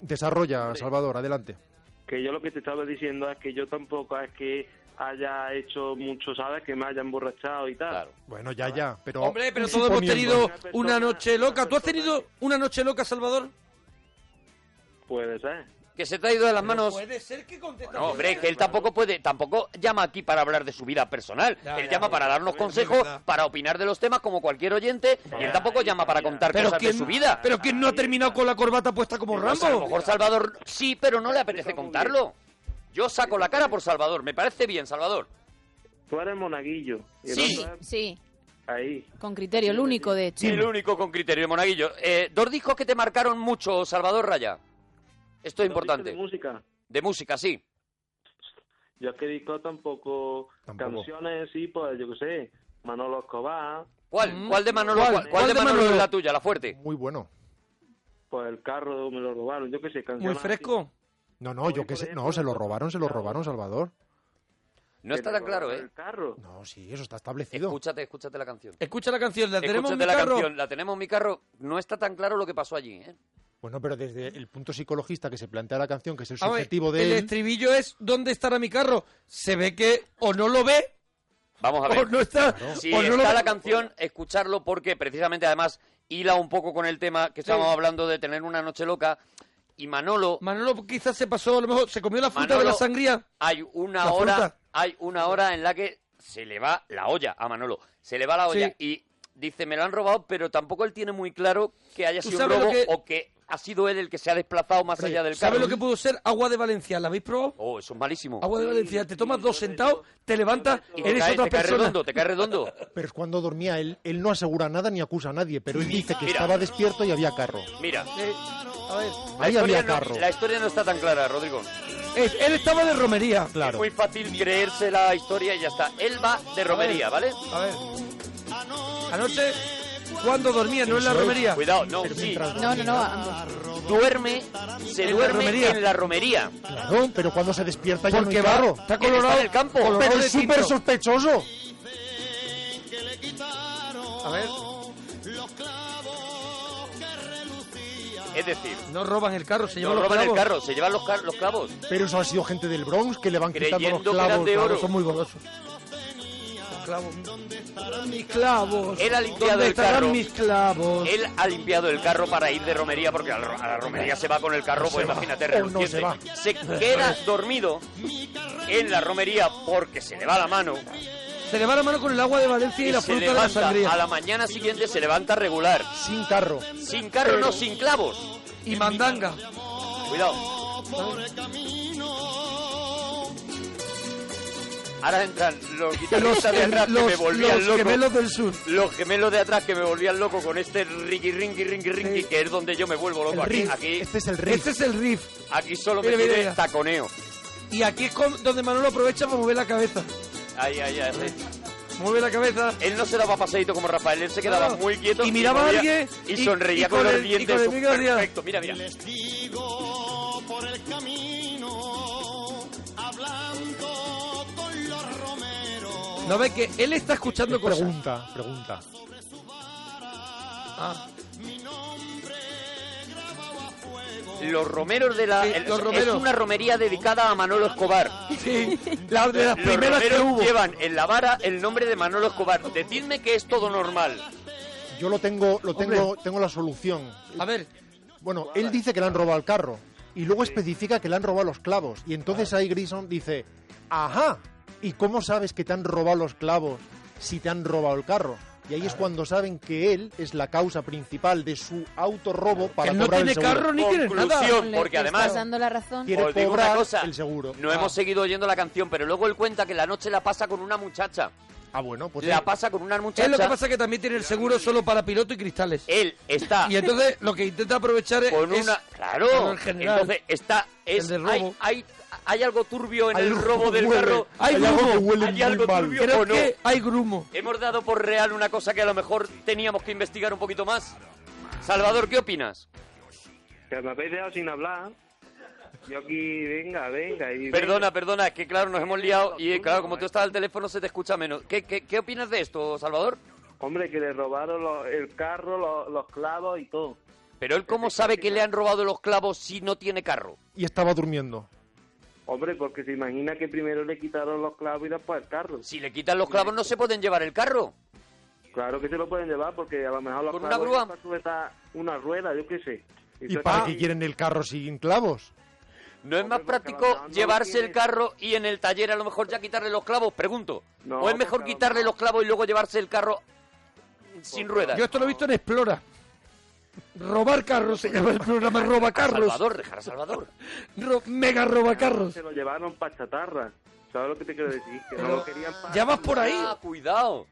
Speaker 25: Desarrolla, Salvador, adelante.
Speaker 24: Que yo lo que te estaba diciendo es que yo tampoco es que haya hecho mucho, ¿sabes? Que me haya emborrachado y tal.
Speaker 25: Bueno, ya, ya, pero...
Speaker 19: Hombre, pero
Speaker 25: tú
Speaker 19: todos hemos
Speaker 25: suponiendo.
Speaker 19: tenido una noche loca. ¿Tú has tenido una noche loca, Salvador?
Speaker 24: Puede ser.
Speaker 11: Que se te ha ido de las manos.
Speaker 19: Puede ser que conteste.
Speaker 11: No, hombre, es que él tampoco puede, tampoco llama aquí para hablar de su vida personal.
Speaker 19: Ya,
Speaker 11: él
Speaker 19: ya,
Speaker 11: llama
Speaker 19: ya,
Speaker 11: para
Speaker 19: ya,
Speaker 11: darnos
Speaker 19: es
Speaker 11: consejos,
Speaker 19: verdad.
Speaker 11: para opinar de los temas como cualquier oyente, y él tampoco llama para contar
Speaker 19: Pero
Speaker 11: cosas de
Speaker 19: ¿quién,
Speaker 11: su vida.
Speaker 19: pero ¿quién no ha terminado con la corbata puesta como
Speaker 11: Pues a lo
Speaker 19: Rambo?
Speaker 11: mejor Salvador sí, pero no le apetece contarlo. Yo saco la cara por Salvador, me parece bien, Salvador.
Speaker 24: Tú eres monaguillo. y el
Speaker 11: Sí.
Speaker 24: otro es
Speaker 20: Sí,
Speaker 24: Ahí.
Speaker 20: con criterio, el único de hecho.
Speaker 11: El único con criterio, Monaguillo. Eh, dos discos que te marcaron mucho, Salvador Raya. Esto es importante.
Speaker 24: ¿De música?
Speaker 11: De música, sí.
Speaker 24: Yo es que disco tampoco, canciones, sí, pues yo qué sé, Manolo Escobar,
Speaker 11: ¿Cuál? ¿Cuál de Manolo? ¿Cuál, cuál de Manolo, es la tuya, la fuerte?
Speaker 25: Muy bueno.
Speaker 24: pues el carro me lo robaron, yo qué sé, canciones.
Speaker 19: fresco.
Speaker 25: No, no, yo qué sé. No, se lo robaron, se lo robaron, Salvador.
Speaker 11: No está tan claro, ¿eh?
Speaker 25: No, sí, eso está establecido.
Speaker 11: Escúchate, escúchate la canción.
Speaker 19: Escucha la canción, la tenemos en mi
Speaker 11: Escúchate la
Speaker 19: carro.
Speaker 11: canción, la tenemos en mi carro. No está tan claro lo que pasó allí, ¿eh?
Speaker 25: Bueno, pero desde el punto psicologista que se plantea la canción, que es el
Speaker 19: Vamos a ver,
Speaker 25: subjetivo
Speaker 19: el
Speaker 25: de él,
Speaker 19: estribillo es ¿dónde estará mi carro? Se ve que o no lo ve
Speaker 11: Vamos a ver.
Speaker 19: O no está-
Speaker 11: si
Speaker 19: o no lo
Speaker 11: está la
Speaker 19: tengo.
Speaker 11: canción, escucharlo porque precisamente además hila un poco con el tema que estábamos hablando de tener una noche loca. Y Manolo,
Speaker 19: Manolo quizás se pasó, a lo mejor se comió la fruta de la
Speaker 11: Manolo,
Speaker 19: sangría.
Speaker 11: Hay una
Speaker 19: La
Speaker 11: hora,
Speaker 19: fruta.
Speaker 11: hay una hora en la que se le va la olla a Manolo, se le va la olla y dice me lo han robado, pero tampoco él tiene muy claro que haya
Speaker 19: ¿Tú
Speaker 11: sido un
Speaker 19: sabes lo
Speaker 11: robo
Speaker 19: que-
Speaker 11: o que ha sido él el que se ha desplazado más allá del
Speaker 19: ¿Sabes
Speaker 11: carro.
Speaker 19: lo que pudo ser agua de Valencia? ¿La habéis probado?
Speaker 11: Oh, eso es malísimo.
Speaker 19: Agua de Valencia, te tomas dos sentados, te levantas,
Speaker 11: Y te
Speaker 19: eres
Speaker 11: cae-
Speaker 19: otra
Speaker 11: te cae
Speaker 19: persona.
Speaker 11: redondo, te cae redondo.
Speaker 25: Pero es cuando dormía él, él no asegura nada ni acusa a nadie, pero él dice que
Speaker 11: Mira.
Speaker 25: estaba despierto y había carro.
Speaker 11: Mira, la,
Speaker 25: Ahí había
Speaker 11: historia
Speaker 25: carro.
Speaker 11: no, la historia no está tan clara, Rodrigo.
Speaker 19: él estaba de romería.
Speaker 11: Es muy fácil creerse la historia y ya está. Él va de romería, ¿vale?
Speaker 19: A ver. Anoche, cuando dormía, no en la
Speaker 11: Eso es.
Speaker 19: romería.
Speaker 11: Cuidado, no, sí.
Speaker 20: No, no, no.
Speaker 11: Duerme, se
Speaker 19: En la
Speaker 11: duerme
Speaker 19: romería.
Speaker 11: en la romería.
Speaker 25: Claro, pero cuando se despierta ya no
Speaker 11: Porque
Speaker 25: hay
Speaker 11: va-
Speaker 25: carro.
Speaker 11: está colorado- Está en el campo. colorado
Speaker 25: Pero
Speaker 11: de
Speaker 25: es súper
Speaker 11: tinto.
Speaker 25: sospechoso.
Speaker 19: A ver.
Speaker 11: Es decir,
Speaker 19: No roban el carro, se
Speaker 11: no
Speaker 19: llevan los
Speaker 11: roban el
Speaker 19: clavos.
Speaker 11: carro, se llevan los, car- los clavos.
Speaker 25: Pero eso ha sido gente del Bronx que le van quitando los
Speaker 11: Creyendo que eran
Speaker 25: clavos.
Speaker 11: de
Speaker 25: claro,
Speaker 11: oro.
Speaker 25: son muy golosos.
Speaker 19: Mis clavos.
Speaker 11: Él ha limpiado
Speaker 19: ¿Dónde
Speaker 11: el
Speaker 19: estarán
Speaker 11: carro?
Speaker 19: mis clavos?
Speaker 11: Él ha limpiado el carro para ir de romería porque a la, ro- a la romería se va con el carro,
Speaker 19: No
Speaker 11: pues
Speaker 19: se va.
Speaker 11: imagínate,
Speaker 19: O no
Speaker 11: reluciente.
Speaker 19: se va.
Speaker 11: se queda dormido en la romería porque se le va la mano
Speaker 19: Se le va la mano con el agua de Valencia y,
Speaker 11: y
Speaker 19: la
Speaker 11: se
Speaker 19: fruta de la
Speaker 11: levanta
Speaker 19: sangría.
Speaker 11: a la mañana siguiente se levanta regular.
Speaker 25: Sin carro.
Speaker 11: Sin carro, no, sin clavos.
Speaker 19: Y mandanga.
Speaker 11: Cuidado. Ahora entran los guitarristas de atrás que
Speaker 19: los-
Speaker 11: me volvían
Speaker 19: los
Speaker 11: loco.
Speaker 19: gemelos del sur.
Speaker 11: Los gemelos de atrás que me volvían loco con este ringy ringy ringy ringy que es donde yo me vuelvo loco.
Speaker 19: El
Speaker 11: Aquí,
Speaker 19: riff.
Speaker 11: aquí,
Speaker 25: Este es el riff.
Speaker 19: Este es el riff.
Speaker 11: aquí solo me
Speaker 19: Mira, mira,
Speaker 11: pide
Speaker 19: mira.
Speaker 11: taconeo.
Speaker 19: Y aquí es con- donde Manolo aprovecha para mover la cabeza.
Speaker 11: Ahí, ahí, ahí.
Speaker 19: Mueve la cabeza.
Speaker 11: Él no se daba pasadito como Rafael, él se quedaba
Speaker 19: No.
Speaker 11: muy quieto.
Speaker 19: Y miraba a
Speaker 11: movía-
Speaker 19: alguien
Speaker 11: Y
Speaker 19: y-
Speaker 11: sonreía
Speaker 19: y
Speaker 11: con,
Speaker 19: con
Speaker 11: los
Speaker 19: el- y
Speaker 11: dientes.
Speaker 19: con el
Speaker 11: Eso,
Speaker 19: micro decía-
Speaker 11: perfecto, mira, mira.
Speaker 19: No ve que él está escuchando cosas.
Speaker 25: Pregunta, pregunta.
Speaker 19: Ah,
Speaker 11: Los romeros de la.
Speaker 19: Sí,
Speaker 11: el-
Speaker 19: Eh, los
Speaker 11: Es
Speaker 19: romeros.
Speaker 11: una romería dedicada a Manolo Escobar.
Speaker 19: sí. La, de las
Speaker 11: Los
Speaker 19: primeras que
Speaker 11: romeros
Speaker 19: hubo.
Speaker 11: llevan en la vara el nombre de Manolo Escobar. Decidme que es todo normal.
Speaker 25: Yo lo tengo, lo
Speaker 19: Hombre.
Speaker 25: tengo, tengo la solución.
Speaker 19: A ver,
Speaker 25: Bueno, él dice que le han robado el carro y luego especifica que le han robado los clavos. Y entonces ahí Grison dice, ajá, ¿y cómo sabes que te han robado los clavos si te han robado el carro? Y ahí es cuando saben que él es la causa principal de su autorrobo para
Speaker 19: él no
Speaker 25: cobrar
Speaker 19: tiene
Speaker 25: el seguro.
Speaker 19: carro ni tiene nada.
Speaker 11: Conclusión,
Speaker 20: Le
Speaker 11: porque
Speaker 20: estás
Speaker 11: además.
Speaker 20: dando la razón.
Speaker 25: Quiere
Speaker 11: Os digo una
Speaker 25: cobrar
Speaker 11: cosa,
Speaker 25: el seguro.
Speaker 11: No hemos seguido oyendo la canción, pero luego él cuenta que la noche la pasa con una muchacha.
Speaker 25: Ah, bueno, pues
Speaker 11: la
Speaker 25: sí.
Speaker 11: pasa con una muchacha.
Speaker 19: Es lo que pasa que también tiene el seguro solo para piloto y cristales.
Speaker 11: Él está
Speaker 19: Y entonces lo que intenta aprovechar es...
Speaker 11: con
Speaker 19: es-
Speaker 11: una.
Speaker 19: Claro,
Speaker 11: Claro.
Speaker 19: el general.
Speaker 11: Entonces está. Es,
Speaker 19: El del robo.
Speaker 11: Hay, hay, hay algo turbio en
Speaker 19: Hay
Speaker 11: el
Speaker 19: algo
Speaker 11: robo
Speaker 19: que
Speaker 11: del
Speaker 19: huele.
Speaker 11: carro.
Speaker 19: Hay algo que huele
Speaker 11: hay
Speaker 19: muy
Speaker 11: algo
Speaker 19: mal.
Speaker 11: turbio
Speaker 19: Creo
Speaker 11: o no.
Speaker 19: que hay grumo.
Speaker 11: Hemos dado por real una cosa que a lo mejor teníamos que investigar un poquito más. Salvador, ¿qué opinas?
Speaker 24: Que me habéis dejado sin hablar. Yo aquí, venga, venga. Y
Speaker 11: Perdona, perdona, es que claro, nos hemos liado y eh, claro, como tú estás al teléfono se te escucha menos. ¿Qué, qué, qué opinas de esto, Salvador?
Speaker 24: Hombre, que le robaron lo- el carro, lo- los clavos y todo.
Speaker 11: Pero él cómo sabe que le han robado los clavos si no tiene carro.
Speaker 25: Y estaba durmiendo.
Speaker 24: Hombre, porque se imagina que primero le quitaron los clavos y después pues, el carro.
Speaker 11: Si le quitan los clavos no se pueden llevar el carro.
Speaker 24: Claro que se lo pueden llevar porque a lo mejor los
Speaker 11: ¿Con una
Speaker 24: clavos
Speaker 11: grúa?
Speaker 24: está sujeta una rueda, yo qué sé.
Speaker 25: ¿Y
Speaker 24: Eso
Speaker 25: para
Speaker 24: está-
Speaker 25: qué quieren el carro sin clavos?
Speaker 11: ¿No es más práctico llevarse el carro y en el taller a lo mejor ya quitarle los clavos? Pregunto.
Speaker 24: No, Pues
Speaker 11: ¿O es
Speaker 24: porque a
Speaker 11: mejor
Speaker 24: lo
Speaker 11: quitarle los clavos y luego llevarse el carro sin ruedas?
Speaker 19: Yo esto lo he visto en Explora. Robar carros se llama el programa Roba Carros.
Speaker 11: Salvador, dejar a Salvador.
Speaker 19: Ro- mega Roba Carros.
Speaker 24: Se lo llevaron para chatarra. ¿Sabes lo que te quiero decir? Que no lo querían para...
Speaker 19: Ya vas por ahí.
Speaker 11: Ah, cuidado.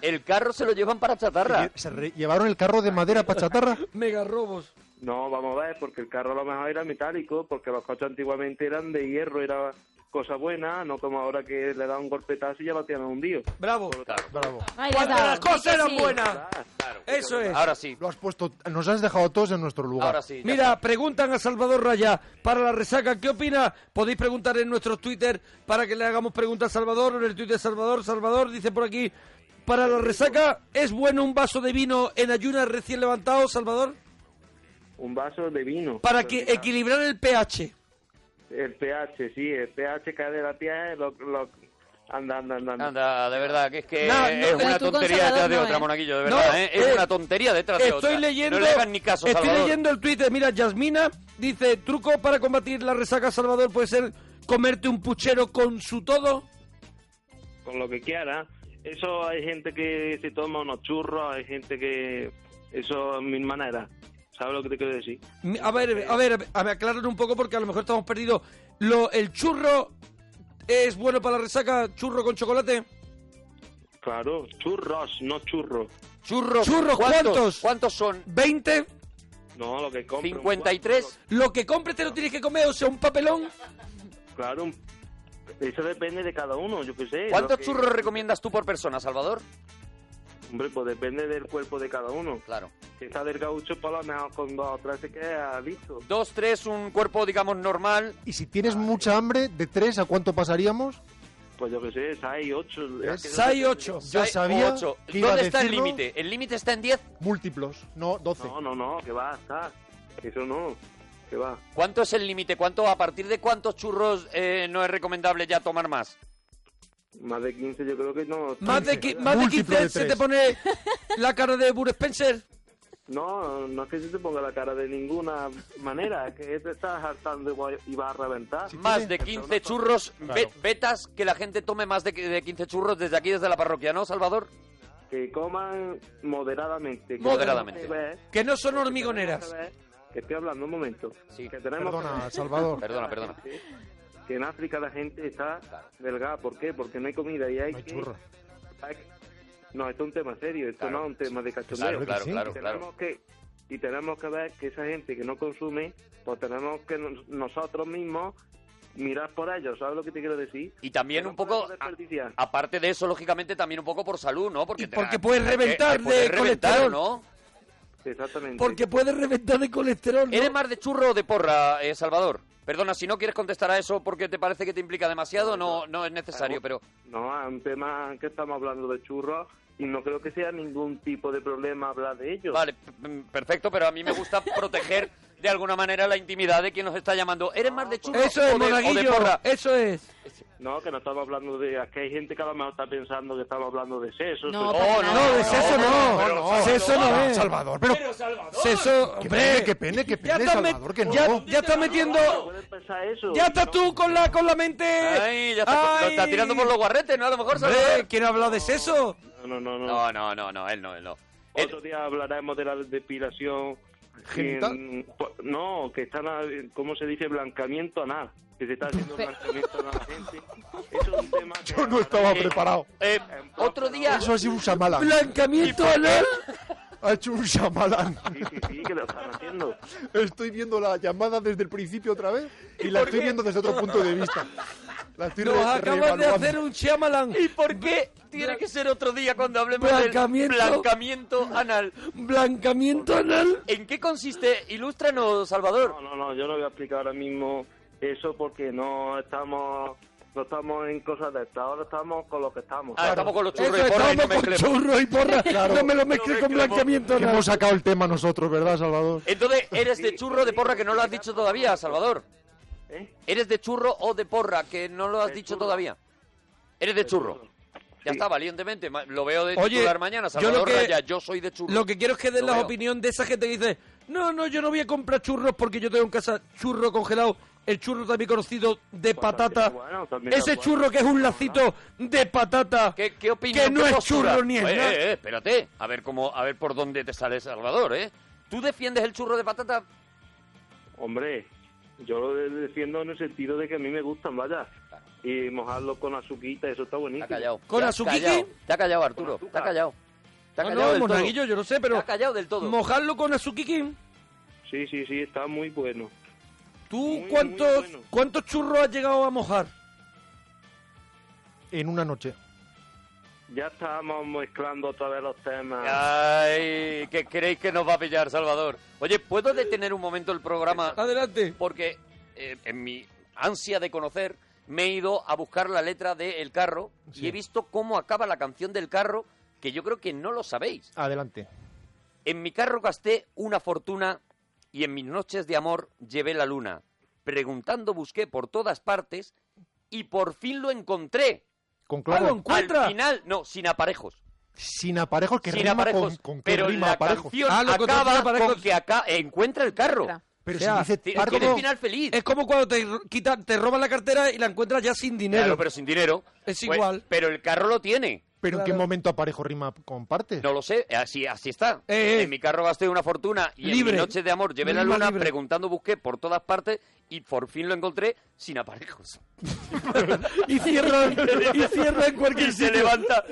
Speaker 11: El carro se lo llevan para chatarra.
Speaker 25: ¿Se re- llevaron el carro de madera para chatarra?
Speaker 19: Mega robos.
Speaker 24: No, vamos a ver, porque el carro a lo mejor era metálico, porque los coches antiguamente eran de hierro, era cosa buena, no como ahora que le dan un golpetazo y ya lo tienen hundido.
Speaker 19: Bravo.
Speaker 25: Bravo.
Speaker 20: Ahí
Speaker 19: Cuando
Speaker 20: está.
Speaker 19: las cosas
Speaker 20: Sí que
Speaker 19: eran
Speaker 20: sí.
Speaker 19: buenas. Eso es.
Speaker 11: Ahora sí.
Speaker 25: Lo has puesto, nos has dejado a todos en nuestro lugar.
Speaker 11: Ahora sí. ya
Speaker 19: Mira, preguntan a Salvador Raya para la resaca. ¿Qué opina? Podéis preguntar en nuestros Twitter para que le hagamos preguntas a Salvador. En el Twitter de Salvador, Salvador dice por aquí, para la resaca, ¿es bueno un vaso de vino en ayunas recién levantado, Salvador?
Speaker 24: Un vaso de vino.
Speaker 19: Para que equilibrar el pH.
Speaker 24: El pH, sí, el pH cae de la piel, eh, lo, lo, Anda, anda, anda. anda.
Speaker 11: Anda, de verdad, que es que
Speaker 24: No, no,
Speaker 11: es
Speaker 24: pero
Speaker 11: una
Speaker 24: tú
Speaker 11: tontería
Speaker 24: conservador
Speaker 11: detrás de
Speaker 24: no,
Speaker 11: otra,
Speaker 24: ¿eh?
Speaker 11: monaguillo, de
Speaker 19: No,
Speaker 11: verdad, ¿eh? Es
Speaker 19: eh,
Speaker 11: una tontería detrás de otra.
Speaker 19: Estoy leyendo,
Speaker 11: No le hagan ni caso,
Speaker 19: estoy
Speaker 11: Salvador.
Speaker 19: leyendo el Twitter. Mira, Yasmina dice, truco para combatir la resaca, Salvador, puede ser comerte un puchero con su todo.
Speaker 24: con lo que quiera. Eso hay gente que se toma unos churros, hay gente que... Eso es mi manera. ¿Sabes lo que te quiero decir?
Speaker 19: Mi- A ver, a ver, a ver, aclarar un poco porque a lo mejor estamos perdidos. Lo, ¿El churro es bueno para la resaca? ¿Churro con chocolate?
Speaker 24: Claro, churros, no churros.
Speaker 11: Churros.
Speaker 19: ¿Churros cuántos?
Speaker 11: ¿Cuántos son?
Speaker 19: ¿20?
Speaker 24: No, lo que compro.
Speaker 19: Lo que compres te lo tienes que comer, o sea, un papelón.
Speaker 24: Claro, un- eso depende de cada uno, yo qué sé.
Speaker 11: ¿Cuántos
Speaker 24: lo que-
Speaker 11: churros recomiendas tú por persona, Salvador?
Speaker 24: Hombre, pues depende del cuerpo de cada uno.
Speaker 11: Claro.
Speaker 24: Si está del gaucho, para lo mejor con dos o tres se queda listo.
Speaker 11: Dos, tres, un cuerpo, digamos, normal.
Speaker 25: Y si tienes mucha hambre, ¿de tres a cuánto pasaríamos?
Speaker 24: Pues yo qué sé, hay ocho. Es que no
Speaker 19: Sai
Speaker 24: sé-
Speaker 19: ocho.
Speaker 25: Yo sabía que iba a
Speaker 11: ¿Dónde está el
Speaker 25: decirlo.
Speaker 11: límite? ¿El límite está en 10?
Speaker 25: Múltiplos, no 12.
Speaker 24: No, no, no, que va, está. Eso no, que va.
Speaker 11: ¿Cuánto es el límite? ¿Cuánto ¿A partir de cuántos churros eh, no es recomendable ya tomar más?
Speaker 24: Más de 15 yo creo que no.
Speaker 19: Más de, qui- más de 15 se te pone la cara de Bur Spencer.
Speaker 24: No, no es que se te ponga la cara de ninguna manera, es que te estás hartando y vas a reventar.
Speaker 11: Más de 15 churros,
Speaker 24: Claro.
Speaker 11: ve- vetas que la gente tome más de, de 15 churros desde aquí, desde la parroquia, ¿no, Salvador?
Speaker 24: Que coman moderadamente. que
Speaker 11: Moderadamente.
Speaker 24: tenemos que ver-
Speaker 19: Que no son hormigoneras.
Speaker 24: Que estoy hablando un momento. Que tenemos
Speaker 25: Perdona,
Speaker 24: que ver
Speaker 25: Salvador.
Speaker 11: Perdona, perdona.
Speaker 24: Que en África la gente está delgada. ¿Por qué? Porque no hay comida y hay, que- hay que- No, esto es un tema serio, esto
Speaker 11: Claro.
Speaker 24: no es un tema de cachondeo.
Speaker 11: Claro, claro, claro,
Speaker 24: Y tenemos Que, y tenemos que ver que esa gente que no consume, pues tenemos que nos- nosotros mismos mirar por ellos, ¿sabes lo que te quiero decir?
Speaker 11: Y también
Speaker 24: Que
Speaker 11: un
Speaker 24: no
Speaker 11: poco,
Speaker 24: podemos desperdiciar.
Speaker 11: a- aparte de eso, lógicamente, también un poco por salud, ¿no? Porque, te-
Speaker 19: porque puedes
Speaker 11: hay que-
Speaker 19: reventar
Speaker 11: hay que poder
Speaker 19: de
Speaker 11: reventar,
Speaker 19: colesterol.
Speaker 11: ¿no?
Speaker 24: Exactamente.
Speaker 19: Porque puedes reventar de colesterol. ¿no?
Speaker 11: ¿Eres más de churro o de porra, eh, Salvador? Perdona, si no quieres contestar a eso porque te parece que te implica demasiado, no, no es necesario, pero...
Speaker 24: No, es un tema que estamos hablando de churros y no creo que sea ningún tipo de problema hablar de ellos.
Speaker 11: Vale, p- p- perfecto, pero a mí me gusta proteger de alguna manera la intimidad de quien nos está llamando. ¿Eres más de churro
Speaker 19: Eso
Speaker 11: o, de,
Speaker 19: es,
Speaker 11: o de
Speaker 19: monaguillo.
Speaker 11: porra?
Speaker 19: Eso es.
Speaker 24: No, que no estamos hablando de... Es que hay gente que a lo mejor está pensando que estamos hablando de sexo.
Speaker 11: Oh,
Speaker 19: No,
Speaker 24: sexo.
Speaker 19: para No, nada. de sexo no.
Speaker 24: Pero,
Speaker 19: No, Sexo no
Speaker 24: Salvador,
Speaker 19: es.
Speaker 25: Salvador, pero...
Speaker 19: Seso, hombre.
Speaker 24: Qué pene,
Speaker 25: qué pene, qué
Speaker 19: ya
Speaker 25: pene,
Speaker 19: está met-
Speaker 25: Salvador, que no.
Speaker 19: Ya, ya está metiendo... Ya está tú con la, con la mente...
Speaker 11: Ay, ya está, lo está tirando por los guarretes, ¿no? A lo mejor,
Speaker 19: Hombre,
Speaker 11: Salvador.
Speaker 19: ¿quién ha hablado de seso?
Speaker 24: No, no, no.
Speaker 11: No, no, no, no, él no, él no.
Speaker 24: Otro día hablaremos de la depilación.
Speaker 11: ¿Genital?
Speaker 24: en- po- no, que están, a- ¿cómo se dice? Blancamiento anal. Que se está haciendo blancamiento anal a la gente. Eso es un tema que
Speaker 25: Yo no estaba preparado.
Speaker 11: Eh, otro día...
Speaker 25: Eso ha sido un chamalán.
Speaker 19: ¿Blancamiento anal?
Speaker 25: Ha hecho un chamalán.
Speaker 24: sí, que lo están haciendo.
Speaker 25: Estoy viendo la llamada desde el principio otra vez y la estoy viendo desde otro punto de vista. La estoy
Speaker 19: Nos
Speaker 25: re-
Speaker 19: acabas de
Speaker 25: reevaluando.
Speaker 19: hacer un Shyamalan.
Speaker 11: ¿Y por qué tiene que ser otro día cuando hablemos
Speaker 19: Blancamiento.
Speaker 11: del blancamiento anal?
Speaker 19: ¿Blancamiento anal?
Speaker 11: ¿En qué consiste? Ilústranos, Salvador.
Speaker 24: No, no, no, yo no voy a explicar ahora mismo eso porque no estamos... No estamos en cosas de esta, ahora estamos con lo que estamos.
Speaker 11: Ah, estamos con los churros
Speaker 19: Eso
Speaker 11: y porra y no
Speaker 19: estamos con
Speaker 11: mezclemos.
Speaker 19: churro y porra.
Speaker 25: Claro.
Speaker 19: No me lo mezcles con blancamiento
Speaker 25: Que
Speaker 19: anal.
Speaker 25: hemos sacado el tema nosotros, ¿verdad, Salvador?
Speaker 11: Entonces, ¿eres de churro o de porra que no lo has dicho todavía, Salvador?
Speaker 24: ¿Eh?
Speaker 11: ¿Eres de churro o de porra que no lo has
Speaker 24: De
Speaker 11: dicho
Speaker 24: churro.
Speaker 11: todavía? ¿Eres de churro? Ya está, valientemente. ma- Lo veo de
Speaker 19: Oye,
Speaker 11: titular mañana,
Speaker 19: yo lo
Speaker 11: Salvador
Speaker 19: que-
Speaker 11: Raya. Yo soy de churro.
Speaker 19: Lo que quiero es que den
Speaker 11: Lo
Speaker 19: la
Speaker 11: veo.
Speaker 19: opinión de esa gente que dice, no, no, yo no voy a comprar churros porque yo tengo en casa churro congelado, el churro también conocido de patata,
Speaker 24: también, bueno, también
Speaker 19: ese
Speaker 24: es bueno.
Speaker 19: churro que es un lacito de patata,
Speaker 11: ¿Qué, qué opinión?
Speaker 19: que no
Speaker 11: qué
Speaker 19: es
Speaker 11: postura?
Speaker 19: churro ni es
Speaker 11: Eh,
Speaker 19: nada.
Speaker 11: eh, eh, espérate. A ver, cómo, a ver por dónde te sale Salvador, ¿eh? ¿Tú defiendes el churro de patata?
Speaker 24: Hombre, yo lo defiendo en el sentido de que a mí me gustan, vaya. Y mojarlo con azuquita, eso está
Speaker 11: Te ha
Speaker 24: buenísimo.
Speaker 11: callado.
Speaker 19: ¿Con
Speaker 11: Te has
Speaker 19: azuquique?
Speaker 11: callado, Te ha callado, Arturo. Te ha callado. Te ha
Speaker 19: No,
Speaker 11: callado
Speaker 19: no,
Speaker 11: del todo.
Speaker 19: monaguillo, yo no sé,
Speaker 11: Te
Speaker 19: pero
Speaker 11: ha callado del todo.
Speaker 19: mojarlo con azuquiquín.
Speaker 24: Sí, sí, sí, está muy bueno.
Speaker 19: ¿Tú
Speaker 24: muy
Speaker 19: cuántos,
Speaker 24: bueno.
Speaker 19: cuántos churros has llegado a mojar?
Speaker 25: En una noche.
Speaker 24: Ya estamos mezclando otra vez los temas.
Speaker 11: Ay, ¿qué creéis que nos va a pillar, Salvador? Oye, ¿puedo detener un momento el programa?
Speaker 19: Adelante.
Speaker 11: Porque eh, en mi ansia de conocer me he ido a buscar la letra de El Carro y he visto cómo acaba la canción del carro, que yo creo que no lo sabéis.
Speaker 25: Adelante.
Speaker 11: En mi carro gasté una fortuna y en mis noches de amor llevé la luna. Preguntando busqué por todas partes y por fin lo encontré.
Speaker 25: Con clavo.
Speaker 11: Al final, no, sin aparejos.
Speaker 25: Sin aparejos que
Speaker 11: sin
Speaker 25: rima
Speaker 11: aparejos.
Speaker 25: con, con qué
Speaker 11: pero
Speaker 25: rima
Speaker 11: la
Speaker 25: aparejos. Ah,
Speaker 11: canción acaba con que acá encuentra el carro.
Speaker 19: Pero
Speaker 11: O sea,
Speaker 19: si dice
Speaker 11: tiene-
Speaker 19: parco-
Speaker 11: tiene final feliz.
Speaker 19: Es como cuando te ro- quitan, te roban la cartera y la encuentras ya sin dinero.
Speaker 11: Claro, pero sin dinero.
Speaker 19: Es
Speaker 11: Pues,
Speaker 19: igual.
Speaker 11: pero el carro lo tiene.
Speaker 25: Pero en qué momento aparejo rima con parte.
Speaker 11: No lo sé, así, así está.
Speaker 19: Eh,
Speaker 11: En mi carro gasté una fortuna y
Speaker 25: Libre.
Speaker 11: en mi noche de amor llevé la
Speaker 25: Rima
Speaker 11: luna,
Speaker 25: libre.
Speaker 11: preguntando busqué por todas partes y por fin lo encontré sin aparejos.
Speaker 19: Y cierra, y cierra en cualquier
Speaker 11: Y se
Speaker 19: sitio.
Speaker 11: levanta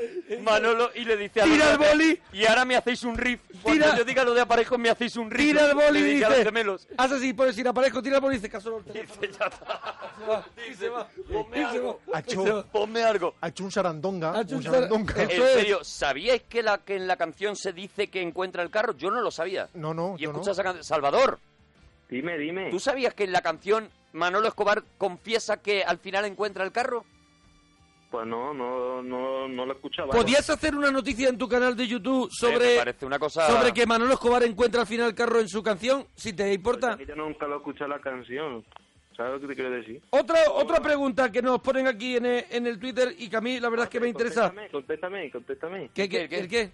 Speaker 11: Manolo y le dice a
Speaker 19: Tira
Speaker 11: Manolo,
Speaker 19: el boli.
Speaker 11: Y ahora me hacéis un riff. Cuando
Speaker 19: Tira-
Speaker 11: yo diga lo de aparejos, me hacéis un riff.
Speaker 19: Tira el boli
Speaker 11: Le
Speaker 19: y
Speaker 11: dije a los
Speaker 19: dice,
Speaker 11: gemelos.
Speaker 19: haz así, pones sin aparejo, tira el boli y dice, caso no
Speaker 11: Y se- ya está. "Pues
Speaker 19: Se va, y se va, y se va.
Speaker 25: Ha hecho,
Speaker 11: Eso, ponme algo.
Speaker 25: Ha hecho un sarandonga.
Speaker 11: hecho
Speaker 25: un
Speaker 11: un sar-
Speaker 25: sarandonga.
Speaker 11: En serio, ¿sabíais que, la, que en la canción se dice que encuentra el carro? Yo no lo sabía.
Speaker 25: No, no,
Speaker 11: Y
Speaker 25: yo no.
Speaker 11: escucha esa canción. Salvador,
Speaker 24: Dime, dime.
Speaker 11: ¿tú sabías que en la canción Manolo Escobar confiesa que al final encuentra el carro?
Speaker 24: Pues no, no, no, no lo escuchaba.
Speaker 19: ¿Podías hacer una noticia en tu canal de
Speaker 11: Eh,
Speaker 19: YouTube
Speaker 24: me
Speaker 19: sobre,
Speaker 24: parece una cosa-
Speaker 19: sobre que Manolo Escobar encuentra al final el carro en su canción? Si te importa.
Speaker 24: Pues Yo nunca lo he escuchado la canción. ¿Sabes lo que te quiero decir?
Speaker 19: Otra, otra pregunta que nos ponen aquí en el, en el Twitter y que a mí la verdad es que me interesa.
Speaker 24: Contéstame, contéstame, contéstame.
Speaker 19: ¿Qué, qué, ¿El qué? el qué?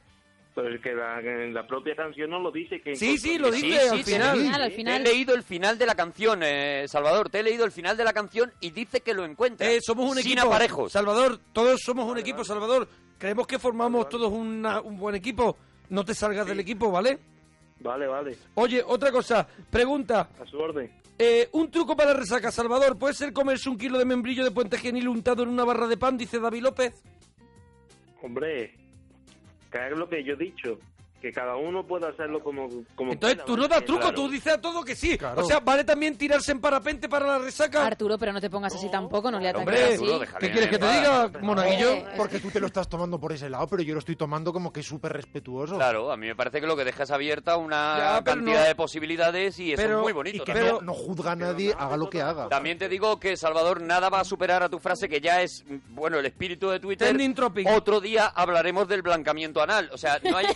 Speaker 24: Pues que la, que la propia canción no lo dice. Que
Speaker 19: Sí, sí, lo
Speaker 24: que-
Speaker 19: dice al final.
Speaker 11: Te He leído el final de la canción, eh, Salvador. Te he leído el final de la canción y dice que lo encuentra.
Speaker 19: Eh, somos un
Speaker 11: Sin
Speaker 19: equipo.
Speaker 11: aparejos.
Speaker 19: Salvador, todos somos un equipo, Salvador. Creemos que formamos todos una- un buen equipo. No te salgas del equipo, ¿vale?
Speaker 24: Vale, vale.
Speaker 19: Oye, otra cosa. Pregunta.
Speaker 24: A su orden.
Speaker 19: Eh, un truco para la resaca, Salvador. ¿Puede ser comerse un kilo de membrillo de puente genil untado en una barra de pan? Dice David López.
Speaker 24: Hombre, que es lo que yo he dicho. Que cada uno puede hacerlo como, como
Speaker 19: Entonces
Speaker 24: pueda,
Speaker 19: tú no
Speaker 24: ¿vale?
Speaker 19: das truco,
Speaker 24: Claro.
Speaker 19: tú dices a todo que sí. O sea, vale también tirarse en parapente para la resaca.
Speaker 20: Arturo, pero no te pongas así tampoco, no le ataques
Speaker 19: Hombre,
Speaker 20: así.
Speaker 19: ¿qué quieres que te diga, monaguillo?
Speaker 25: Porque tú te lo estás tomando por ese lado, pero yo lo estoy tomando como que súper respetuoso.
Speaker 11: Claro, a mí me parece que lo que dejas abierta una
Speaker 25: Ya, pero
Speaker 11: cantidad
Speaker 25: no-
Speaker 11: de posibilidades y eso es muy bonito.
Speaker 25: Y que
Speaker 11: también.
Speaker 25: no, no juzga a nadie, haga lo que haga.
Speaker 11: También te digo que, Salvador, nada va a superar a tu frase que ya es, mm, bueno, el espíritu de Twitter. Otro día hablaremos del blancamiento anal. O sea, no hay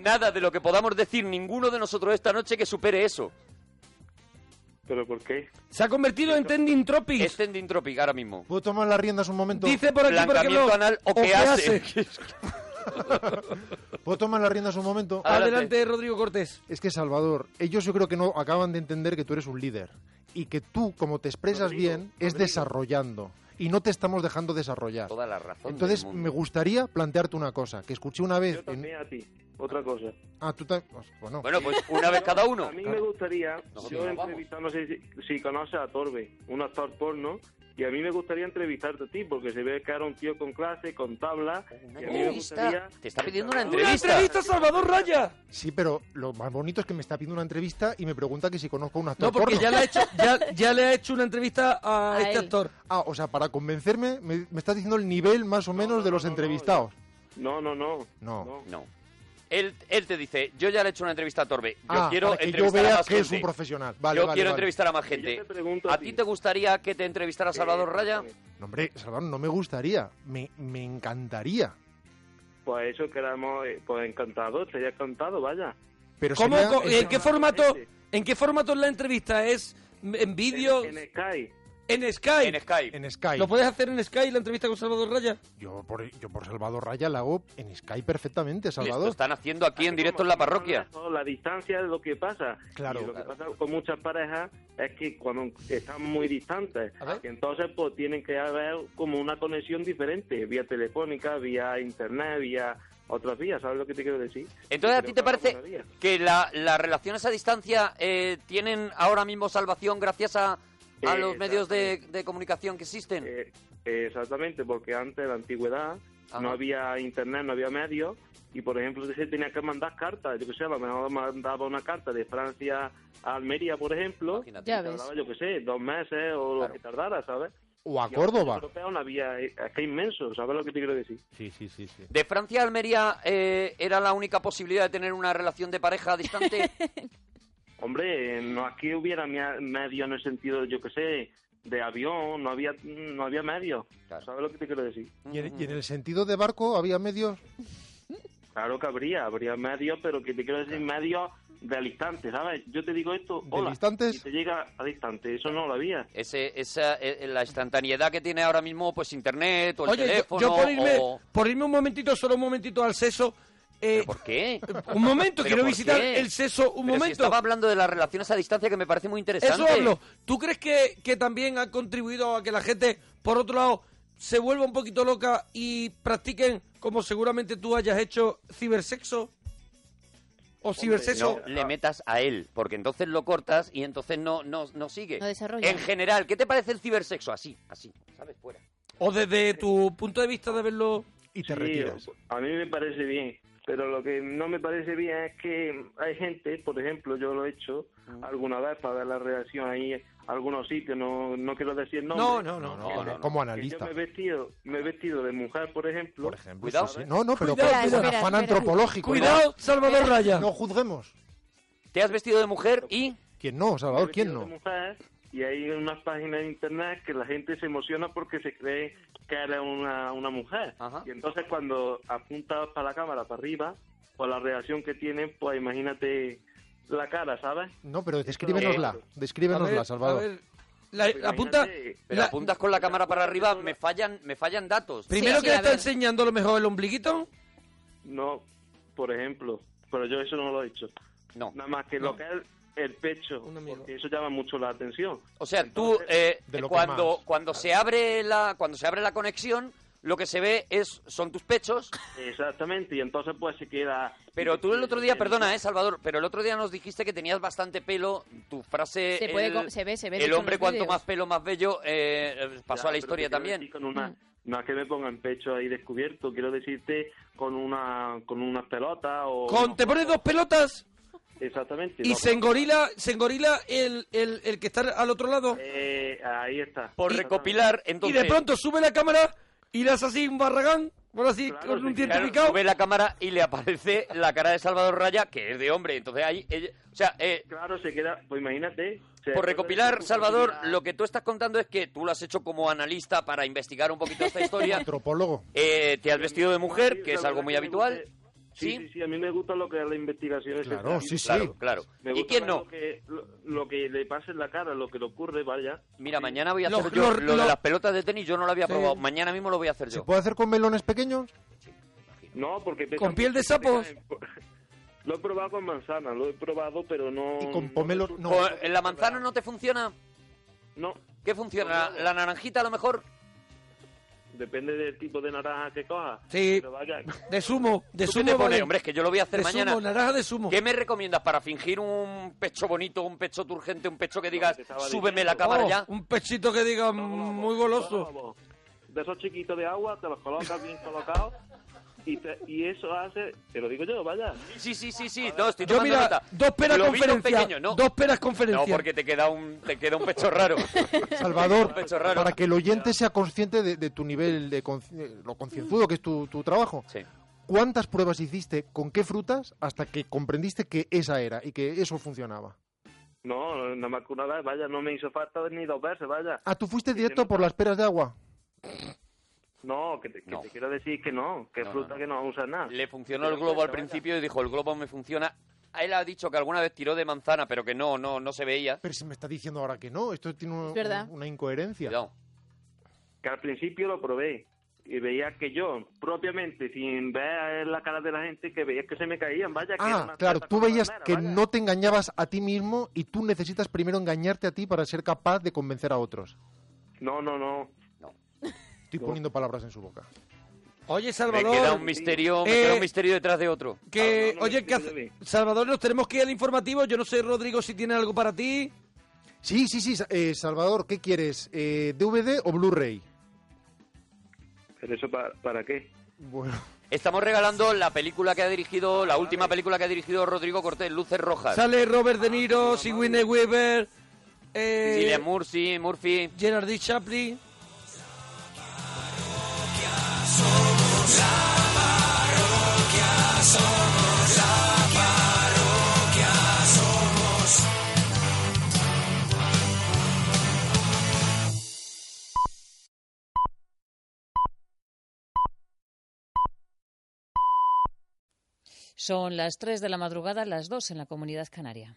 Speaker 11: nada de lo que podamos decir ninguno de nosotros esta noche que supere eso.
Speaker 24: ¿Pero por qué?
Speaker 19: Se ha convertido en Tending Tropic.
Speaker 11: Es Tending Tropic ahora mismo.
Speaker 25: ¿Puedo tomar las riendas un momento?
Speaker 11: Dice por aquí, por Blancamiento ejemplo, anal, ¿o ¿o qué qué hace? hace?
Speaker 25: ¿Puedo tomar las riendas un momento?
Speaker 19: Adelante. Adelante, Rodrigo Cortés.
Speaker 25: Es que, Salvador, ellos yo creo que no acaban de entender que tú eres un líder y que tú, como te expresas bien, es desarrollando y no te estamos dejando desarrollar.
Speaker 11: Toda la razón.
Speaker 25: Entonces,
Speaker 11: del mundo.
Speaker 25: me gustaría plantearte una cosa que escuché una vez. en-
Speaker 24: También a ti. Otra cosa.
Speaker 25: Ah, tú ta- Bueno.
Speaker 11: Bueno, pues una vez cada uno.
Speaker 24: A mí me gustaría,
Speaker 11: Nosotros
Speaker 24: yo
Speaker 11: nos
Speaker 24: he
Speaker 11: vamos.
Speaker 24: entrevistado, no sé si, si conoces a Torbe, un actor porno, y a mí me gustaría entrevistarte a ti, porque se ve que era un tío con clase, con tabla, y a mí me
Speaker 11: entrevista.
Speaker 24: gustaría...
Speaker 11: Te está pidiendo una
Speaker 19: ¡Una entrevista, Salvador Raya!
Speaker 25: Sí, pero lo más bonito es que me está pidiendo una entrevista y me pregunta que si conozco a un actor
Speaker 19: No, porque
Speaker 25: porno.
Speaker 19: ya le, ha hecho, ya, ya le ha hecho una entrevista a,
Speaker 25: A
Speaker 19: este
Speaker 25: él.
Speaker 19: actor.
Speaker 25: Ah, o sea, para convencerme, me, me estás diciendo el nivel más o menos de los entrevistados.
Speaker 24: No, no, no.
Speaker 25: No.
Speaker 11: No. Él, él te dice, yo ya le he hecho una entrevista a Torbe. Yo
Speaker 25: Ah,
Speaker 11: quiero
Speaker 25: para que yo
Speaker 11: entrevistar a
Speaker 25: vea
Speaker 11: más
Speaker 25: que es un
Speaker 11: gente.
Speaker 25: profesional. Vale,
Speaker 11: yo
Speaker 25: vale,
Speaker 11: quiero
Speaker 25: vale.
Speaker 11: entrevistar a más gente. ¿A ti te gustaría que te
Speaker 24: Eh,
Speaker 11: entrevistara Salvador Raya?
Speaker 25: No, hombre, Salvador, no me gustaría. Me, me encantaría.
Speaker 24: Pues eso quedamos, eh, pues encantado, sería encantado, vaya.
Speaker 25: Pero
Speaker 19: ¿Cómo,
Speaker 25: sería-
Speaker 19: co-
Speaker 25: es-
Speaker 19: ¿En qué formato? ¿En qué formato es la entrevista? ¿Es en vídeo?
Speaker 24: En Skype.
Speaker 19: ¿En Skype?
Speaker 11: En Skype.
Speaker 25: En Skype.
Speaker 19: ¿Lo puedes hacer en Skype la entrevista con Salvador Raya?
Speaker 25: Yo por, yo por Salvador Raya la hago en Skype perfectamente,
Speaker 11: Lo
Speaker 25: Salvador.
Speaker 11: están haciendo aquí en directo en la parroquia.
Speaker 24: No, La distancia es lo que pasa.
Speaker 25: Claro.
Speaker 24: Y lo que pasa con muchas parejas es que cuando están muy distantes, y entonces pues tienen que haber como una conexión diferente, vía telefónica, vía internet, vía otras vías, ¿sabes lo que te quiero decir?
Speaker 11: Entonces, ¿a
Speaker 24: Creo
Speaker 11: ti
Speaker 24: que
Speaker 11: te
Speaker 24: no
Speaker 11: parece
Speaker 24: funcionaría.
Speaker 11: que la- las relaciones a distancia eh, tienen ahora mismo salvación gracias a, a los
Speaker 24: Eh, Exactamente.
Speaker 11: medios de, de comunicación que existen?
Speaker 24: Eh, Exactamente, porque antes, en la antigüedad, no había internet, no había medios, y por ejemplo se tenía que mandar cartas, yo que sé, a lo mejor mandaba una carta de Francia a Almería, por ejemplo, y
Speaker 25: Ya ves.
Speaker 24: tardaba, yo que sé, dos meses o lo que tardara, ¿sabes?
Speaker 25: O a
Speaker 24: Y ahora
Speaker 25: Córdoba.
Speaker 24: en Europa es una vía, eh, es que es inmenso, ¿sabes lo que te quiero decir?
Speaker 14: Sí, sí, sí, sí.
Speaker 11: ¿De Francia a Almería eh, era la única posibilidad de tener una relación de pareja distante?
Speaker 24: Hombre, eh, no aquí hubiera mea- medio en el sentido, yo que sé, de avión, no había no había medio, ¿sabes lo que te quiero decir?
Speaker 25: ¿Y en, y en el sentido de barco había medios?
Speaker 24: Claro que habría, habría medios, pero que te quiero decir medios de al instante, ¿sabes? Yo te digo esto, hola, y te llega al instante. Eso no lo había.
Speaker 11: Ese, esa, eh, la instantaneidad que tiene ahora mismo, pues internet o el
Speaker 19: Oye, yo-
Speaker 11: teléfono.
Speaker 19: yo por irme,
Speaker 11: o-
Speaker 19: por irme un momentito, solo un momentito al seso. eh,
Speaker 11: ¿Por qué?
Speaker 19: Un momento,
Speaker 11: ¿Pero
Speaker 19: quiero
Speaker 11: por
Speaker 19: visitar
Speaker 11: qué?
Speaker 19: el seso un
Speaker 11: Pero si
Speaker 19: momento.
Speaker 11: estaba hablando de las relaciones a distancia que me parece muy interesante.
Speaker 19: Eso hablo. ¿Tú crees que, que también ha contribuido a que la gente, por otro lado, se vuelva un poquito loca y practiquen, como seguramente tú hayas hecho, cibersexo? ¿O cibersexo?
Speaker 11: No le metas a él, porque entonces lo cortas y entonces no, no, no sigue.
Speaker 19: No desarrolla.
Speaker 11: En general, ¿qué te parece el cibersexo? Así, así, ¿sabes? Fuera.
Speaker 19: ¿O desde tu punto de vista de verlo?
Speaker 25: Y
Speaker 24: Sí, A mí me parece bien, pero lo que no me parece bien es que hay gente, por ejemplo, yo lo he hecho alguna vez para ver la reacción ahí, algunos sitios, no, no quiero decir nombres.
Speaker 25: No, no, no, no,
Speaker 24: Que
Speaker 25: no,
Speaker 24: me-
Speaker 25: no. Como
Speaker 24: que
Speaker 25: analista.
Speaker 24: Yo me he vestido, me he vestido de mujer, por ejemplo. Por ejemplo,
Speaker 25: Sí, sí. No, no, pero
Speaker 24: Cuidado,
Speaker 25: con- con
Speaker 24: espera,
Speaker 25: afán
Speaker 24: espera.
Speaker 25: antropológico. ¿no?
Speaker 24: Cuidado,
Speaker 11: Salvador Raya.
Speaker 25: No juzguemos.
Speaker 11: ¿Te has vestido de mujer y...?
Speaker 25: ¿Quién no, Salvador? ¿Quién no?
Speaker 24: mujer, y hay unas páginas de internet que la gente se emociona porque se cree que era una, una mujer. Y entonces cuando apuntas para la cámara, para arriba, por la reacción que tienen, pues imagínate la cara, ¿sabes?
Speaker 25: No, pero descríbenosla. Descríbenosla, Salvador.
Speaker 19: La,
Speaker 24: punta...
Speaker 11: Pero apuntas con la cámara para arriba, me fallan, me fallan datos.
Speaker 19: Primero que le está enseñando a lo mejor el ombliguito.
Speaker 24: No, por ejemplo, pero yo eso no lo he hecho.
Speaker 11: No.
Speaker 24: Nada más que lo que es el pecho, porque eso llama mucho la atención.
Speaker 11: O sea, tú, eh,
Speaker 24: De lo que
Speaker 11: cuando,
Speaker 24: más.
Speaker 11: cuando, se abre la, cuando se abre la conexión, lo que se ve es son tus pechos.
Speaker 24: Exactamente, y entonces pues se queda...
Speaker 11: Pero tú el otro día, perdona, eh, Salvador, pero el otro día nos dijiste que tenías bastante pelo. Tu frase.
Speaker 20: Se puede
Speaker 11: el,
Speaker 20: co- se ve, se ve, de
Speaker 11: El
Speaker 20: hecho, en
Speaker 11: hombre,
Speaker 20: los
Speaker 11: cuanto
Speaker 20: vídeos.
Speaker 11: más pelo, más bello, eh, pasó
Speaker 24: Ya,
Speaker 11: a la
Speaker 24: pero
Speaker 11: historia
Speaker 24: te quiero
Speaker 11: también. Mm.
Speaker 24: decir con una- no es que me pongan pecho ahí descubierto, quiero decirte con una con unas pelotas o...
Speaker 19: Con, te pones dos pelotas
Speaker 24: Exactamente.
Speaker 19: y
Speaker 24: no,
Speaker 19: se engorila, se engorila el, el, el que está al otro lado.
Speaker 24: eh, ahí está.
Speaker 11: Por
Speaker 19: Y-
Speaker 11: recopilar, entonces.
Speaker 19: Y de pronto sube la cámara y le hace así un barragán, por así, con un diente
Speaker 11: Claro,
Speaker 19: picado.
Speaker 11: sube la cámara y le aparece la cara de Salvador Raya, que es de hombre. Entonces ahí, ella- o sea, eh,
Speaker 24: Claro, se queda, pues imagínate. se-
Speaker 11: por recopilar, Salvador, lo que tú estás contando es que tú lo has hecho como analista para investigar un poquito esta historia.
Speaker 25: Antropólogo.
Speaker 11: Eh, te has vestido de mujer, que es algo muy habitual.
Speaker 24: Sí, sí, sí, a mí me gusta lo que es la investigación.
Speaker 11: Claro,
Speaker 24: ese-
Speaker 11: sí, sí. Claro, claro.
Speaker 24: Me
Speaker 11: ¿Y
Speaker 24: gusta
Speaker 11: quién
Speaker 24: ver
Speaker 11: no?
Speaker 24: Lo que, lo, lo que le pasa en la cara, lo que le ocurre, vaya.
Speaker 11: Mira, mañana voy a
Speaker 24: Los-
Speaker 11: hacer yo
Speaker 24: los-
Speaker 11: lo de
Speaker 24: los-
Speaker 11: las pelotas de tenis, yo no lo había
Speaker 24: Sí.
Speaker 11: probado. Mañana mismo lo voy a hacer
Speaker 25: ¿Se
Speaker 11: yo.
Speaker 25: puede hacer con melones pequeños?
Speaker 24: No, porque... pesan
Speaker 19: ¿Con piel de
Speaker 24: mucho,
Speaker 19: sapos?
Speaker 24: pesan- pues, Lo he probado con manzana, lo he probado, pero no...
Speaker 25: Con pomelo. No.
Speaker 11: O, eh, ¿La manzana no te funciona?
Speaker 24: No.
Speaker 11: ¿Qué funciona? ¿La, la naranjita a lo mejor?
Speaker 24: Depende del tipo de naranja que coja.
Speaker 19: Sí.
Speaker 24: Pero vaya,
Speaker 19: De sumo, de
Speaker 11: ¿Tú qué
Speaker 19: sumo.
Speaker 11: te pones?
Speaker 19: vale.
Speaker 11: Hombre, es que yo lo voy a hacer
Speaker 19: De
Speaker 11: mañana.
Speaker 19: sumo, naranja de sumo.
Speaker 11: ¿Qué me recomiendas para fingir un pecho bonito, un pecho turgente, un pecho que digas, súbeme la cámara
Speaker 19: Oh,
Speaker 11: ya?
Speaker 19: Un pechito que diga mm, muy goloso.
Speaker 24: de esos chiquitos de agua, te los colocas bien colocados y, te- y eso hace... Te lo digo yo, vaya.
Speaker 11: Sí, sí, sí, sí. No, estoy
Speaker 19: Yo
Speaker 11: tomando
Speaker 19: mira,
Speaker 11: nota.
Speaker 19: dos peras
Speaker 11: Globitos
Speaker 19: conferencia,
Speaker 11: pequeños, ¿no?
Speaker 19: dos peras conferencia.
Speaker 11: No, porque te queda un, te queda un pecho raro.
Speaker 25: Salvador,
Speaker 11: Un pecho raro.
Speaker 25: para que el oyente sea consciente de, de tu nivel, de conci- eh, lo concienzudo que es tu, tu trabajo. ¿Cuántas pruebas hiciste con qué frutas hasta que comprendiste que esa era y que eso funcionaba?
Speaker 24: No, nada más que una vez, vaya, no me hizo falta ni dos veces, vaya.
Speaker 25: Ah, tú fuiste directo por las peras de agua.
Speaker 24: No, que te, que te quiero decir que no, que
Speaker 11: No,
Speaker 24: fruta que no usas nada.
Speaker 11: Le funcionó el globo al principio y dijo, el globo me funciona. A Él ha dicho que alguna vez tiró de manzana, pero que no, no, no se veía.
Speaker 25: Pero si me está diciendo ahora que no, esto tiene un-
Speaker 24: Es verdad.
Speaker 25: una incoherencia.
Speaker 24: que al principio lo probé y veía que yo propiamente sin ver la cara de la gente que veía que se me caían vaya que era
Speaker 25: Ah,
Speaker 24: una
Speaker 25: claro,
Speaker 24: cosa
Speaker 25: tú
Speaker 24: como
Speaker 25: veías
Speaker 24: palmera,
Speaker 25: que
Speaker 24: vaya.
Speaker 25: no te engañabas a ti mismo y tú necesitas primero engañarte a ti para ser capaz de convencer a otros.
Speaker 24: no no no
Speaker 25: Estoy poniendo palabras en su boca.
Speaker 19: Oye,
Speaker 11: Me
Speaker 19: Salvador.
Speaker 11: queda un misterio, me
Speaker 19: Eh,
Speaker 11: queda un misterio Ah, detrás de otro.
Speaker 19: Que, oye, ¿qué hace? Salvador, nos tenemos que ir al informativo. Yo no sé, Rodrigo, si tiene algo para ti.
Speaker 25: Sí, sí, sí, Sa- eh, Salvador, ¿qué quieres? Eh, ¿DVD o Blu-ray?
Speaker 24: pero eso para, para qué
Speaker 25: Bueno.
Speaker 11: Estamos regalando la película que ha dirigido, la última película que ha dirigido Rodrigo Cortés, Luces Rojas.
Speaker 19: Sale Robert
Speaker 11: Ah,
Speaker 19: De Niro, Sigourney Weaver, eh,
Speaker 11: Cillian Murphy, Murphy.
Speaker 19: Gerard D. Chaplin.
Speaker 12: Somos la parroquia, somos.
Speaker 1: Son las 3 de la madrugada, las 2 en la comunidad canaria.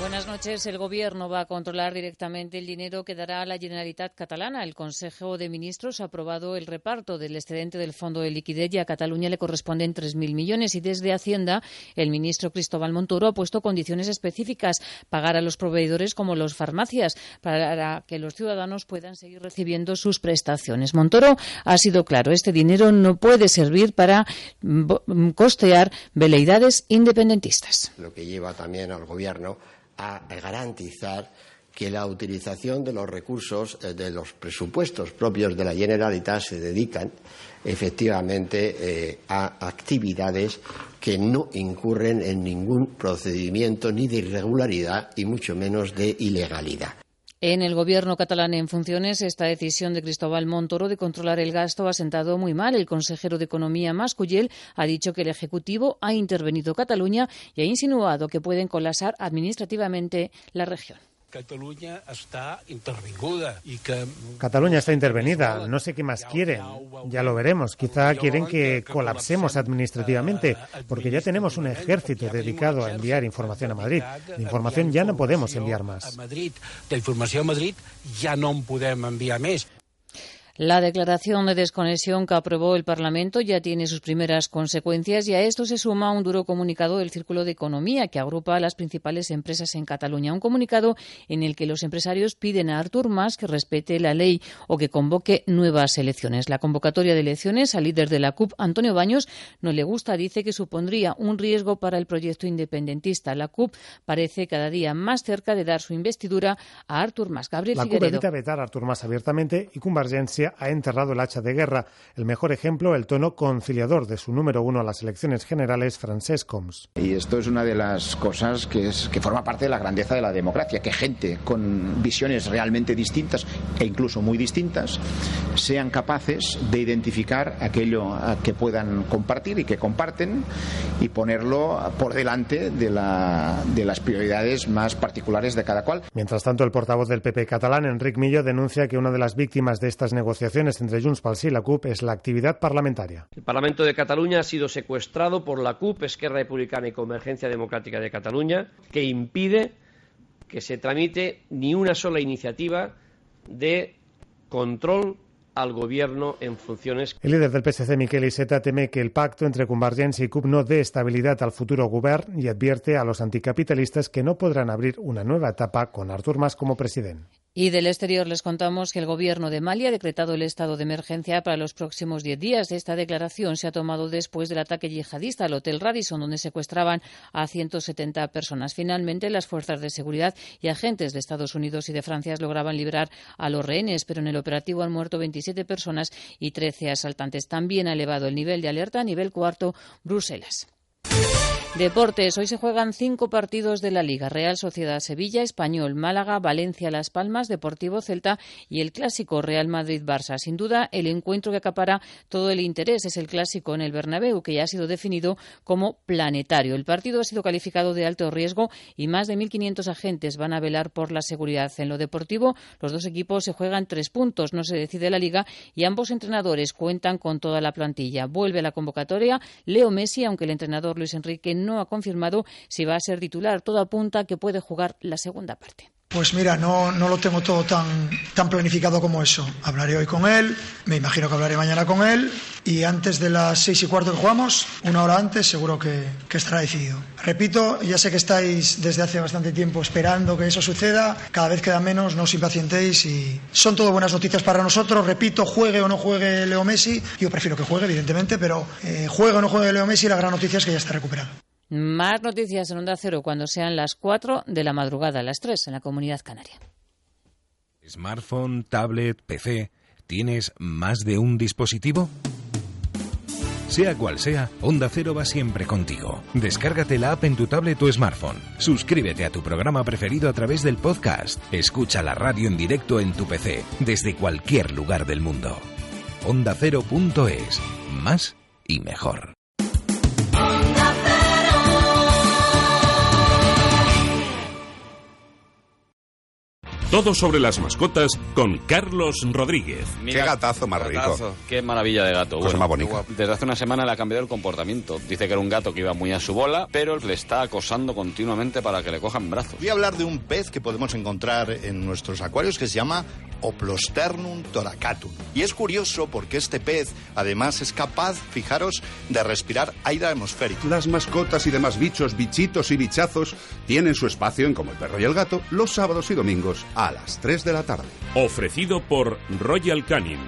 Speaker 1: Buenas noches. El Gobierno va a controlar directamente el dinero que dará a la Generalitat Catalana. El Consejo de Ministros ha aprobado el reparto del excedente del Fondo de Liquidez y a Cataluña le corresponden 3.000 millones. Y desde Hacienda, el ministro Cristóbal Montoro ha puesto condiciones específicas. Pagar a los proveedores como las farmacias para que los ciudadanos puedan seguir recibiendo sus prestaciones. Montoro ha sido claro. Este dinero no puede servir para mm, costear veleidades independentistas.
Speaker 2: lo que lleva también al Gobierno a garantizar que la utilización de los recursos eh, de los presupuestos propios de la Generalitat se dedican efectivamente eh, a actividades que no incurren en ningún procedimiento ni de irregularidad y mucho menos de ilegalidad.
Speaker 1: En el gobierno catalán en funciones, esta decisión de Cristóbal Montoro de controlar el gasto ha sentado muy mal. El consejero de Economía Mascullel ha dicho que el Ejecutivo ha intervenido Cataluña y ha insinuado que pueden colapsar administrativamente la región.
Speaker 3: Cataluña está intervinguda y que
Speaker 4: Cataluña está intervenida, no sé qué más quieren. Ya lo veremos. Quizá quieren que colapsemos administrativamente, porque ya tenemos un ejército dedicado a enviar información a Madrid. De información ya no podemos enviar más.
Speaker 3: a Madrid, de informació a Madrid, ja no en podem enviar més.
Speaker 1: La declaración de desconexión que aprobó el Parlamento ya tiene sus primeras consecuencias y a esto se suma un duro comunicado del Círculo de Economía que agrupa a las principales empresas en Cataluña. Un comunicado en el que los empresarios piden a Artur Mas que respete la ley o que convoque nuevas elecciones. La convocatoria de elecciones al líder de la CUP, Antonio Baños, no le gusta. Dice que supondría un riesgo para el proyecto independentista. La CUP parece cada día más cerca de dar su investidura a Artur Mas. Gabriel
Speaker 4: La CUP
Speaker 1: Figueredo.
Speaker 4: evita vetar a Artur Mas abiertamente y Convergencia ha enterrado el hacha de guerra. El mejor ejemplo, el tono conciliador de su número uno a las elecciones generales, Francesc Homs.
Speaker 26: Y esto es una de las cosas que, es, que forma parte de la grandeza de la democracia, que gente con visiones realmente distintas e incluso muy distintas sean capaces de identificar aquello ah, que puedan compartir y que comparten y ponerlo por delante de, la- de las prioridades más particulares de cada cual.
Speaker 4: Mientras tanto, el portavoz del PP catalán, Enric Millo, denuncia que una de las víctimas de estas negociaciones entre Junts pel Sí y la CUP es la actividad parlamentaria.
Speaker 27: El Parlamento de Cataluña ha sido secuestrado por la CUP, Esquerra Republicana y Convergencia Democrática de Cataluña, que impide que se tramite ni una sola iniciativa de control al gobierno en funciones.
Speaker 4: El líder del PSC, Miquel Iceta, teme que el pacto entre Convergencia y CUP no dé estabilidad al futuro govern y advierte a los anticapitalistas que no podrán abrir una nueva etapa con Artur Mas como presidente.
Speaker 1: Y del exterior les contamos que el gobierno de Mali ha decretado el estado de emergencia para los próximos 10 días. Esta declaración se ha tomado después del ataque yihadista al Hotel Radisson, donde secuestraban a 170 personas. Finalmente, las fuerzas de seguridad y agentes de Estados Unidos y de Francia lograban librar a los rehenes, pero en el operativo han muerto 27 personas y 13 asaltantes. También ha elevado el nivel de alerta a nivel cuarto Bruselas. Deportes. Hoy se juegan cinco partidos de la Liga. Real Sociedad Sevilla, Español Málaga, Valencia Las Palmas, Deportivo Celta y el clásico Real Madrid-Barça. Sin duda, el encuentro que acapara todo el interés es el clásico en el Bernabéu, que ya ha sido definido como planetario. El partido ha sido calificado de alto riesgo y más de 1.500 agentes van a velar por la seguridad. En lo deportivo, los dos equipos se juegan tres puntos. No se decide la Liga y ambos entrenadores cuentan con toda la plantilla. Vuelve a la convocatoria Leo Messi, aunque el entrenador Luis Enrique no ha confirmado si va a ser titular. Todo apunta a que puede jugar la segunda parte.
Speaker 28: Pues mira, no, no lo tengo todo tan, tan planificado como eso. Hablaré hoy con él, me imagino que hablaré mañana con él y antes de las seis y cuarto que jugamos, una hora antes, seguro que, que estará decidido. Repito, ya sé que estáis desde hace bastante tiempo esperando que eso suceda, cada vez queda menos, no os impacientéis y son todo buenas noticias para nosotros. Repito, juegue o no juegue Leo Messi, yo prefiero que juegue, evidentemente, pero eh, juegue o no juegue Leo Messi, la gran noticia es que ya está recuperado.
Speaker 1: Más noticias en Onda Cero cuando sean las 4 de la madrugada, las 3 en la Comunidad Canaria.
Speaker 8: Smartphone, tablet, PC. ¿Tienes más de un dispositivo? Sea cual sea, Onda Cero va siempre contigo. Descárgate la app en tu tablet o smartphone. Suscríbete a tu programa preferido a través del podcast. Escucha la radio en directo en tu PC, desde cualquier lugar del mundo. Onda Cero.es. Más y mejor.
Speaker 22: Todo sobre las mascotas con Carlos Rodríguez.
Speaker 5: Qué gatazo más rico.
Speaker 6: Qué maravilla de gato.
Speaker 5: Cosa más bonita.
Speaker 6: Desde hace una semana le ha cambiado el comportamiento. Dice que era un gato que iba muy a su bola, pero le está acosando continuamente para que le cojan brazos.
Speaker 5: Voy a hablar de un pez que podemos encontrar en nuestros acuarios que se llama Oplosternum toracatum. Y es curioso porque este pez además es capaz, fijaros, de respirar aire atmosférico.
Speaker 22: Las mascotas y demás bichos, bichitos y bichazos tienen su espacio en Como el Perro y el Gato los sábados y domingos a las 3 de la tarde. Ofrecido por Royal Canin.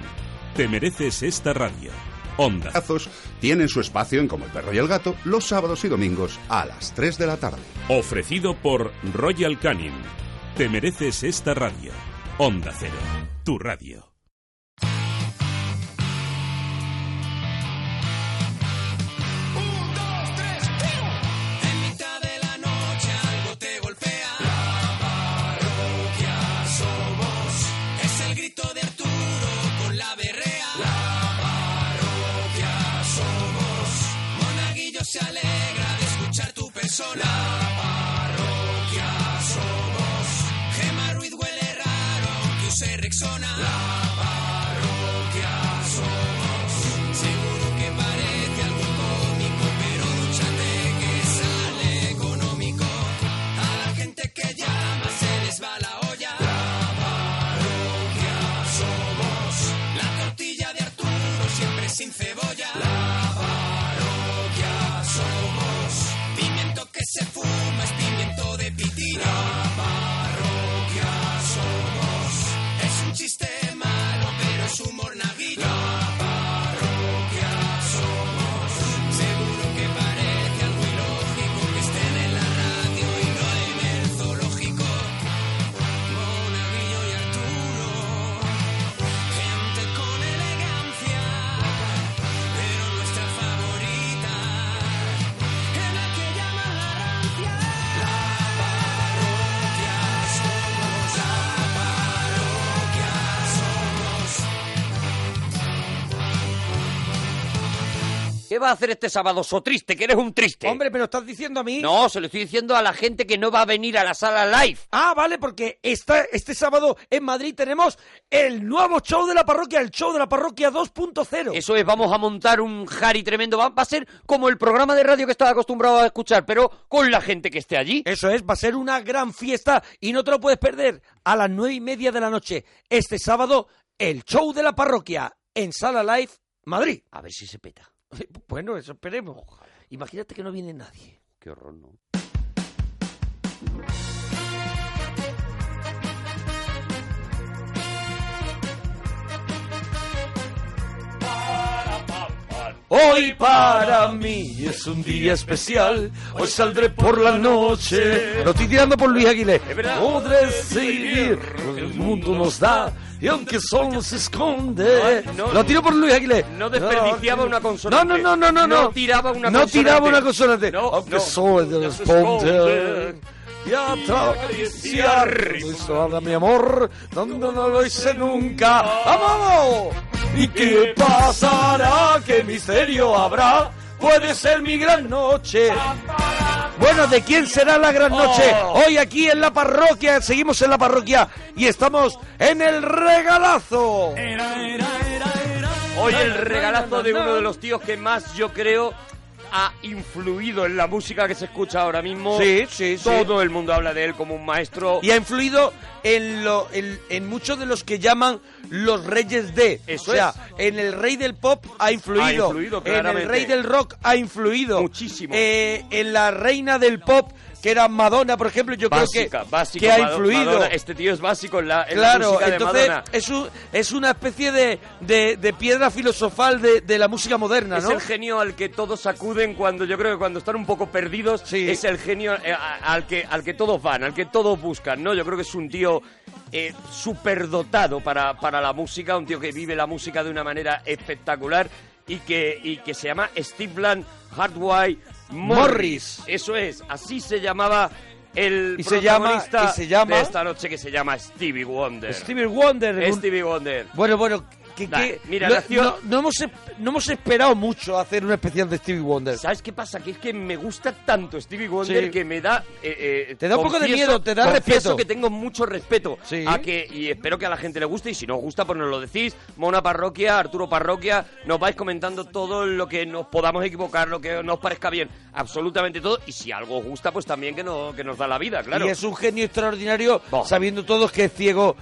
Speaker 22: Te mereces esta radio. Onda. Bichazos tienen su espacio en Como el Perro y el Gato los sábados y domingos a las 3 de la tarde. Ofrecido por Royal Canin. Te mereces esta radio. Onda Cero, tu radio.
Speaker 12: En mitad de la noche algo te golpea. La parroquia somos. Es el grito de Arturo con la berrea. La parroquia somos. Monaguillo se alegra de escuchar tu persona. La parroquia somos. Gema Ruiz huele raro que use Rexona. La parroquia somos. Seguro que parece algo cómico, pero dúchate que sale económico. A la gente que llama se les va la olla. La parroquia somos. La tortilla de Arturo siempre sin cebolla. La parroquia somos. Pimiento que se fuma es pimiento de pitina. La parroquia somos. Es un chiste malo, pero es humor naguillo. La parroquia somos. Seguro que parece algo ilógico que estén en la radio y no en el zoológico. Monaguillo y Arturo, gente con elegancia, pero nuestra favorita es la que llaman la rancia. La parroquia somos, la parroquia somos.
Speaker 11: ¿Qué va a hacer este sábado, so triste? Que eres un triste. Hombre,
Speaker 19: pero estás diciendo a mí.
Speaker 11: No, se lo estoy diciendo a la gente que no va a venir a la sala live.
Speaker 19: Ah, vale, porque esta, este sábado en Madrid tenemos el nuevo show de la parroquia, el show de la parroquia 2.0.
Speaker 11: Eso es, vamos a montar un jari tremendo. Va, va a ser como el programa de radio que estaba acostumbrado a escuchar, pero con la gente que esté allí.
Speaker 19: Eso es, va a ser una gran fiesta y no te lo puedes perder. A las nueve y media de la noche, este sábado, el show de la parroquia en Sala Live, Madrid.
Speaker 11: A ver si se peta.
Speaker 19: Bueno, eso esperemos. Imagínate que no viene nadie.
Speaker 11: Qué horror, ¿no?
Speaker 7: Hoy para mí es un día especial. Hoy saldré por la noche.
Speaker 19: Lo estoy tirando por Luis Aguilé.
Speaker 7: Podré seguir lo que el mundo nos da. Y aunque solo se esconde.
Speaker 19: Lo tiro por Luis Aguilé.
Speaker 7: No
Speaker 19: desperdiciaba
Speaker 7: una
Speaker 19: No, no, no, no, no.
Speaker 7: No tiraba una
Speaker 19: No tiraba
Speaker 7: consonante.
Speaker 19: una consonante.
Speaker 7: No,
Speaker 19: Aunque
Speaker 7: no.
Speaker 19: solo te
Speaker 7: No se
Speaker 19: responde.
Speaker 7: esconde.
Speaker 19: Y
Speaker 7: acariciar.
Speaker 19: Eso habla mi amor. Donde no lo hice nunca. ¡Vamos!
Speaker 7: ¿Y qué pasará? ¿Qué misterio habrá? Puede ser mi gran noche.
Speaker 19: Bueno, ¿de quién será la gran noche?
Speaker 7: Oh.
Speaker 19: Hoy aquí en la parroquia, seguimos en la parroquia y estamos en el regalazo.
Speaker 11: Hoy el regalazo de uno de los tíos que más yo creo ha influido en la música que se escucha ahora mismo.
Speaker 19: Sí, sí, sí.
Speaker 11: Todo el mundo habla de él como un maestro.
Speaker 19: Y ha influido en, lo, en, en muchos de los que llaman los reyes de.
Speaker 11: Eso
Speaker 19: o sea,
Speaker 11: es.
Speaker 19: en el rey del pop ha influido.
Speaker 11: Ha influido,
Speaker 19: en
Speaker 11: claramente.
Speaker 19: el rey del rock ha influido.
Speaker 11: Muchísimo.
Speaker 19: Eh, en la reina del pop, que era Madonna, por ejemplo, yo
Speaker 11: Básica,
Speaker 19: creo que,
Speaker 11: básico,
Speaker 19: que ha
Speaker 11: Mad-
Speaker 19: influido.
Speaker 11: Madonna. Este tío es básico en la, en la
Speaker 19: Claro,
Speaker 11: música de
Speaker 19: entonces
Speaker 11: Madonna.
Speaker 19: es, un- es una especie de, de- de piedra filosofal de, de la música moderna,
Speaker 11: Es
Speaker 19: ¿no?
Speaker 11: el genio al que todos acuden cuando yo creo que cuando están un poco perdidos es el genio eh, a- al que al que todos van, al que todos buscan, ¿no? Yo creo que es un tío eh, superdotado para, para la música, un tío que vive la música de una manera espectacular y que, y que se llama Steve Hardway Morris. Eso es, así se llamaba el
Speaker 19: Y se llama-
Speaker 11: protagonista
Speaker 19: y se llama-
Speaker 11: de esta noche que se llama Stevie Wonder.
Speaker 19: Stevie Wonder. un-
Speaker 11: Stevie Wonder.
Speaker 19: Bueno, bueno, que,
Speaker 11: Nah,
Speaker 19: que
Speaker 11: mira,
Speaker 19: no,
Speaker 11: nació-
Speaker 19: no- no hemos, esp- no hemos esperado mucho a hacer un especial de Stevie Wonder.
Speaker 11: ¿Sabes qué pasa? Que es que me gusta tanto Stevie Wonder
Speaker 19: Sí.
Speaker 11: que me da... eh, eh,
Speaker 19: Te da un poco de miedo, te da
Speaker 11: confieso
Speaker 19: respeto.
Speaker 11: que tengo mucho respeto
Speaker 19: Sí.
Speaker 11: a que... Y espero que a la gente le guste, y si no os gusta, pues nos lo decís. Mona Parroquia, Arturo Parroquia, nos vais comentando todo lo que nos podamos equivocar, lo que nos parezca bien. Absolutamente todo. Y si algo os gusta, pues también que, no, que nos da la vida, claro.
Speaker 19: Y es un genio extraordinario, sabiendo todos que es ciego,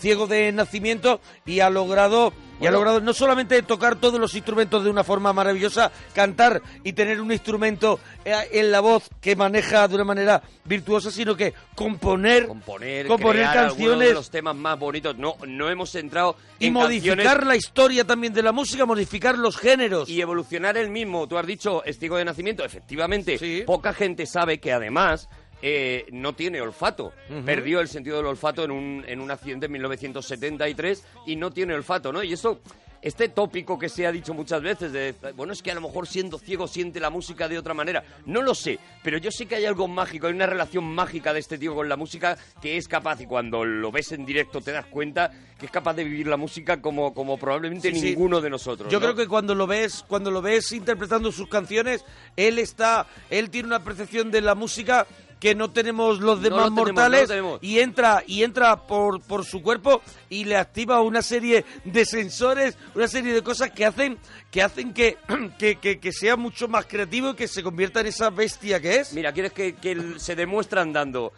Speaker 19: ciego de nacimiento y ha logrado, y ha
Speaker 11: Bueno.
Speaker 19: logrado no solamente tocar todos los instrumentos de una forma maravillosa, cantar y tener un instrumento eh, en la voz que maneja de una manera virtuosa, sino que componer,
Speaker 11: componer,
Speaker 19: componer
Speaker 11: crear alguno
Speaker 19: canciones
Speaker 11: de los temas más bonitos. No, no hemos entrado
Speaker 19: y
Speaker 11: en
Speaker 19: modificar
Speaker 11: canciones
Speaker 19: la historia también de la música, modificar los géneros.
Speaker 11: y evolucionar el mismo. Tú has dicho es ciego de nacimiento, efectivamente. Poca gente sabe que además eh, no tiene olfato.
Speaker 19: Ujú.
Speaker 11: Perdió el sentido del olfato en un, en un accidente en 1973 y no tiene olfato, ¿no? Y eso... Este tópico que se ha dicho muchas veces de, bueno, es que a lo mejor siendo ciego siente la música de otra manera. No lo sé, pero yo sé que hay algo mágico, hay una relación mágica de este tío con la música que es capaz, y cuando lo ves en directo te das cuenta que es capaz de vivir la música como, como probablemente
Speaker 19: Sí, sí.
Speaker 11: ninguno de nosotros.
Speaker 19: Yo
Speaker 11: ¿no?
Speaker 19: creo que cuando lo ves, cuando lo ves interpretando sus canciones, él está, él tiene una percepción de la música que no tenemos los demás
Speaker 11: lo tenemos,
Speaker 19: mortales
Speaker 11: no lo tenemos.
Speaker 19: y entra y entra por, por su cuerpo y le activa una serie de sensores, una serie de cosas que hacen que hacen que, que, que- que sea mucho más creativo y que se convierta en esa bestia que es.
Speaker 11: Mira, quieres que, que el- se demuestra andando.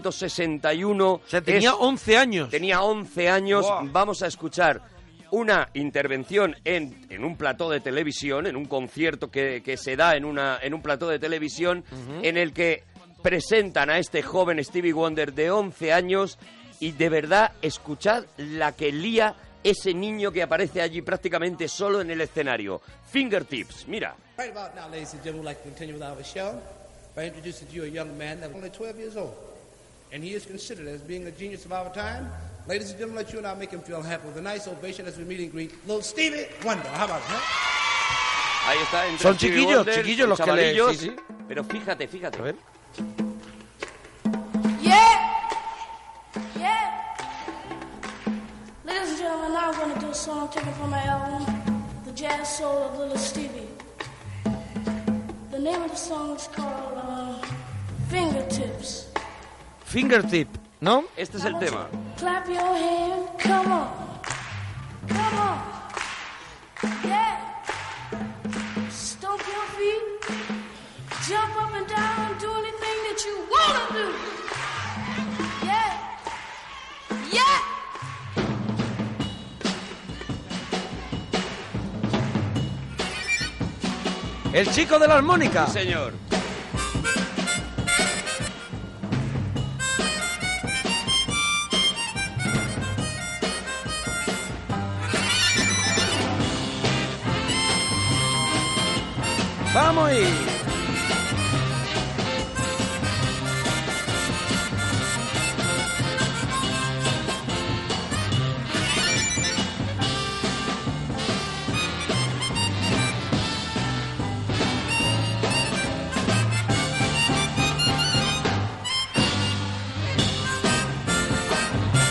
Speaker 11: 1961.
Speaker 19: tenía
Speaker 11: 11 años. Tenía 11 años.
Speaker 19: Buah.
Speaker 11: Vamos a escuchar una intervención en, en un plató de televisión, en un concierto que, que se da en, una, en un plató de televisión, en el que presentan a este joven Stevie Wonder de 11 años y de verdad escuchad la que lía ese niño que aparece allí prácticamente solo en el escenario. Fingertips, mira.
Speaker 29: Right about now, ladies and gentlemen, we'd like to continue with our show by introducing to you a young man that's only 12 years old. And he is considered as being a genius of our time. Ladies and gentlemen, let you and I make him feel happy with a nice ovation as we meet and greet little Stevie Wonder. How about that?
Speaker 11: Ahí está. entre
Speaker 19: Son
Speaker 11: Stevie
Speaker 19: chiquillos,
Speaker 11: Wonder,
Speaker 19: chiquillos los que le-
Speaker 11: chavalillos,
Speaker 19: sí, sí.
Speaker 11: Pero fíjate, fíjate.
Speaker 30: Yeah! Yeah! Ladies and gentlemen, now I'm gonna do a song taken from my album, The Jazz Soul of Little Stevie. The name of the song is called uh, Fingertips.
Speaker 19: Fingertip, ¿no?
Speaker 11: Este
Speaker 19: es
Speaker 30: el tema. Clap your hand, come on. Come on. Yeah. Stomp your feet. Jump up and down and do anything that you wanna do. Yeah. Yeah.
Speaker 19: El chico de la armónica.
Speaker 11: señor.
Speaker 19: Vamos y...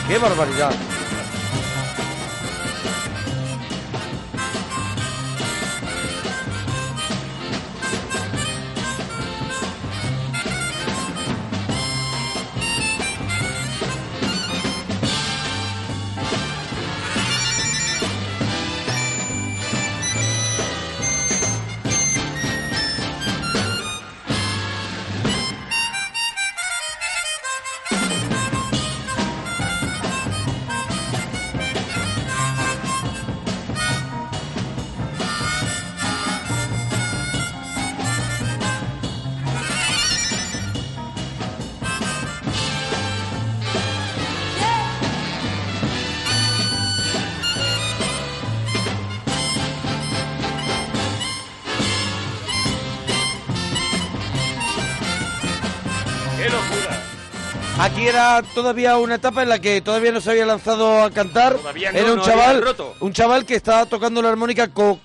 Speaker 19: ¡Qué barbaridad!
Speaker 11: ¡Qué locura!
Speaker 19: Aquí era todavía una etapa en la que todavía no se había lanzado a cantar.
Speaker 11: Todavía no,
Speaker 19: era un
Speaker 11: no había
Speaker 19: chaval,
Speaker 11: roto.
Speaker 19: un chaval que estaba tocando la armónica con,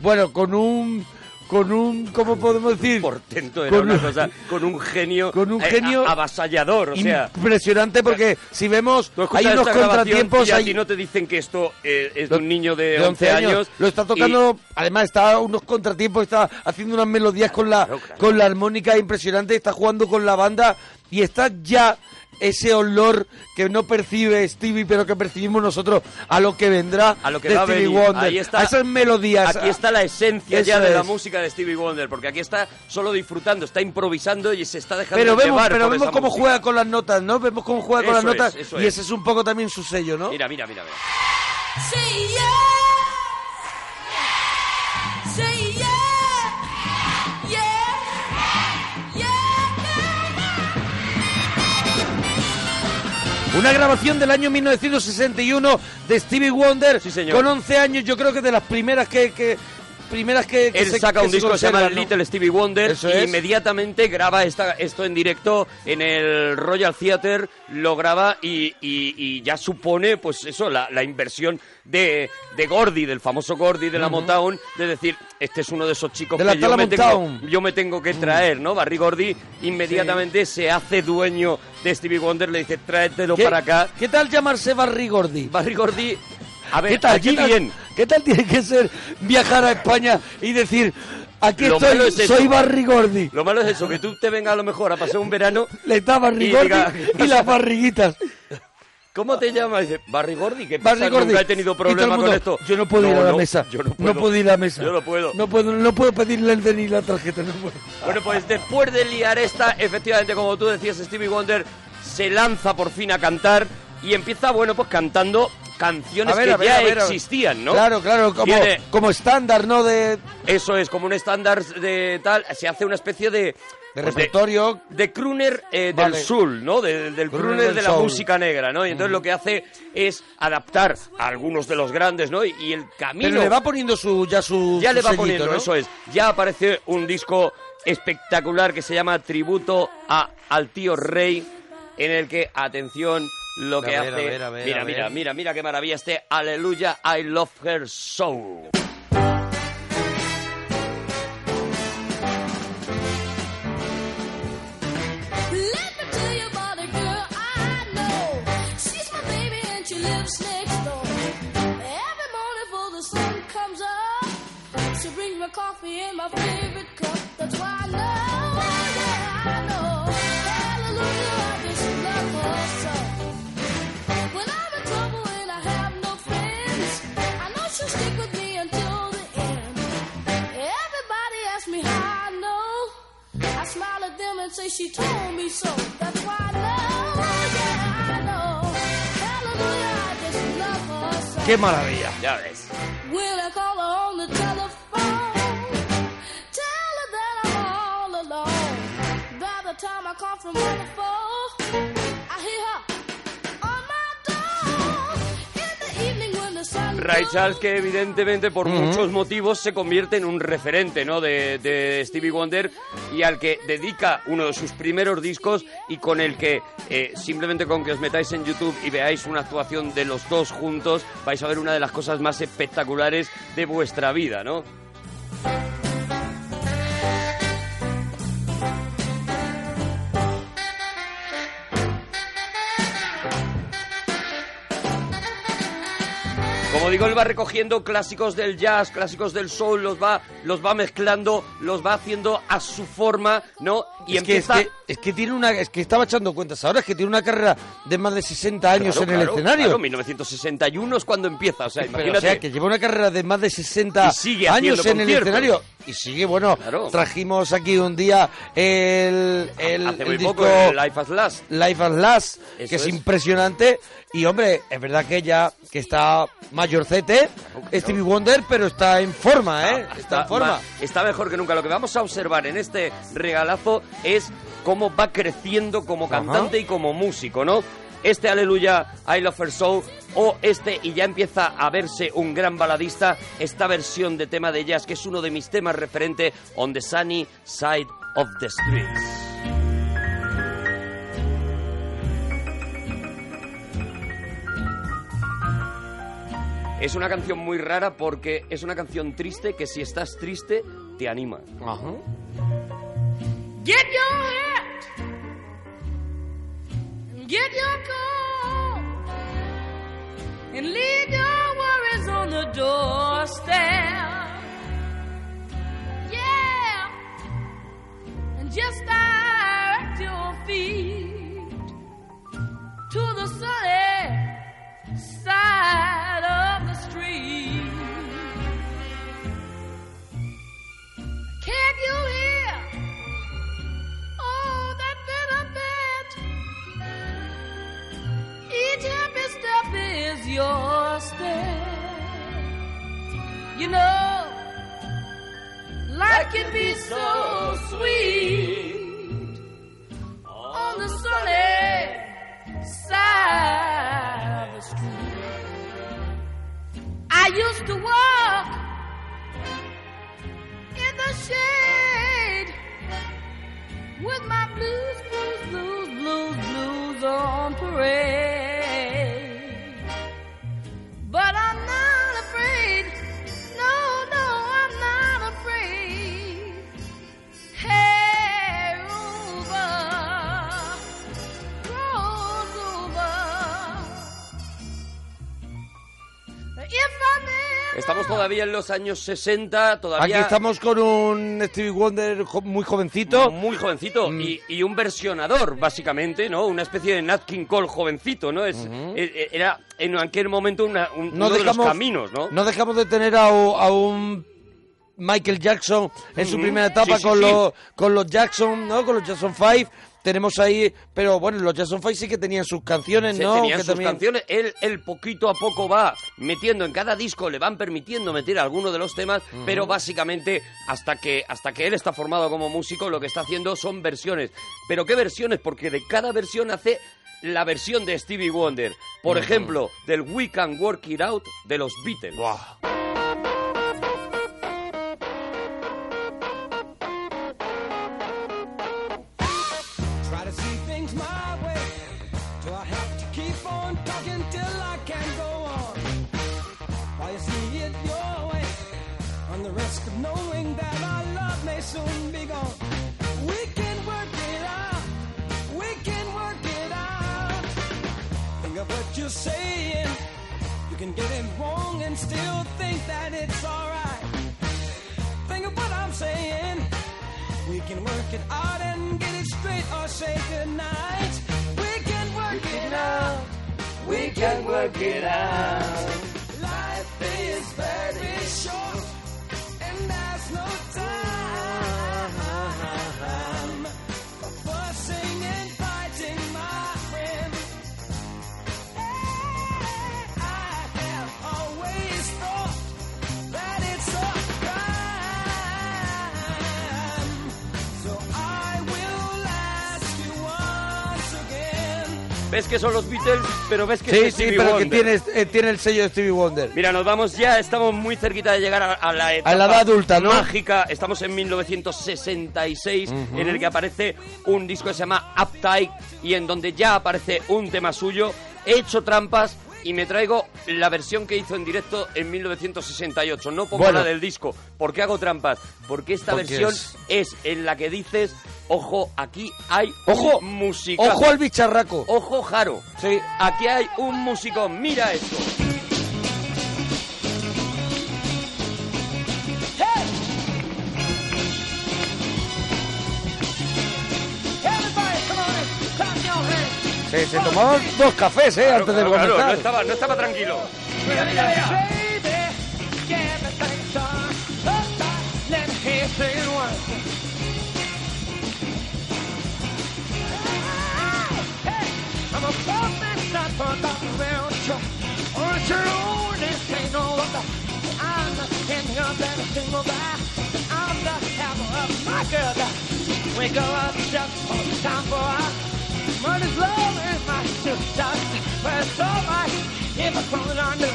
Speaker 19: bueno, con un con un, ¿cómo podemos decir?
Speaker 11: Portento era una cosa, con un genio,
Speaker 19: con un
Speaker 11: eh,
Speaker 19: genio
Speaker 11: a- avasallador, o sea,
Speaker 19: impresionante porque si vemos
Speaker 11: tú escuchas
Speaker 19: hay unos
Speaker 11: esta grabación
Speaker 19: contratiempos
Speaker 11: y a
Speaker 19: hay
Speaker 11: ti no te dicen que esto eh, es de un niño de, 11, años,
Speaker 19: Lo está
Speaker 11: y-
Speaker 19: tocando, además está unos contratiempos, está haciendo unas melodías con la con la armónica impresionante, está jugando con la banda y está ya ese olor que no percibe Stevie, pero que percibimos nosotros a lo que vendrá
Speaker 11: a lo que
Speaker 19: de
Speaker 11: va a
Speaker 19: Stevie
Speaker 11: venir.
Speaker 19: Wonder,
Speaker 11: Ahí está.
Speaker 19: a esas melodías.
Speaker 11: Aquí está la esencia ya
Speaker 19: Eso
Speaker 11: de la
Speaker 19: es.
Speaker 11: música de Stevie Wonder, porque aquí está solo disfrutando, está improvisando y se está dejando
Speaker 19: Pero vemos,
Speaker 11: llevar
Speaker 19: pero
Speaker 11: por
Speaker 19: vemos
Speaker 11: esa
Speaker 19: cómo
Speaker 11: música.
Speaker 19: juega con las notas, ¿no? Vemos cómo juega con
Speaker 11: Eso
Speaker 19: las
Speaker 11: es,
Speaker 19: notas
Speaker 11: eso
Speaker 19: y
Speaker 11: es.
Speaker 19: ese es un poco también su sello, ¿no?
Speaker 11: Mira, mira, mira, mira.
Speaker 12: Say yeah. Say yeah. Yeah.
Speaker 19: Una grabación del año 1961 de Stevie Wonder con 11 años, yo creo que de las primeras que... que- primeras que, que
Speaker 11: Él
Speaker 19: se-
Speaker 11: saca
Speaker 19: que
Speaker 11: un
Speaker 19: se
Speaker 11: disco que se llama
Speaker 19: conservan, ¿no?
Speaker 11: Little Stevie Wonder
Speaker 19: Eso
Speaker 11: y
Speaker 19: es.
Speaker 11: inmediatamente graba esta, esto en directo en el Royal Theatre, lo graba y, y- y ya supone, pues eso, la, la inversión de, de Gordy, del famoso Gordy de la
Speaker 19: Ujú.
Speaker 11: Motown, de decir, este es uno de esos chicos
Speaker 19: De la
Speaker 11: que yo
Speaker 19: tala
Speaker 11: me, tengo,
Speaker 19: Motown.
Speaker 11: yo me tengo que traer, ¿no? Barry Gordy inmediatamente se hace dueño de Stevie Wonder, le dice, tráetelo
Speaker 19: ¿Qué-
Speaker 11: para acá.
Speaker 19: ¿Qué tal llamarse Barry Gordy?
Speaker 11: Barry Gordy, a ver,
Speaker 19: ¿Qué tal,
Speaker 11: aquí
Speaker 19: qué tal-
Speaker 11: bien.
Speaker 19: ¿Qué tal tiene que ser viajar a España y decir, aquí
Speaker 11: Lo
Speaker 19: estoy,
Speaker 11: malo es eso.
Speaker 19: soy Barry Gordy?
Speaker 11: Lo malo es eso, que tú te vengas a lo mejor a pasar un verano
Speaker 19: Le da Barry
Speaker 11: Y
Speaker 19: Gordy
Speaker 11: diga-
Speaker 19: y las barriguitas.
Speaker 11: ¿Cómo te llamas? Dice, Barry Gordy, que
Speaker 19: Barry Gordy.
Speaker 11: nunca he tenido
Speaker 19: Y todo
Speaker 11: problema
Speaker 19: el
Speaker 11: con
Speaker 19: mundo,
Speaker 11: esto.
Speaker 19: Yo no puedo ir a la
Speaker 11: no,
Speaker 19: mesa.
Speaker 11: Yo no puedo.
Speaker 19: no puedo ir a la mesa.
Speaker 11: Yo no puedo.
Speaker 19: No puedo, no puedo pedirle el de ni la tarjeta. No puedo.
Speaker 11: Bueno, pues después de liar esta, efectivamente, como tú decías, Stevie Wonder se lanza por fin a cantar y empieza, bueno, pues cantando canciones
Speaker 19: A ver,
Speaker 11: que
Speaker 19: a ver,
Speaker 11: ya
Speaker 19: a ver, a ver.
Speaker 11: existían, ¿no?
Speaker 19: Claro, claro, como,
Speaker 11: Tiene-
Speaker 19: como estándar, ¿no? De,
Speaker 11: Eso es, como un estándar de tal, se hace una especie de... pues,
Speaker 19: repertorio.
Speaker 11: De, crooner eh,
Speaker 19: Vale.
Speaker 11: del soul, ¿no? De- del crooner,
Speaker 19: Crooner del
Speaker 11: de la
Speaker 19: soul.
Speaker 11: música negra, ¿no? Y entonces lo que hace es adaptar a algunos de los grandes, ¿no? Y, y el camino...
Speaker 19: Pero le va poniendo su, ya su.
Speaker 11: Ya
Speaker 19: su
Speaker 11: le va
Speaker 19: sellito,
Speaker 11: poniendo,
Speaker 19: ¿no?
Speaker 11: eso es. Ya aparece un disco espectacular que se llama Tributo a, al tío Rey, en el que, atención, lo
Speaker 19: A
Speaker 11: que
Speaker 19: ver,
Speaker 11: hace...
Speaker 19: a ver, a ver,
Speaker 11: mira,
Speaker 19: a
Speaker 11: mira,
Speaker 19: ver.
Speaker 11: mira, mira qué maravilla este Aleluya, I Love Her So.
Speaker 12: Let me tell you about a girl I know. She's my baby and she lives next door. Every morning before the sun comes up, she brings me coffee in my favorite cup. That's why I know, yeah, I know. Hallelujah, I just love her so. When I'm in trouble and I have no friends, I know she'll stick with me until the end. Everybody asks me how I know. I smile at them and say she told me so. That's why I know, yeah, I know. Hallelujah, I just love her so.
Speaker 19: Qué maravilla.
Speaker 11: Ya ves.
Speaker 12: Will I call her on the telephone? Tell her that I'm all alone. By the time I come from wonderful, I hear her on my door. In the evening when the sun
Speaker 11: Ray Charles, que evidentemente por muchos motivos se convierte en un referente ¿no? de, de Stevie Wonder y al que dedica uno de sus primeros discos y con el que eh, simplemente con que os metáis en YouTube y veáis una actuación de los dos juntos vais a ver una de las cosas más espectaculares de vuestra vida, ¿no? Como digo, él va recogiendo clásicos del jazz, clásicos del soul, los va, los va mezclando, los va haciendo a su forma, ¿no? Y
Speaker 19: es, que, es,
Speaker 11: empieza...
Speaker 19: que, es que tiene una. Es que estaba echando cuentas ahora, es que tiene una carrera de más de 60 años
Speaker 11: Claro,
Speaker 19: en el
Speaker 11: claro,
Speaker 19: escenario.
Speaker 11: claro, 1961 es cuando empieza, o sea,
Speaker 19: Pero,
Speaker 11: imagínate.
Speaker 19: o sea, que ¿eh? lleva una carrera de más de 60
Speaker 11: Y sigue haciendo
Speaker 19: años en el
Speaker 11: conciertos.
Speaker 19: escenario. Y sigue, bueno, trajimos aquí un día el, el,
Speaker 11: Hace
Speaker 19: el
Speaker 11: muy
Speaker 19: disco
Speaker 11: poco, el Life as Last.
Speaker 19: Life as Last, que
Speaker 11: Eso
Speaker 19: es,
Speaker 11: es.
Speaker 19: impresionante. Y hombre, es verdad que ya que está mayorcete, Stevie Wonder, pero está en forma, ¿eh? Está, en forma.
Speaker 11: ma- Ah, está mejor que nunca. Lo que vamos a observar en este regalazo es cómo va creciendo como cantante y como músico, ¿no? Este Aleluya, I Love Her So, o este, y ya empieza a verse un gran baladista, esta versión de tema de jazz, que es uno de mis temas referente, On the Sunny Side of the Streets. Es una canción muy rara porque es una canción triste que si estás triste te anima.
Speaker 12: Get your hat. and Get your coat. And leave your worries on the doorstep. Yeah. And just direct your feet to the sunny side of the street. Can you hear? Oh, that little bit. Each happy step is your step. You know, life can be so sweet on the sunny side of the street. I used to walk in the shade with my blues, blues, blues, blues, blues on parade. But I'm not afraid. No, no, I'm not afraid. Hey, Ruba, Rosa, If I may.
Speaker 11: Estamos todavía en los años 60, todavía...
Speaker 19: Aquí estamos Mm. con un Stevie Wonder jo- muy jovencito.
Speaker 11: Muy jovencito y, y un versionador, básicamente, ¿no? Una especie de Nat King Cole jovencito, ¿no? Es, e- e- Era en aquel momento una- un, uno de los caminos, ¿no?
Speaker 19: dejamos de tener a, u- a un Michael Jackson en su
Speaker 11: Ujú.
Speaker 19: primera etapa
Speaker 11: Sí, sí,
Speaker 19: con,
Speaker 11: sí.
Speaker 19: Los, con los Jackson, ¿no? Con los Jackson 5. Tenemos ahí, pero bueno, los Jackson 5 sí que tenían sus canciones,
Speaker 11: Se
Speaker 19: ¿no?
Speaker 11: tenían
Speaker 19: Que
Speaker 11: sus
Speaker 19: también-
Speaker 11: canciones, él, él poquito a poco va metiendo en cada disco, le van permitiendo meter alguno de los temas,
Speaker 19: Ujú.
Speaker 11: pero básicamente hasta que, hasta que él está formado como músico, lo que está haciendo son versiones. ¿Pero qué versiones? Porque de cada versión hace la versión de Stevie Wonder. Por
Speaker 19: Ujú.
Speaker 11: ejemplo, del We Can Work It Out de los Beatles.
Speaker 12: Try to see things my way. Do I have to keep on talking till I can go on? While you see it your way, on the risk of knowing that our love may soon be gone. We can work it out. We can work it out. Think of what you're saying. You can get it wrong and still think that it's alright. Think of what I'm saying. We can work it out and get it straight or say goodnight. We can work it out. We can work it out. Life is very short and there's no time for fussing and fighting, my friend. Hey, I have always thought that it's a crime. So I will ask you once again.
Speaker 11: ¿Ves que son los Beatles? Pero ves que
Speaker 19: Sí,
Speaker 11: es
Speaker 19: sí,
Speaker 11: Stevie
Speaker 19: pero que
Speaker 11: Wonder.
Speaker 19: tiene, eh, tiene el sello de Stevie Wonder.
Speaker 11: Mira, nos vamos ya, estamos muy cerquita de llegar a, a la etapa
Speaker 19: edad adulta, ¿no?
Speaker 11: mágica. Estamos en 1966,
Speaker 19: Ujú.
Speaker 11: en el que aparece un disco que se llama Uptight y en donde ya aparece un tema suyo. He hecho trampas y me traigo la versión que hizo en directo en 1968. No pongo
Speaker 19: Bueno.
Speaker 11: la del disco. ¿Por qué hago trampas? Porque esta
Speaker 19: Porque
Speaker 11: versión
Speaker 19: es-
Speaker 11: es? en la que dices, ojo, aquí hay
Speaker 19: Ojo,
Speaker 11: música.
Speaker 19: Ojo al bicharraco.
Speaker 11: Ojo, Jaro. Sí. Aquí hay un músico. Mira esto.
Speaker 12: Everybody, come on in. Clap your hands.
Speaker 19: Se, se tomaban dos cafés, ¿eh? Antes de
Speaker 11: Ah, Claro, claro, no
Speaker 19: comenzar.
Speaker 11: estaba, no estaba tranquilo.
Speaker 12: Mira, mira, mira. Yeah, but thanks, son. Uptight, let me hear you say it once. Hey, I'm a bumping not for about around you. On your own, this ain't no wonder. I'm the king of that single guy. I'm the hammer of my girl. We go out just all the time for us. Money's love and my shoes dust. Where's so much if I call it on you?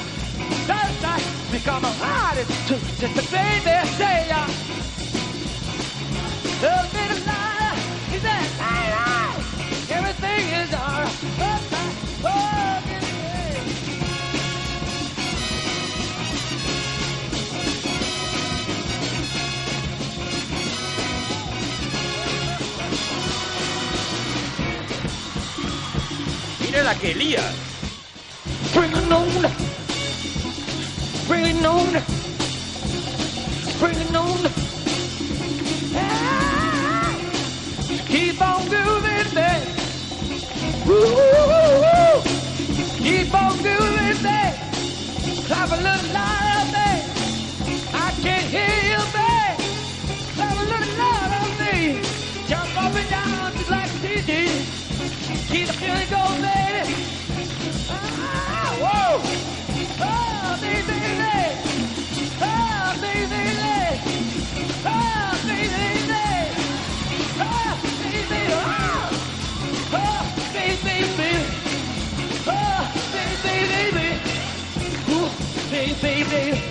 Speaker 12: Does I become a hardest too? Just a baby, say ya. A little liar, he's a liar. Everything is our Oh.
Speaker 11: la que lía.
Speaker 17: Perdona. Perdona. Perdona. Keep on doing that. Woo-woo-woo-woo. Keep on doing that. Clap a little louder, I can't hear you, babe. Clap a little louder, babe. Jump up and down just like she did. Keep the feeling going, baby. Ah, whoa. Oh, baby, baby. Oh, baby, baby. Oh, baby, baby. Oh, baby, baby. Ah. Oh, baby, baby. Oh, baby, baby. Ooh, baby, baby.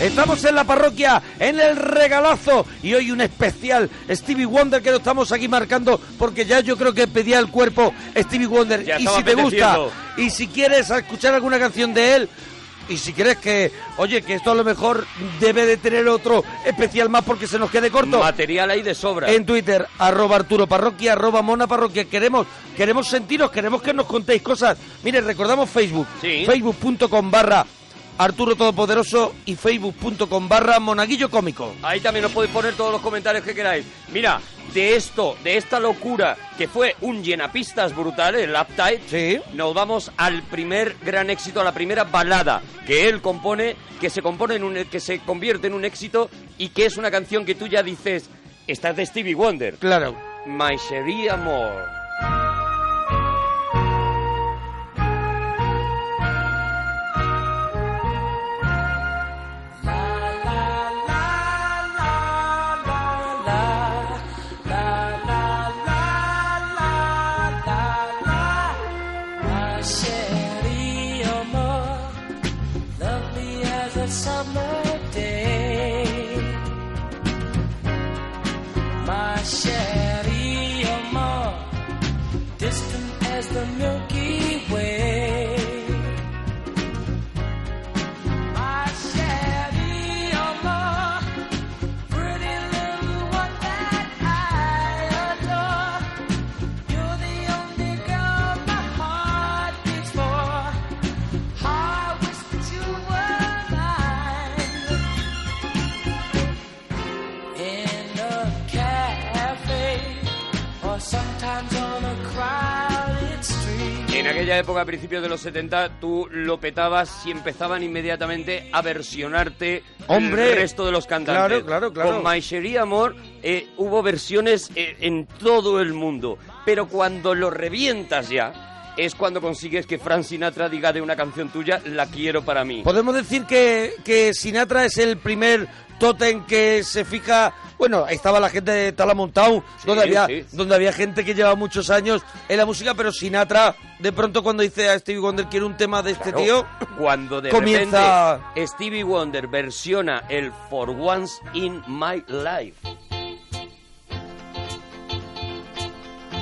Speaker 19: Estamos en la parroquia, en el regalazo y hoy un especial Stevie Wonder que lo estamos aquí marcando porque ya yo creo que pedía el cuerpo Stevie Wonder.
Speaker 11: Ya
Speaker 19: y
Speaker 11: estaba
Speaker 19: si te gusta,
Speaker 11: apeteciendo.
Speaker 19: y si quieres escuchar alguna canción de él, y si crees que, oye, que esto a lo mejor debe de tener otro especial más porque se nos quede corto.
Speaker 11: Material ahí de sobra.
Speaker 19: En Twitter, arroba Arturo Parroquia, arroba Mona Parroquia. Queremos, queremos sentiros, queremos que nos contéis cosas. Mire, recordamos Facebook.
Speaker 11: Sí.
Speaker 19: Facebook.com barra Arturo Todopoderoso y Facebook.com barra Monaguillo Cómico.
Speaker 11: Ahí también os podéis poner todos los comentarios que queráis. Mira, de esto, de esta locura que fue un llenapistas brutal, el Uptight, nos vamos al primer gran éxito, a la primera balada que él compone, que se compone en un, que se convierte en un éxito y que es una canción que tú ya dices, estás de Stevie Wonder.
Speaker 19: Claro.
Speaker 11: My Cherie Amor.
Speaker 17: My chérie amor, lovely as a summer day. My chérie amor, distant as the Milky Way. My chérie amor, pretty little one that I adore. You're the only girl my heart beats for. I wish that you were mine. In a cafe, or sometimes on a crowded street.
Speaker 11: En aquella época, a principios de los 70, tú lo petabas y empezaban inmediatamente a versionarte
Speaker 19: Hombre.
Speaker 11: el resto de los cantantes.
Speaker 19: Claro, claro, claro.
Speaker 11: Con My Cherie Amor eh, hubo versiones eh, en todo el mundo, pero cuando lo revientas ya es cuando consigues que Frank Sinatra diga de una canción tuya, la quiero para mí.
Speaker 19: Podemos decir que, que Sinatra es el primer tótem que se fija. Bueno, estaba la gente de Talamontown, donde, había,
Speaker 11: sí.
Speaker 19: donde había gente que llevaba muchos años en la música, pero Sinatra, de pronto cuando dice a Stevie Wonder quiero un tema de este
Speaker 11: Claro,
Speaker 19: tío,
Speaker 11: cuando de
Speaker 19: comienza-
Speaker 11: repente Stevie Wonder versiona el For Once in My Life.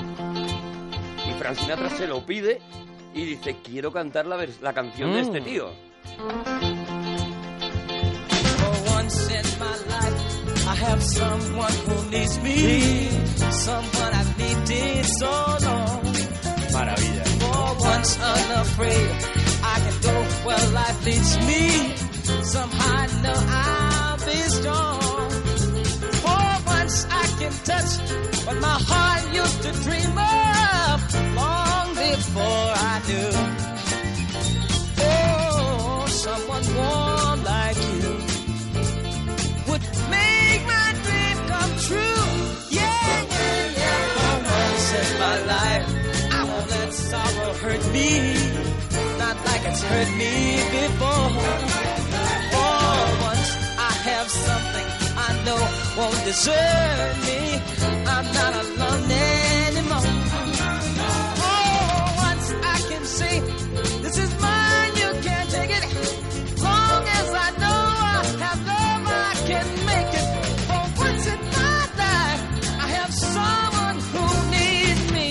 Speaker 11: Y Frank Sinatra se lo pide y dice, quiero cantar la, vers- la canción de
Speaker 17: Mm.
Speaker 11: este tío.
Speaker 17: For once in my life, I have someone who needs me. Someone I've needed so long.
Speaker 11: Maravilla.
Speaker 17: For once unafraid, I can go where life leads me. Somehow I know I'll be strong. For once I can touch what my heart used to dream of long before I knew. Oh, someone warm like you would make my dream come true. Yeah, yeah, yeah. For once in my life, I won't let sorrow hurt me. Not like it's hurt me before. Oh, For once, I have something I know won't desert me. I'm not alone anymore. Oh, once I can say, this is mine, you can't take it. Long as I know I have love, I can make it. Oh, For once in my life, I have someone who needs me.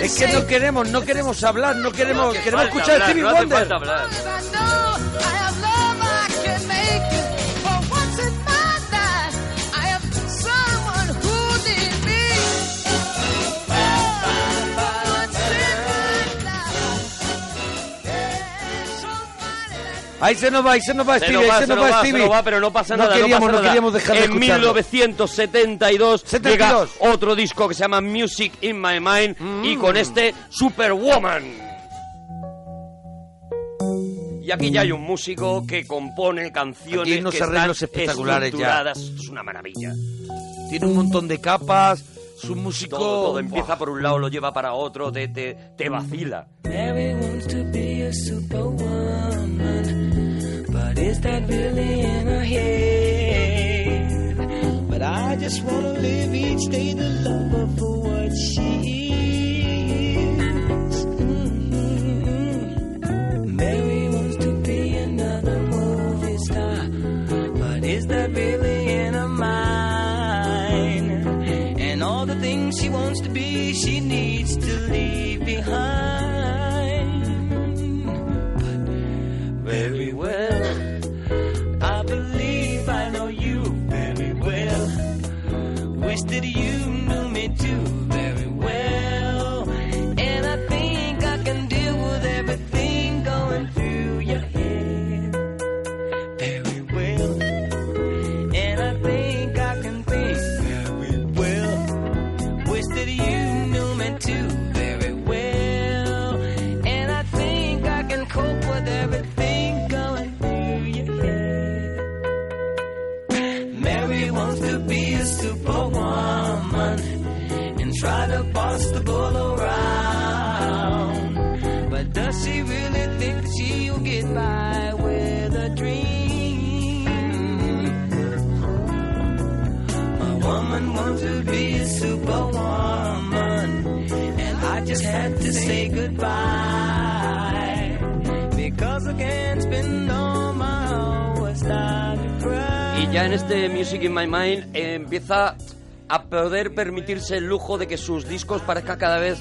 Speaker 19: Es que no queremos, no queremos hablar, no queremos, queremos escuchar a Stevie Wonder. Ahí se nos va, ahí se nos va,
Speaker 11: Se
Speaker 19: Stevie,
Speaker 11: nos va,
Speaker 19: ahí se nos va,
Speaker 11: se
Speaker 19: Stevie.
Speaker 11: nos va, pero no pasa nada.
Speaker 19: Queríamos,
Speaker 11: pasa
Speaker 19: no
Speaker 11: nada.
Speaker 19: queríamos dejar de
Speaker 11: En
Speaker 19: escucharlo.
Speaker 11: 1972 llega
Speaker 19: 72.
Speaker 11: otro disco que se llama Music in My Mind
Speaker 19: Mm.
Speaker 11: y con este Superwoman. Y aquí ya hay un músico que compone canciones
Speaker 19: Aquí hay unos
Speaker 11: que están
Speaker 19: arreglos espectaculares ya.
Speaker 11: estructuradas. Esto es una maravilla.
Speaker 19: Tiene un montón de capas, su músico...
Speaker 11: Todo, todo empieza por un lado, lo lleva para otro, te, te, te vacila.
Speaker 14: Mary wants to be a superwoman, but is that really in her head? But I just wanna live each day to love her for what she is. Mhm. Mary wants to be another movie star, but is that really in her mind? And all the things she wants to be, she needs to leave behind. But very well, I believe I know you very well. Wish that you knew me too very well. And I think I can deal with everything going through your head very well. And I think I can think very well. Wish that you knew me too very well. And I think I can cope with everything going through your head. Mary wants to be a superwoman and try to boss the bull around. But does she really think that she'll get by with a dream? My woman wants to be a superwoman, and I just had to say goodbye because I can't spend all my hours starting to cry.
Speaker 11: Y ya en este Music in My Mind eh, empieza a poder permitirse el lujo de que sus discos parezcan cada vez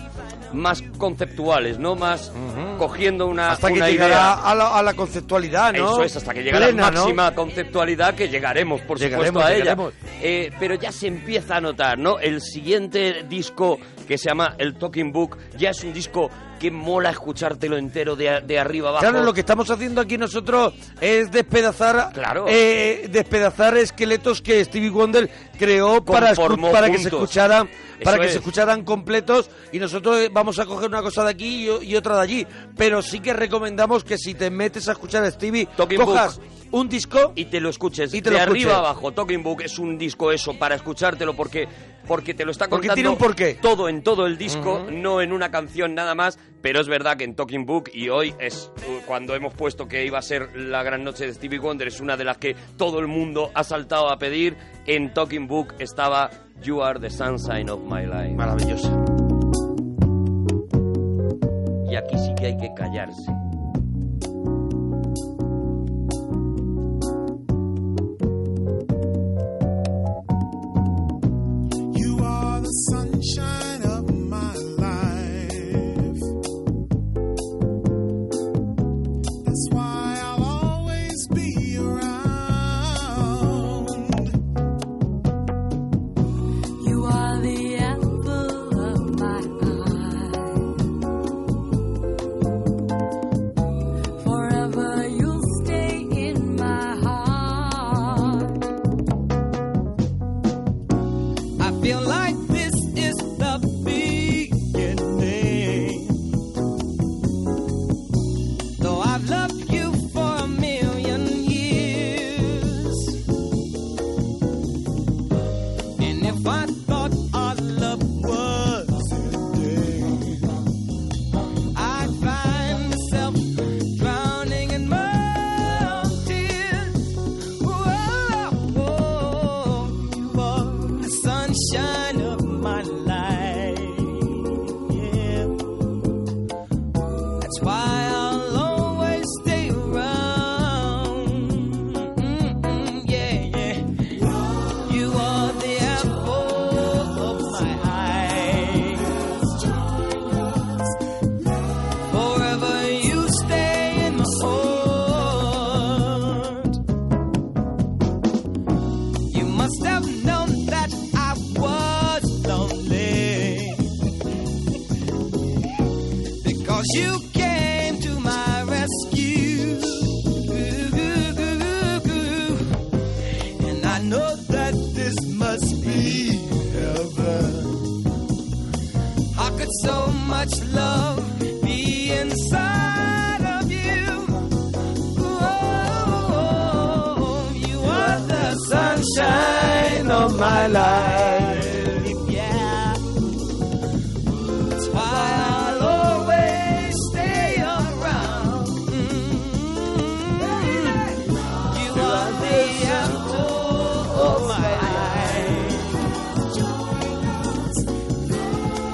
Speaker 11: más conceptuales, ¿no? Más cogiendo una,
Speaker 19: Hasta que
Speaker 11: una
Speaker 19: llegará
Speaker 11: idea.
Speaker 19: a la, a la conceptualidad, ¿no?
Speaker 11: Eso es, hasta que llega a
Speaker 19: Plena,
Speaker 11: la
Speaker 19: ¿no?
Speaker 11: máxima conceptualidad que llegaremos, por
Speaker 19: Llegaremos,
Speaker 11: supuesto, a ella.
Speaker 19: llegaremos.
Speaker 11: Eh, pero ya se empieza a notar, ¿no? El siguiente disco que se llama El Talking Book ya es un disco que mola escuchártelo entero de, a- de arriba abajo.
Speaker 19: Claro, lo que estamos haciendo aquí nosotros es despedazar,
Speaker 11: Claro.
Speaker 19: eh, despedazar esqueletos que Stevie Wonder creó para,
Speaker 11: Conformó
Speaker 19: escu- para que se
Speaker 11: juntos.
Speaker 19: escucharan, para
Speaker 11: Eso
Speaker 19: que
Speaker 11: es.
Speaker 19: se escucharan completos y nosotros eh, vamos a coger una cosa de aquí y, o- y otra de allí. Pero sí que recomendamos que si te metes a escuchar a Stevie, cojas un disco
Speaker 11: y te lo escuches
Speaker 19: y te
Speaker 11: de
Speaker 19: lo escuches.
Speaker 11: arriba abajo. Talking Book es un disco eso para escuchártelo porque porque te lo está
Speaker 19: Porque
Speaker 11: contando
Speaker 19: tiene un porqué.
Speaker 11: todo en todo el disco, no en una canción nada más. Pero es verdad que en Talking Book y hoy es uh, cuando hemos puesto que iba a ser la gran noche de Stevie Wonder es una de las que todo el mundo ha saltado a pedir. En Talking Book estaba You Are the Sunshine of My Life.
Speaker 19: Maravillosa.
Speaker 11: Y aquí sí que hay que callarse.
Speaker 17: You are the sunshine of my life. That's why I'll always be around.
Speaker 14: You are the apple of my eye. Forever you'll stay in my heart.
Speaker 17: I feel like this is the beginning.
Speaker 14: Though I've loved you for a million years.
Speaker 17: And if I thought our love was today,
Speaker 14: I'd find myself drowning in more tears. Whoa, whoa, you are the sunshine of my life. Yeah. That's why I'll always stay around. Mm-mm, yeah, yeah. You are the apple of my eye.
Speaker 12: Cause you came to my rescue. Goo, goo, goo, goo, goo. And I know that this must be heaven. How could so much love be inside of you? Ooh, oh, oh, oh. you are the sunshine of my life. Yeah. That's why I'll always stay around. Mm. You are the apple of my eye.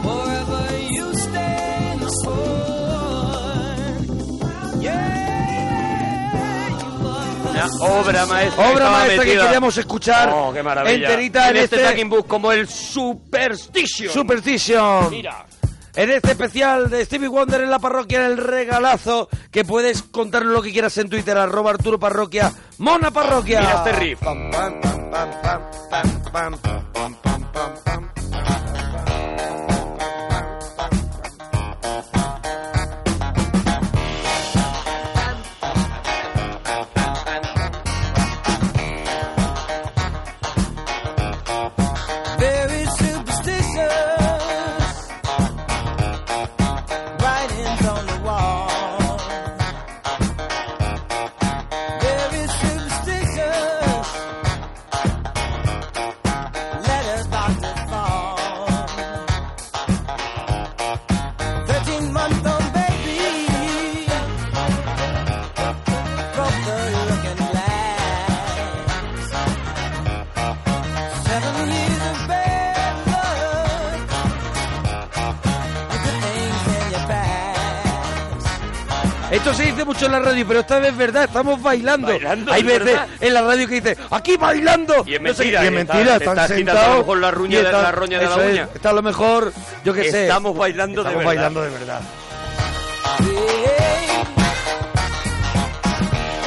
Speaker 12: Forever you stay in the sun. Yeah, you are the
Speaker 11: Una obra maestra. que
Speaker 19: Obra
Speaker 11: estaba
Speaker 19: maestra que
Speaker 11: metida.
Speaker 19: queríamos escuchar
Speaker 11: Oh, qué maravilla.
Speaker 19: enterita en,
Speaker 11: en este,
Speaker 19: este
Speaker 11: Talking Book, como el Superstition.
Speaker 19: Superstition.
Speaker 11: Mira.
Speaker 19: En este especial de Stevie Wonder en la parroquia, el regalazo, que puedes contarnos lo que quieras en Twitter, arroba Arturo Parroquia, Mona Parroquia.
Speaker 11: Mira este riff.
Speaker 19: Pam, pam, pam, pam, pam, pam, pam, pam, pam, pam, pam, pam.
Speaker 12: very superstitious. Writings on the wall. Very superstitious. Letters about to fall. Thirteen month old baby. Broke the looking glass. Seven years of bad luck. Good things in your past.
Speaker 19: Esto se dice mucho en la radio, pero esta vez es verdad, estamos bailando.
Speaker 11: Bailando,
Speaker 19: Hay
Speaker 11: es
Speaker 19: veces
Speaker 11: verdad.
Speaker 19: en la radio que dice, aquí bailando.
Speaker 11: Y es
Speaker 19: No
Speaker 11: mentira,
Speaker 19: sé qué. Y es
Speaker 11: que está-
Speaker 19: mentira,
Speaker 11: te
Speaker 19: están
Speaker 11: estás quitando a lo
Speaker 19: sentados.
Speaker 11: mejor la ruña
Speaker 19: y
Speaker 11: de-
Speaker 19: están-
Speaker 11: la roña de la
Speaker 19: eso es,
Speaker 11: uña.
Speaker 19: Está a lo mejor, yo qué sé.
Speaker 11: Estamos bailando de
Speaker 19: Estamos
Speaker 11: verdad.
Speaker 19: bailando de verdad.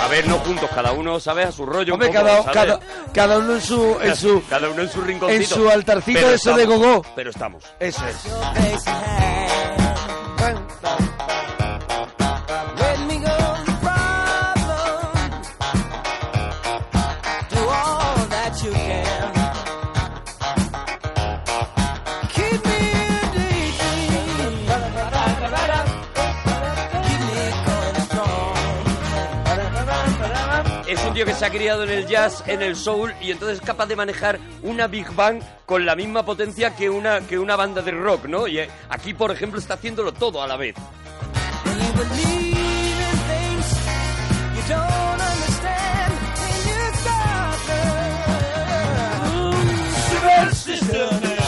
Speaker 11: A ver, no juntos, cada uno, ¿sabes? A su rollo.
Speaker 19: Hombre,
Speaker 11: un poco,
Speaker 19: cada,
Speaker 11: ¿sabes?
Speaker 19: cada, cada uno en su, en su,
Speaker 11: Cada uno en su rinconcito.
Speaker 19: en su altarcito
Speaker 11: Pero
Speaker 19: ese de
Speaker 11: estamos,
Speaker 19: gogó.
Speaker 11: Pero estamos.
Speaker 19: Eso es.
Speaker 12: Let me go the problem. Do all that you can. Keep me in daydream. Keep me going strong.
Speaker 11: Es un tío que se ha criado en el jazz, en el soul, y entonces es capaz de manejar una Big Bang con la misma potencia que una, que una banda de rock, ¿no? Y eh, aquí, por ejemplo, está haciéndolo todo a la vez.
Speaker 12: You believe in things you don't understand when you start Superstition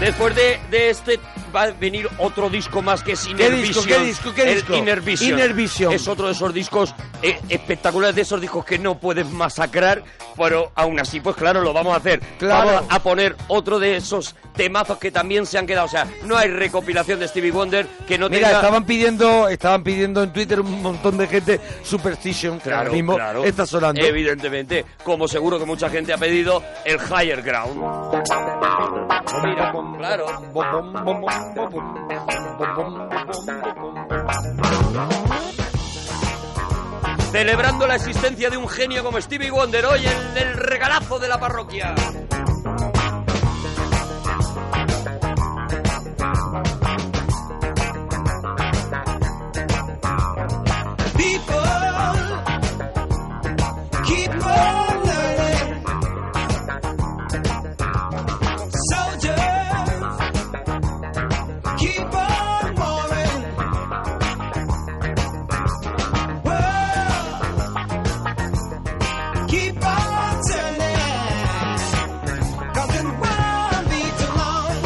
Speaker 11: Después de, de este va a venir otro disco más que es Inner
Speaker 19: ¿Qué disco,
Speaker 11: Vision.
Speaker 19: qué disco, qué
Speaker 11: El
Speaker 19: disco?
Speaker 11: Inner Vision.
Speaker 19: Inner Vision.
Speaker 11: Es otro de esos discos eh, espectaculares, de esos discos que no puedes masacrar, pero aún así, pues claro, lo vamos a hacer.
Speaker 19: Claro.
Speaker 11: Vamos a poner otro de esos temazos que también se han quedado. O sea, no hay recopilación de Stevie Wonder que no
Speaker 19: Mira,
Speaker 11: tenga...
Speaker 19: estaban pidiendo, estaban pidiendo en Twitter un montón de gente Superstition, que ahora mismo está sonando.
Speaker 11: Evidentemente, como seguro que mucha gente ha pedido, el Higher Ground. Pues Mira, claro. Celebrando la existencia de un genio como Stevie Wonder hoy en el regalazo de la parroquia.
Speaker 12: People keep on learning. Soldiers keep on warring. World keep on turning. Cause it won't be too long.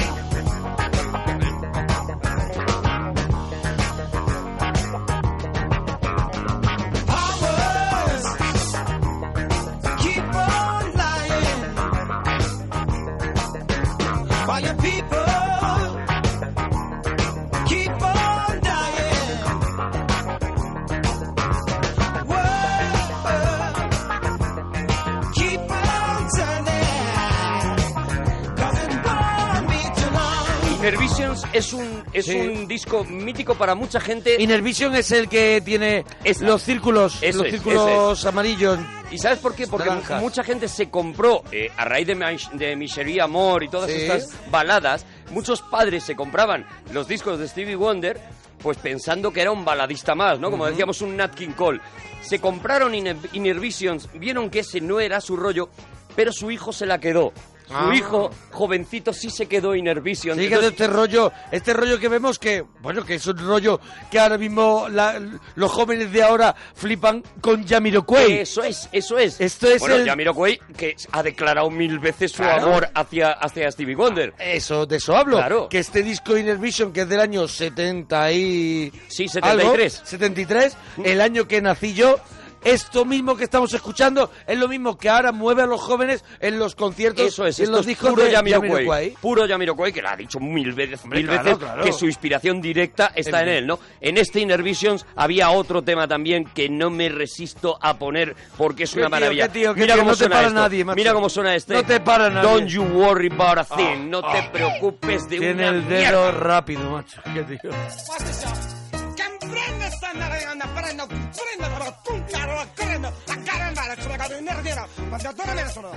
Speaker 11: Inner Visions es un es
Speaker 19: Sí.
Speaker 11: un disco mítico para mucha gente.
Speaker 19: Inner Vision es el que tiene los círculos,
Speaker 11: Eso
Speaker 19: los
Speaker 11: es,
Speaker 19: círculos
Speaker 11: eso es.
Speaker 19: amarillos.
Speaker 11: ¿Y sabes por qué? Porque
Speaker 19: Naranjas.
Speaker 11: mucha gente se compró, eh, a raíz de, Mich- de Misery Amor y todas
Speaker 19: Sí.
Speaker 11: estas baladas, muchos padres se compraban los discos de Stevie Wonder, pues pensando que era un baladista más, ¿no? Como
Speaker 19: Ujú.
Speaker 11: decíamos, un Nat King Cole. Se compraron Inner Inner Visions, vieron que ese no era su rollo, pero su hijo se la quedó. Su
Speaker 19: Ah.
Speaker 11: hijo, jovencito, sí se quedó Inner Visions.
Speaker 19: Sí, que
Speaker 11: Entonces,
Speaker 19: este rollo, este rollo que vemos que, bueno, que es un rollo que ahora mismo la- los jóvenes de ahora flipan con Jamiroquai.
Speaker 11: Eh, Eso es, eso es.
Speaker 19: Esto es
Speaker 11: bueno,
Speaker 19: el-
Speaker 11: Jamiroquai, que ha declarado mil veces su
Speaker 19: Claro. Ah,
Speaker 11: amor hacia, hacia Stevie Wonder.
Speaker 19: Eso, de eso hablo.
Speaker 11: Claro.
Speaker 19: Que este disco Inner Vision, que es del año 70 y...
Speaker 11: Sí, 73.
Speaker 19: algo, 73, el año que nací yo. Esto mismo que estamos escuchando es lo mismo que ahora mueve a los jóvenes en los conciertos
Speaker 11: Eso es,
Speaker 19: y en
Speaker 11: esto
Speaker 19: los
Speaker 11: es
Speaker 19: discos
Speaker 11: puro
Speaker 19: de
Speaker 11: Jamiroquai.
Speaker 19: Jamiroquai.
Speaker 11: Puro Jamiroquai, que lo ha dicho mil veces,
Speaker 19: Hombre,
Speaker 11: mil
Speaker 19: claro,
Speaker 11: veces
Speaker 19: claro.
Speaker 11: que su inspiración directa está
Speaker 19: En-
Speaker 11: en él, ¿no? En este Inner Visions había otro tema también que no me resisto a poner porque es
Speaker 19: Qué
Speaker 11: una
Speaker 19: tío,
Speaker 11: maravilla.
Speaker 19: qué tío, qué
Speaker 11: Mira
Speaker 19: tío,
Speaker 11: cómo
Speaker 19: no te
Speaker 11: suena
Speaker 19: para
Speaker 11: esto.
Speaker 19: nadie, macho.
Speaker 11: Mira cómo suena este.
Speaker 19: No te para nadie.
Speaker 11: Don't you worry about a thing.
Speaker 19: Ah,
Speaker 11: no te
Speaker 19: ah.
Speaker 11: preocupes de
Speaker 19: Tiene
Speaker 11: una
Speaker 19: el dedo
Speaker 11: mierda.
Speaker 19: rápido, macho. Qué tío.
Speaker 12: Watch this, y'all. Can prenda sta navegando, prendo, prendo, però tu caro la prendo, la caramba, la sono caduta in nerviera, ma da dove me la sono?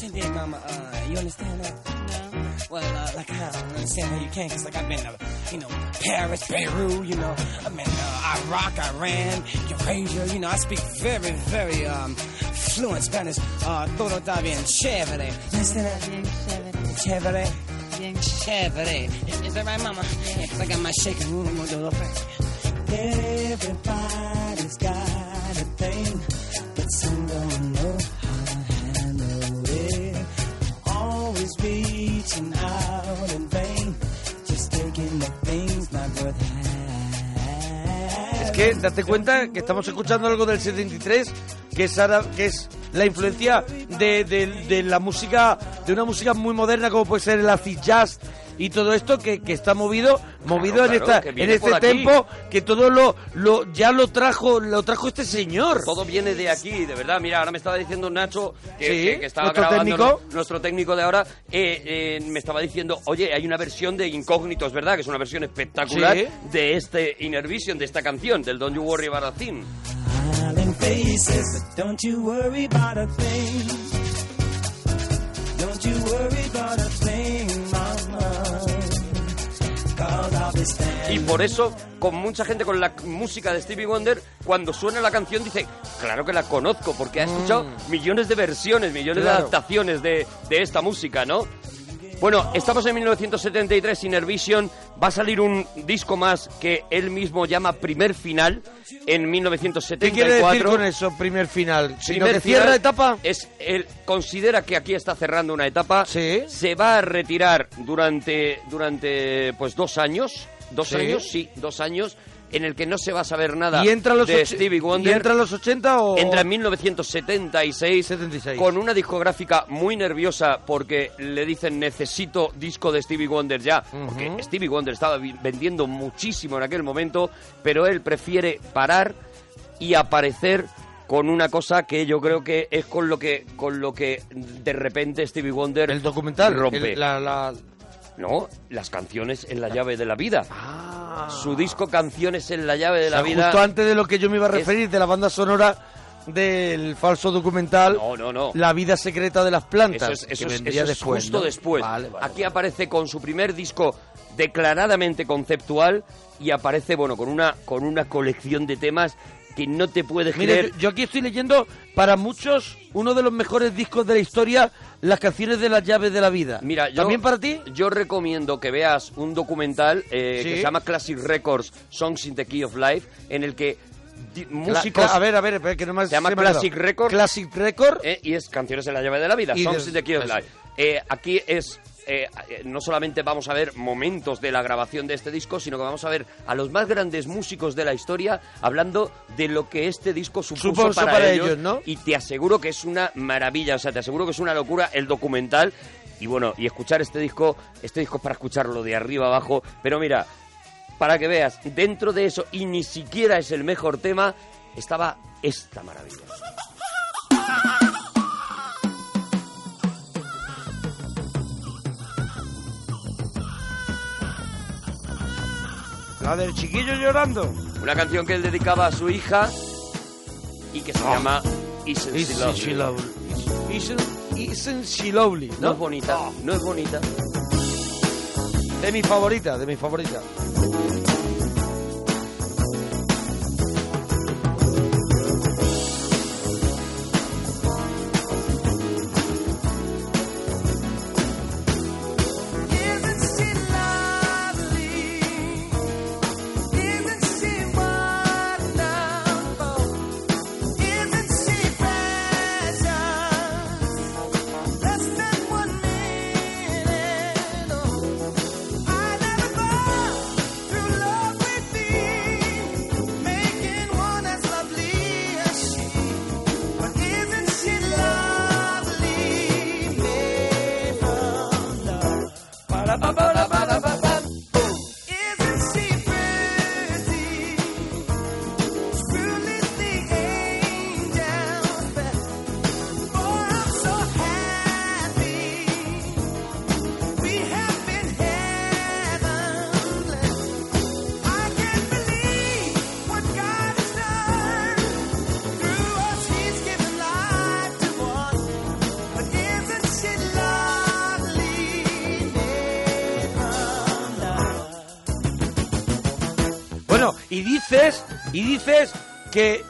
Speaker 28: Cindy, Mama, uh, you understand that? Well, uh, like, I don't understand how you can, because, like, I've been to, you know, Paris, Beirut, you know, I've been to Iraq, Iran, Eurasia, you know, I speak very, very, um, fluent Spanish. Uh, todo está bien chévere. You understand that? Bien chévere. Chévere. Bien chévere. Is, is that right, Mama? Yeah, because I got my shaking room, I'm going to do a little thing. Everybody's got a thing, but some don't know handle it. Always reaching out in vain, just thinking that things not worth
Speaker 19: Es que date cuenta que estamos escuchando algo del 73 que es ara- que es la influencia de, de- de la música de una música muy moderna como puede ser el acid jazz y todo esto que, que está movido movido
Speaker 11: claro,
Speaker 19: en esta
Speaker 11: que
Speaker 19: en
Speaker 11: viene por
Speaker 19: este
Speaker 11: aquí.
Speaker 19: tempo que todo lo, lo ya lo trajo lo trajo este señor
Speaker 11: Todo viene de aquí, de verdad. Mira, ahora me estaba diciendo Nacho, que,
Speaker 19: Sí,
Speaker 11: que- que estaba
Speaker 19: nuestro
Speaker 11: grabando
Speaker 19: técnico.
Speaker 11: nu- nuestro técnico de ahora, eh, eh, me estaba diciendo, oye, hay una versión de Incógnitos, ¿verdad? Que es una versión espectacular
Speaker 19: Sí.
Speaker 11: de este Inner Vision, de esta canción, del Don't You Worry About a Thing.
Speaker 28: smiling faces. But don't you worry about a thing. Don't you worry about a thing, Mama. Cause I'll be standing.
Speaker 11: Y por eso, con mucha gente con la c- música de Stevie Wonder, cuando suena la canción dice, claro que la conozco, porque ha escuchado millones de versiones, millones de
Speaker 19: Claro.
Speaker 11: adaptaciones de, de esta música, ¿no? Bueno, estamos en 1973, Inner Vision. Va a salir un disco más que él mismo llama Primer Final en
Speaker 19: qué
Speaker 11: 1974.
Speaker 19: quiere decir con eso primer final sino
Speaker 11: Primer
Speaker 19: que cierra
Speaker 11: final
Speaker 19: etapa
Speaker 11: Es él considera que aquí está cerrando una etapa. Se va a retirar durante durante pues dos años, dos
Speaker 19: Sí.
Speaker 11: años, sí, dos años en el que no se va a saber nada
Speaker 19: y entra a los
Speaker 11: de
Speaker 19: och-
Speaker 11: Stevie
Speaker 19: y
Speaker 11: Wonder.
Speaker 19: entra a los 80 o
Speaker 11: Entra en 1976 con una discográfica muy nerviosa porque le dicen necesito disco de Stevie Wonder ya. Porque Stevie Wonder estaba vi- vendiendo muchísimo en aquel momento, pero él prefiere parar y aparecer con una cosa que yo creo que es con lo que con lo que de repente Stevie Wonder el documental rompe
Speaker 19: el- la- la-
Speaker 11: no las canciones en la llave de la vida su disco canciones en la llave de la
Speaker 19: Ah. O sea,
Speaker 11: vida
Speaker 19: Justo antes de lo que yo me iba a
Speaker 11: es-
Speaker 19: referir, de la banda sonora del falso documental
Speaker 11: No, no, no.
Speaker 19: La vida secreta de las plantas.
Speaker 11: Eso es, eso
Speaker 19: que
Speaker 11: es-
Speaker 19: vendría
Speaker 11: eso es
Speaker 19: después,
Speaker 11: justo
Speaker 19: ¿no?
Speaker 11: después.
Speaker 19: Vale, vale.
Speaker 11: Aquí aparece con su primer disco declaradamente conceptual y aparece, bueno, con una, con una colección de temas que no te puedes
Speaker 19: Mira,
Speaker 11: creer.
Speaker 19: yo, yo aquí estoy leyendo, para muchos, uno de los mejores discos de la historia, las canciones de las llaves de la vida.
Speaker 11: Mira, yo,
Speaker 19: ¿También para ti?
Speaker 11: Yo recomiendo que veas un documental eh,
Speaker 19: Sí.
Speaker 11: que se llama Classic Records, Songs in the Key of Life, en el que di-
Speaker 19: Cla-
Speaker 11: músicos...
Speaker 19: cla- a ver, a ver, espera, que no me
Speaker 11: Se llama
Speaker 19: se me ha quedado.
Speaker 11: Classic Record.
Speaker 19: Classic Record.
Speaker 11: Eh, y es Canciones en la llave de la vida.
Speaker 19: Y
Speaker 11: Songs
Speaker 19: de-
Speaker 11: in the Key of
Speaker 19: eso.
Speaker 11: Life. Eh, aquí es. eh, eh, no solamente vamos a ver momentos de la grabación de este disco, sino que vamos a ver a los más grandes músicos de la historia hablando de lo que este disco supuso,
Speaker 19: Supuso
Speaker 11: para,
Speaker 19: para
Speaker 11: ellos.
Speaker 19: ellos, ¿no?
Speaker 11: Y te aseguro que es una maravilla, o sea, te aseguro que es una locura el documental. Y bueno, y escuchar este disco, este disco es para escucharlo de arriba abajo, pero mira, para que veas, dentro de eso, y ni siquiera es el mejor tema, estaba esta maravilla.
Speaker 12: Don't
Speaker 19: La del chiquillo llorando.
Speaker 11: Una canción que él dedicaba a su hija y que se llama Isn't
Speaker 19: Isn't
Speaker 11: She
Speaker 19: Ah. She
Speaker 11: Lovely.
Speaker 19: Isn't, isn't she lovely?
Speaker 11: No es bonita, no es bonita.
Speaker 19: De mi favorita, de mi favorita.
Speaker 12: Isn't she lovely? Isn't she wonderful? Isn't she precious? Less than one minute, oh, I never thought true love would be making one as lovely as she. But isn't she lovely, made from love? Ba-da-ba-ba-da-ba-da-ba-ba. Isn't she pretty? Truly the angel's best. Boy, I'm so happy. We have been heaven blessed. I can't believe what God has done. Through us, He's given life to one. But isn't she lovely?
Speaker 19: Bueno, y dices, y dices que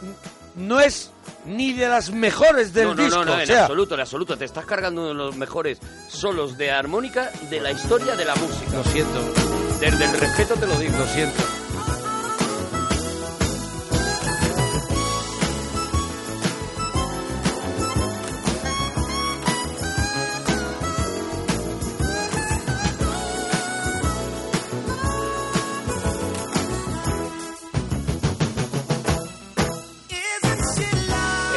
Speaker 19: no es ni de las mejores del
Speaker 11: no, no,
Speaker 19: disco.
Speaker 11: no, no,
Speaker 19: o
Speaker 11: en
Speaker 19: sea,
Speaker 11: absoluto, en absoluto. Te estás cargando uno de los mejores solos de armónica de la historia de la música. Lo
Speaker 19: siento.
Speaker 11: Desde el respeto te lo digo.
Speaker 19: Lo siento.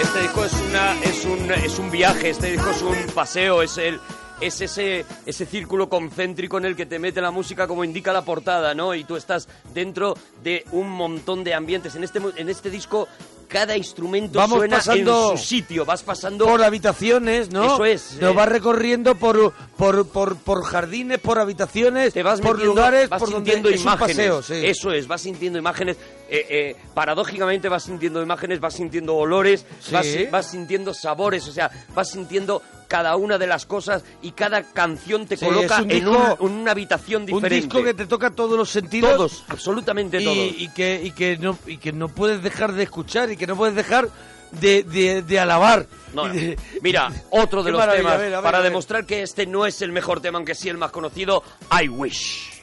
Speaker 11: Este disco es una es un es un viaje, este disco es un paseo, es el es ese ese círculo concéntrico en el que te mete la música como indica la portada, ¿no? Y tú estás dentro de un montón de ambientes. En este mu- en este disco cada instrumento
Speaker 19: Vamos
Speaker 11: suena
Speaker 19: pasando
Speaker 11: en su sitio, vas pasando
Speaker 19: por habitaciones, ¿no?
Speaker 11: Eso es,
Speaker 19: Nos
Speaker 11: eh.
Speaker 19: vas recorriendo por, por, por, por jardines, por habitaciones,
Speaker 11: vas
Speaker 19: por
Speaker 11: metiendo-
Speaker 19: lugares,
Speaker 11: vas
Speaker 19: por donde
Speaker 11: sintiendo
Speaker 19: es un
Speaker 11: imágenes.
Speaker 19: paseo, sí.
Speaker 11: Eso es, vas sintiendo imágenes. eh, eh, paradójicamente vas sintiendo imágenes, vas sintiendo olores,
Speaker 19: Sí.
Speaker 11: vas, vas sintiendo sabores, o sea, vas sintiendo cada una de las cosas y cada canción te
Speaker 19: Sí,
Speaker 11: coloca
Speaker 19: es un
Speaker 11: en,
Speaker 19: disco-
Speaker 11: un- en una habitación
Speaker 19: Un
Speaker 11: diferente.
Speaker 19: disco que te toca todos los sentidos.
Speaker 11: Todos, absolutamente
Speaker 19: y,
Speaker 11: todos.
Speaker 19: Y que, y, que no, y que no puedes dejar de escuchar y que no puedes dejar de, de, de alabar.
Speaker 11: No,
Speaker 19: Y de-
Speaker 11: Mira, otro de
Speaker 19: Qué
Speaker 11: los
Speaker 19: maravilla,
Speaker 11: temas
Speaker 19: a ver, a ver,
Speaker 11: para
Speaker 19: a ver.
Speaker 11: demostrar que este no es el mejor tema, aunque sí el más conocido, I Wish.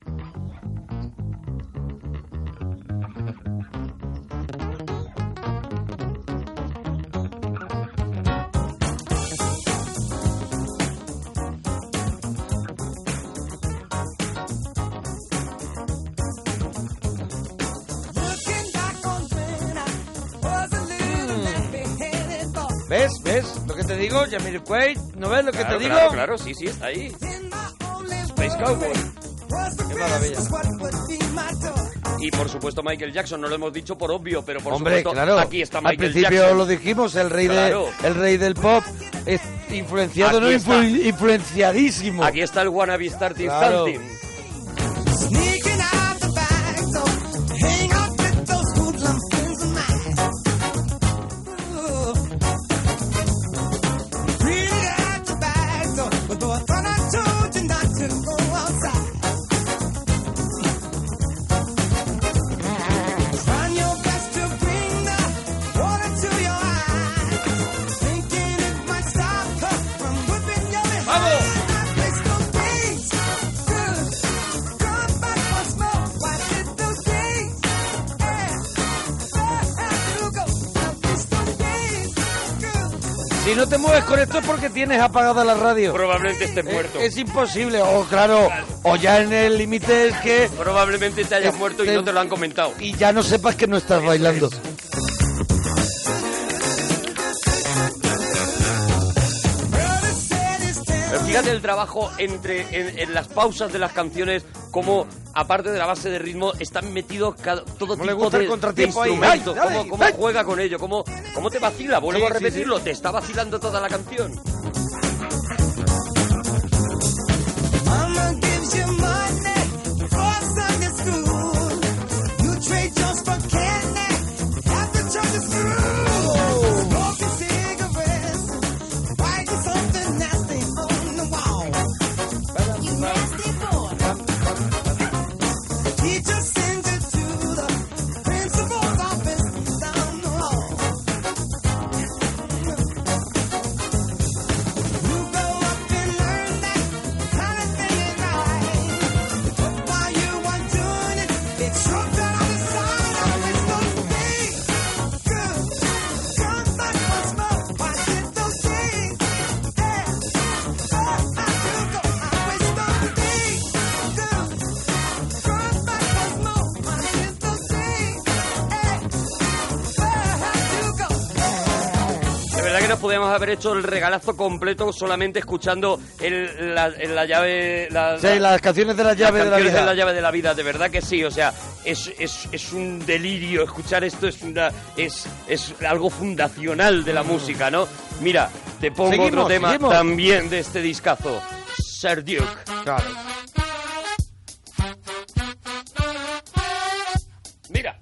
Speaker 12: Looking back on when I was a little nappy-headed thought.
Speaker 19: ¿Ves? ¿Ves lo que te digo? Jamil Quaid, ¿no ves lo que
Speaker 11: Claro,
Speaker 19: te digo?
Speaker 11: claro, claro, sí, sí, está ahí. Space Cowboy.
Speaker 19: Qué maravilla.
Speaker 11: Y por supuesto Michael Jackson, no lo hemos dicho por obvio, pero por
Speaker 19: Hombre,
Speaker 11: supuesto
Speaker 19: claro.
Speaker 11: aquí está Michael
Speaker 19: Al principio
Speaker 11: Jackson.
Speaker 19: lo dijimos, el rey,
Speaker 11: Claro.
Speaker 19: de, el rey del pop. Es influenciado,
Speaker 11: Aquí
Speaker 19: no
Speaker 11: está.
Speaker 19: Influ- influenciadísimo.
Speaker 11: Aquí está el wannabe starting
Speaker 19: Claro.
Speaker 11: something.
Speaker 12: Sneaking out the back door, hang out with those hoodlum friends of mine. Ooh. Really out the back door, but though I thought I told you not to go outside. Trying your best to bring the water to your eyes, thinking it might stop her from whipping your behind. I fixed those things good. Come back for smoke, why did those things? Yeah, there have to go. I fixed those things good.
Speaker 19: Si no te mueves con esto es porque tienes apagada la radio.
Speaker 11: Probablemente estés
Speaker 19: Es-
Speaker 11: muerto.
Speaker 19: Es, imposible, o claro, o ya en el límite es que
Speaker 11: Probablemente te hayas muerto y no te lo han comentado.
Speaker 19: y ya no sepas que no estás bailando.
Speaker 11: Pero fíjate el trabajo entre en, en las pausas de las canciones, como aparte de la base de ritmo, están metidos cada, todo
Speaker 19: Como
Speaker 11: tipo
Speaker 19: le gusta el
Speaker 11: de,
Speaker 19: contratiempo
Speaker 11: de
Speaker 19: ahí.
Speaker 11: instrumentos.
Speaker 19: ¡Ay, dale,
Speaker 11: cómo cómo juega con ello, cómo, cómo te vacila. Vuelvo
Speaker 19: Sí,
Speaker 11: a
Speaker 19: sí, sí.
Speaker 11: repetirlo, te está vacilando toda la canción.
Speaker 12: Mama gives you money for Sunday school.
Speaker 11: menos podíamos haber hecho el regalazo completo solamente escuchando el- la, el- la llave. La,
Speaker 19: Sí, las canciones de la llave de la
Speaker 11: canciones
Speaker 19: vida.
Speaker 11: de la llave de la vida, de verdad que sí. O sea, es, es- es un delirio escuchar esto, es, una, es, es algo fundacional de la música, ¿no? Mira, te pongo otro
Speaker 19: Mm. Seguimos,
Speaker 11: tema
Speaker 19: seguimos.
Speaker 11: también de este discazo: Sir Duke. Mira.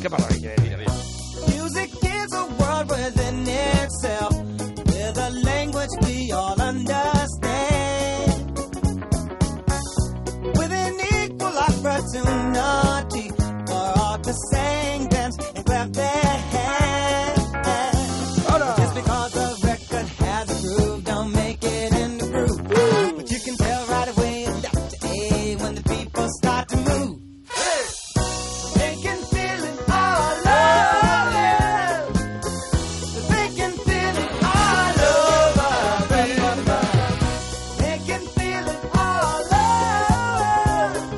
Speaker 19: Qué maravilla, eh.
Speaker 17: Music is a world within itself, with a language we all understand. With an equal opportunity for all to sing, dance, and clap their hands. Just because a record has a groove, don't make it in the groove. But you can tell right away in Dr. A when the people start to move. They can feel it all over. They can feel it all over. They can feel it all over.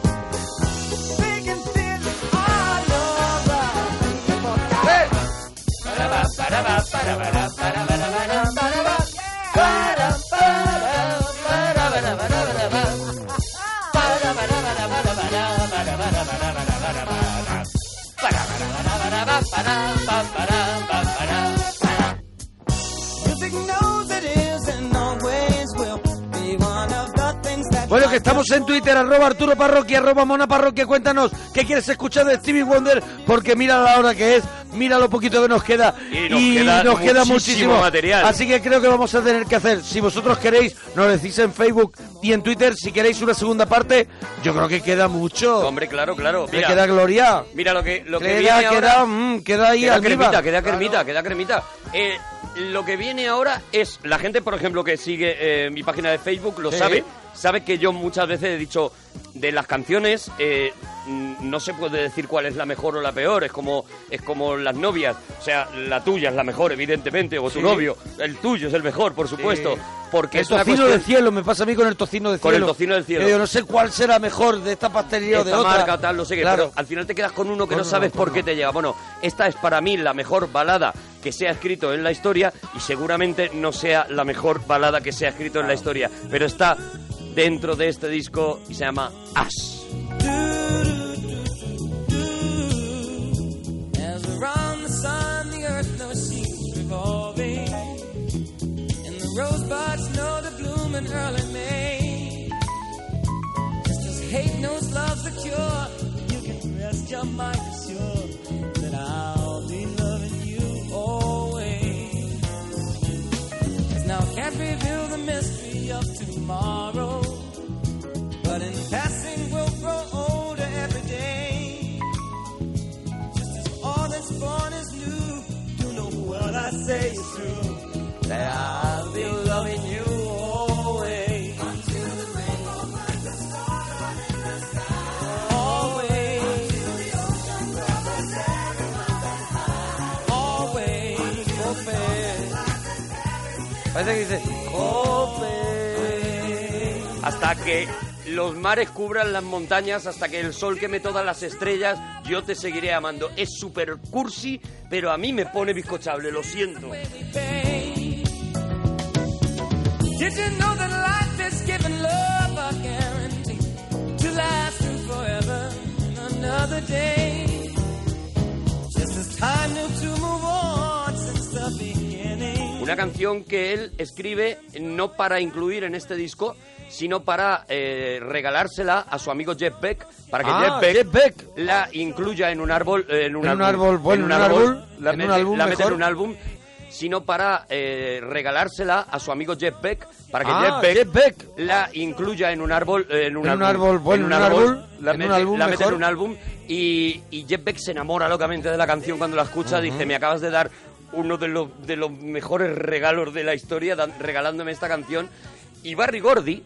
Speaker 17: They can feel it all over. Music knows it is and always will be one of the things that.
Speaker 19: Bueno, que estamos en Twitter, arroba Arturo Parroquia, arroba Mona Parroquia, cuéntanos qué quieres escuchar de Stevie Wonder, porque mira la hora que es, mira lo poquito que nos queda
Speaker 11: Y nos queda muchísimo material.
Speaker 19: Así que creo que vamos a tener que hacer, si vosotros queréis, nos decís en Facebook y en Twitter, si queréis una segunda parte, yo creo que queda mucho.
Speaker 11: Hombre, claro, claro.
Speaker 19: Me
Speaker 11: Mira,
Speaker 19: queda Gloria.
Speaker 11: Mira lo que, lo que
Speaker 19: Queda,
Speaker 11: viene ahora.
Speaker 19: queda, mm, queda ahí
Speaker 11: Queda
Speaker 19: almíbar.
Speaker 11: cremita, queda cremita, queda cremita. Eh, lo que viene ahora es, la gente, por ejemplo, que sigue eh, mi página de Facebook, lo
Speaker 19: Sí.
Speaker 11: sabe, sabe que yo muchas veces he dicho, de las canciones, eh, mm, no se puede decir cuál es la mejor o la peor, es como, es como las novias, o sea, la tuya es la mejor, evidentemente, o tu
Speaker 19: Sí.
Speaker 11: novio, el tuyo es el mejor, por supuesto,
Speaker 19: Sí.
Speaker 11: porque
Speaker 19: el
Speaker 11: es una
Speaker 19: tocino
Speaker 11: cuestión-
Speaker 19: del cielo, me pasa a mí con el tocino del
Speaker 11: Con el
Speaker 19: cielo.
Speaker 11: tocino del cielo.
Speaker 19: Que Yo no sé cuál será mejor de esta pastelería o de
Speaker 11: esta
Speaker 19: otra.
Speaker 11: marca, tal, no sé qué.
Speaker 19: Claro.
Speaker 11: Pero al final te quedas con uno que
Speaker 19: Con
Speaker 11: no
Speaker 19: uno,
Speaker 11: sabes
Speaker 19: con
Speaker 11: por
Speaker 19: uno.
Speaker 11: qué te lleva. Bueno, esta es para mí la mejor balada que se ha escrito en la historia y seguramente no sea la mejor balada que se ha escrito en la historia, pero está dentro de este disco y se llama Ash.
Speaker 17: As around the sun, the earth now seems revolving. And the rosebuds know the bloom in early May. Just as hate knows love's the cure, you can rest your mind assured that I'll be loving you always. 'Cause now I can't reveal the mystery of tomorrow. But in passing, we'll grow older every day. All that's born is new. You know what I say is true. That I'll be loving you always. Until the rainbow finds a star in the sky. Always. Until the ocean covers everyone that's high. Always.
Speaker 19: Parece que dice,
Speaker 11: Hasta que los mares cubran las montañas, hasta que el sol queme todas las estrellas, yo te seguiré amando. Es super cursi, pero a mí me pone bizcochable, lo siento.
Speaker 17: Did you know that life is giving love a guarantee to last through forever and another day? Just as time knew to move on since the beginning.
Speaker 11: Una canción que él escribe no para incluir en este disco, sino para eh, regalársela a su amigo Jeff Beck, para que
Speaker 19: Ah,
Speaker 11: Jeff, Beck
Speaker 19: Jeff Beck.
Speaker 11: la incluya en un árbol, eh, en un,
Speaker 19: En un
Speaker 11: álbum,
Speaker 19: árbol, bueno,
Speaker 11: en un
Speaker 19: en un
Speaker 11: árbol,
Speaker 19: árbol,
Speaker 11: la
Speaker 19: en
Speaker 11: mete-
Speaker 19: un álbum
Speaker 11: la mete en
Speaker 19: mejor.
Speaker 11: un álbum, sino para eh, regalársela a su amigo Jeff Beck, para que
Speaker 19: Ah,
Speaker 11: Jeff, Beck
Speaker 19: Jeff
Speaker 11: la incluya en un árbol, eh, en un
Speaker 19: En
Speaker 11: álbum,
Speaker 19: un árbol, bueno, en un árbol,
Speaker 11: la,
Speaker 19: en un
Speaker 11: mete,
Speaker 19: álbum
Speaker 11: la mete en
Speaker 19: mejor.
Speaker 11: un álbum y, y Jeff Beck se enamora locamente de la canción cuando la escucha, dice, me acabas de dar uno de los, de los mejores regalos de la historia dan- regalándome esta canción. Y Barry Gordy,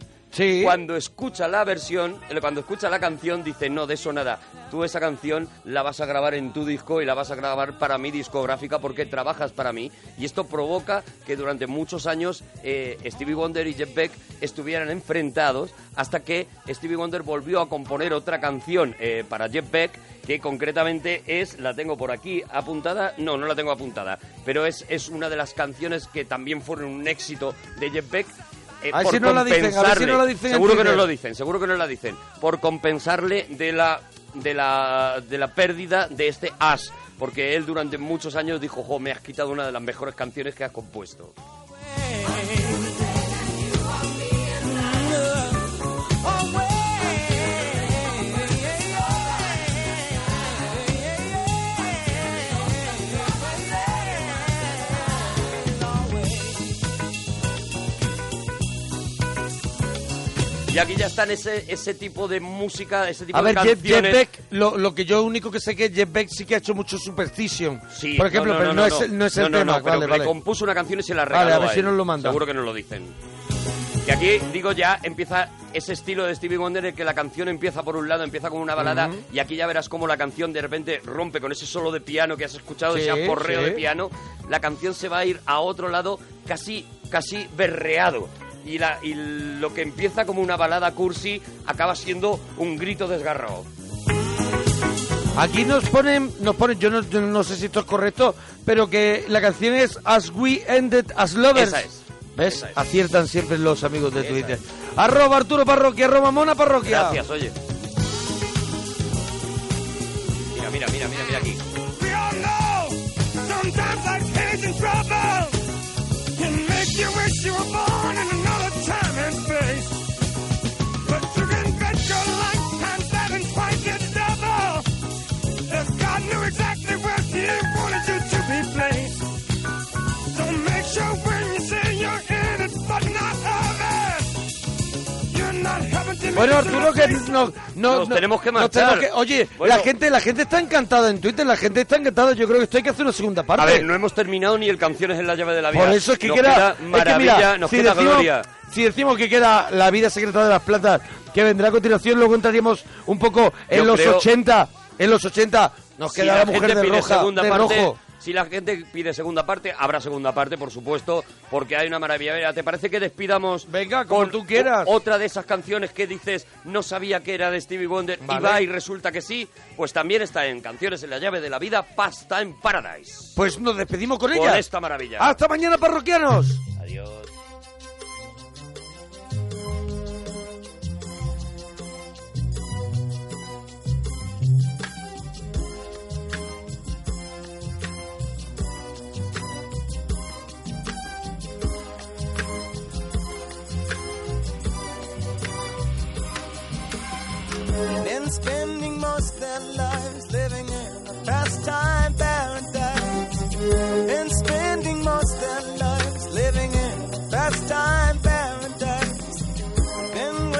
Speaker 11: Cuando escucha la versión, eh, cuando escucha la canción, dice, no, de eso nada. Tú esa canción la vas a grabar en tu disco y la vas a grabar para mi discográfica porque trabajas para mí. Y esto provoca que durante muchos años eh, Stevie Wonder y Jeff Beck estuvieran enfrentados hasta que Stevie Wonder volvió a componer otra canción eh, para Jeff Beck que concretamente es, la tengo por aquí apuntada, no, no la tengo apuntada, pero es, es una de las canciones que también fueron un éxito de Jeff Beck eh,
Speaker 19: A ver
Speaker 11: por
Speaker 19: si no la dicen, a ver si
Speaker 11: compensarle.
Speaker 19: no la dicen en
Speaker 11: Seguro que no
Speaker 19: Twitter.
Speaker 11: lo dicen, seguro que no la dicen. Por compensarle de la de la de la pérdida de este Ash, porque él durante muchos años dijo, "Jo, me has quitado una de las mejores canciones que has compuesto." Y aquí ya están ese ese tipo de música, ese tipo
Speaker 19: A
Speaker 11: de
Speaker 19: ver, Jeff, Jeff
Speaker 11: canciones.
Speaker 19: Beck, lo, lo que yo único que sé que Jeff Beck sí que ha hecho mucho Superstition.
Speaker 11: Sí,
Speaker 19: por ejemplo, pero no, es, el- no es el
Speaker 11: no, no,
Speaker 19: tema.
Speaker 11: pero
Speaker 19: vale,
Speaker 11: que
Speaker 19: vale.
Speaker 11: Le compuso una canción y se la
Speaker 19: Vale, a
Speaker 11: regaló.
Speaker 19: ver si
Speaker 11: él.
Speaker 19: nos lo mandan.
Speaker 11: Seguro que nos lo dicen. Que aquí, digo ya, empieza ese estilo de Stevie Wonder en el que la canción empieza por un lado, empieza con una balada,
Speaker 19: Ujú.
Speaker 11: y aquí ya verás cómo la canción de repente rompe con ese solo de piano que has escuchado,
Speaker 19: Sí,
Speaker 11: ese aporreo
Speaker 19: sí.
Speaker 11: de piano. La canción se va a ir a otro lado casi, casi berreado. Y, la, y lo que empieza como una balada cursi acaba siendo un grito desgarrado.
Speaker 19: Aquí nos ponen, nos ponen yo, no, yo no sé si esto es correcto, pero que la canción es As We Ended As Lovers.
Speaker 11: Esa es.
Speaker 19: ¿Ves? Aciertan siempre los amigos de Twitter. Arroba Arturo Parroquia, arroba Mona Parroquia.
Speaker 11: Gracias, oye. Mira, mira, mira, mira, mira aquí.
Speaker 12: We all know sometimes life's hands in trouble can make you wish you were born in another time and space. But you can bet your life times seven twice its double. If God knew exactly where He wanted you to be placed. So make sure when you say you're in it, but not of it. You're not having to
Speaker 19: Bueno, Arturo, que no, no-
Speaker 11: Nos
Speaker 19: no-
Speaker 11: tenemos que
Speaker 19: nos
Speaker 11: marchar.
Speaker 19: tenemos que- oye,
Speaker 11: Bueno.
Speaker 19: la, gente, la gente está encantada en Twitter, la gente está encantada. Yo creo que esto hay que hacer una segunda parte.
Speaker 11: A ver, no hemos terminado ni el Canciones en la llave de la vida.
Speaker 19: Por eso es que
Speaker 11: Nos
Speaker 19: queda, es que
Speaker 11: maravilla,
Speaker 19: mira,
Speaker 11: nos
Speaker 19: si,
Speaker 11: queda
Speaker 19: decimos,
Speaker 11: gloria.
Speaker 19: si decimos que queda la vida secreta de las plantas, que vendrá a continuación, luego entraríamos un poco en
Speaker 11: Yo
Speaker 19: los
Speaker 11: creo-
Speaker 19: 80, en los 80 nos queda la, mujer
Speaker 11: gente
Speaker 19: de
Speaker 11: pide
Speaker 19: roja,
Speaker 11: segunda
Speaker 19: de
Speaker 11: parte,
Speaker 19: rojo.
Speaker 11: Si la gente pide segunda parte, habrá segunda parte, por supuesto, porque hay una maravilla. Mira, ¿Te parece que despidamos Venga,
Speaker 19: como tú quieras.
Speaker 11: otra de esas canciones que dices no sabía que era de Stevie Wonder y
Speaker 19: Vale.
Speaker 11: va y resulta que sí? Pues también está en Canciones en la llave de la vida, Pasta en Paradise.
Speaker 19: Pues nos despedimos con
Speaker 11: Con
Speaker 19: ella.
Speaker 11: esta maravilla.
Speaker 19: Hasta mañana, parroquianos.
Speaker 11: Adiós.
Speaker 17: Men spending most their lives living in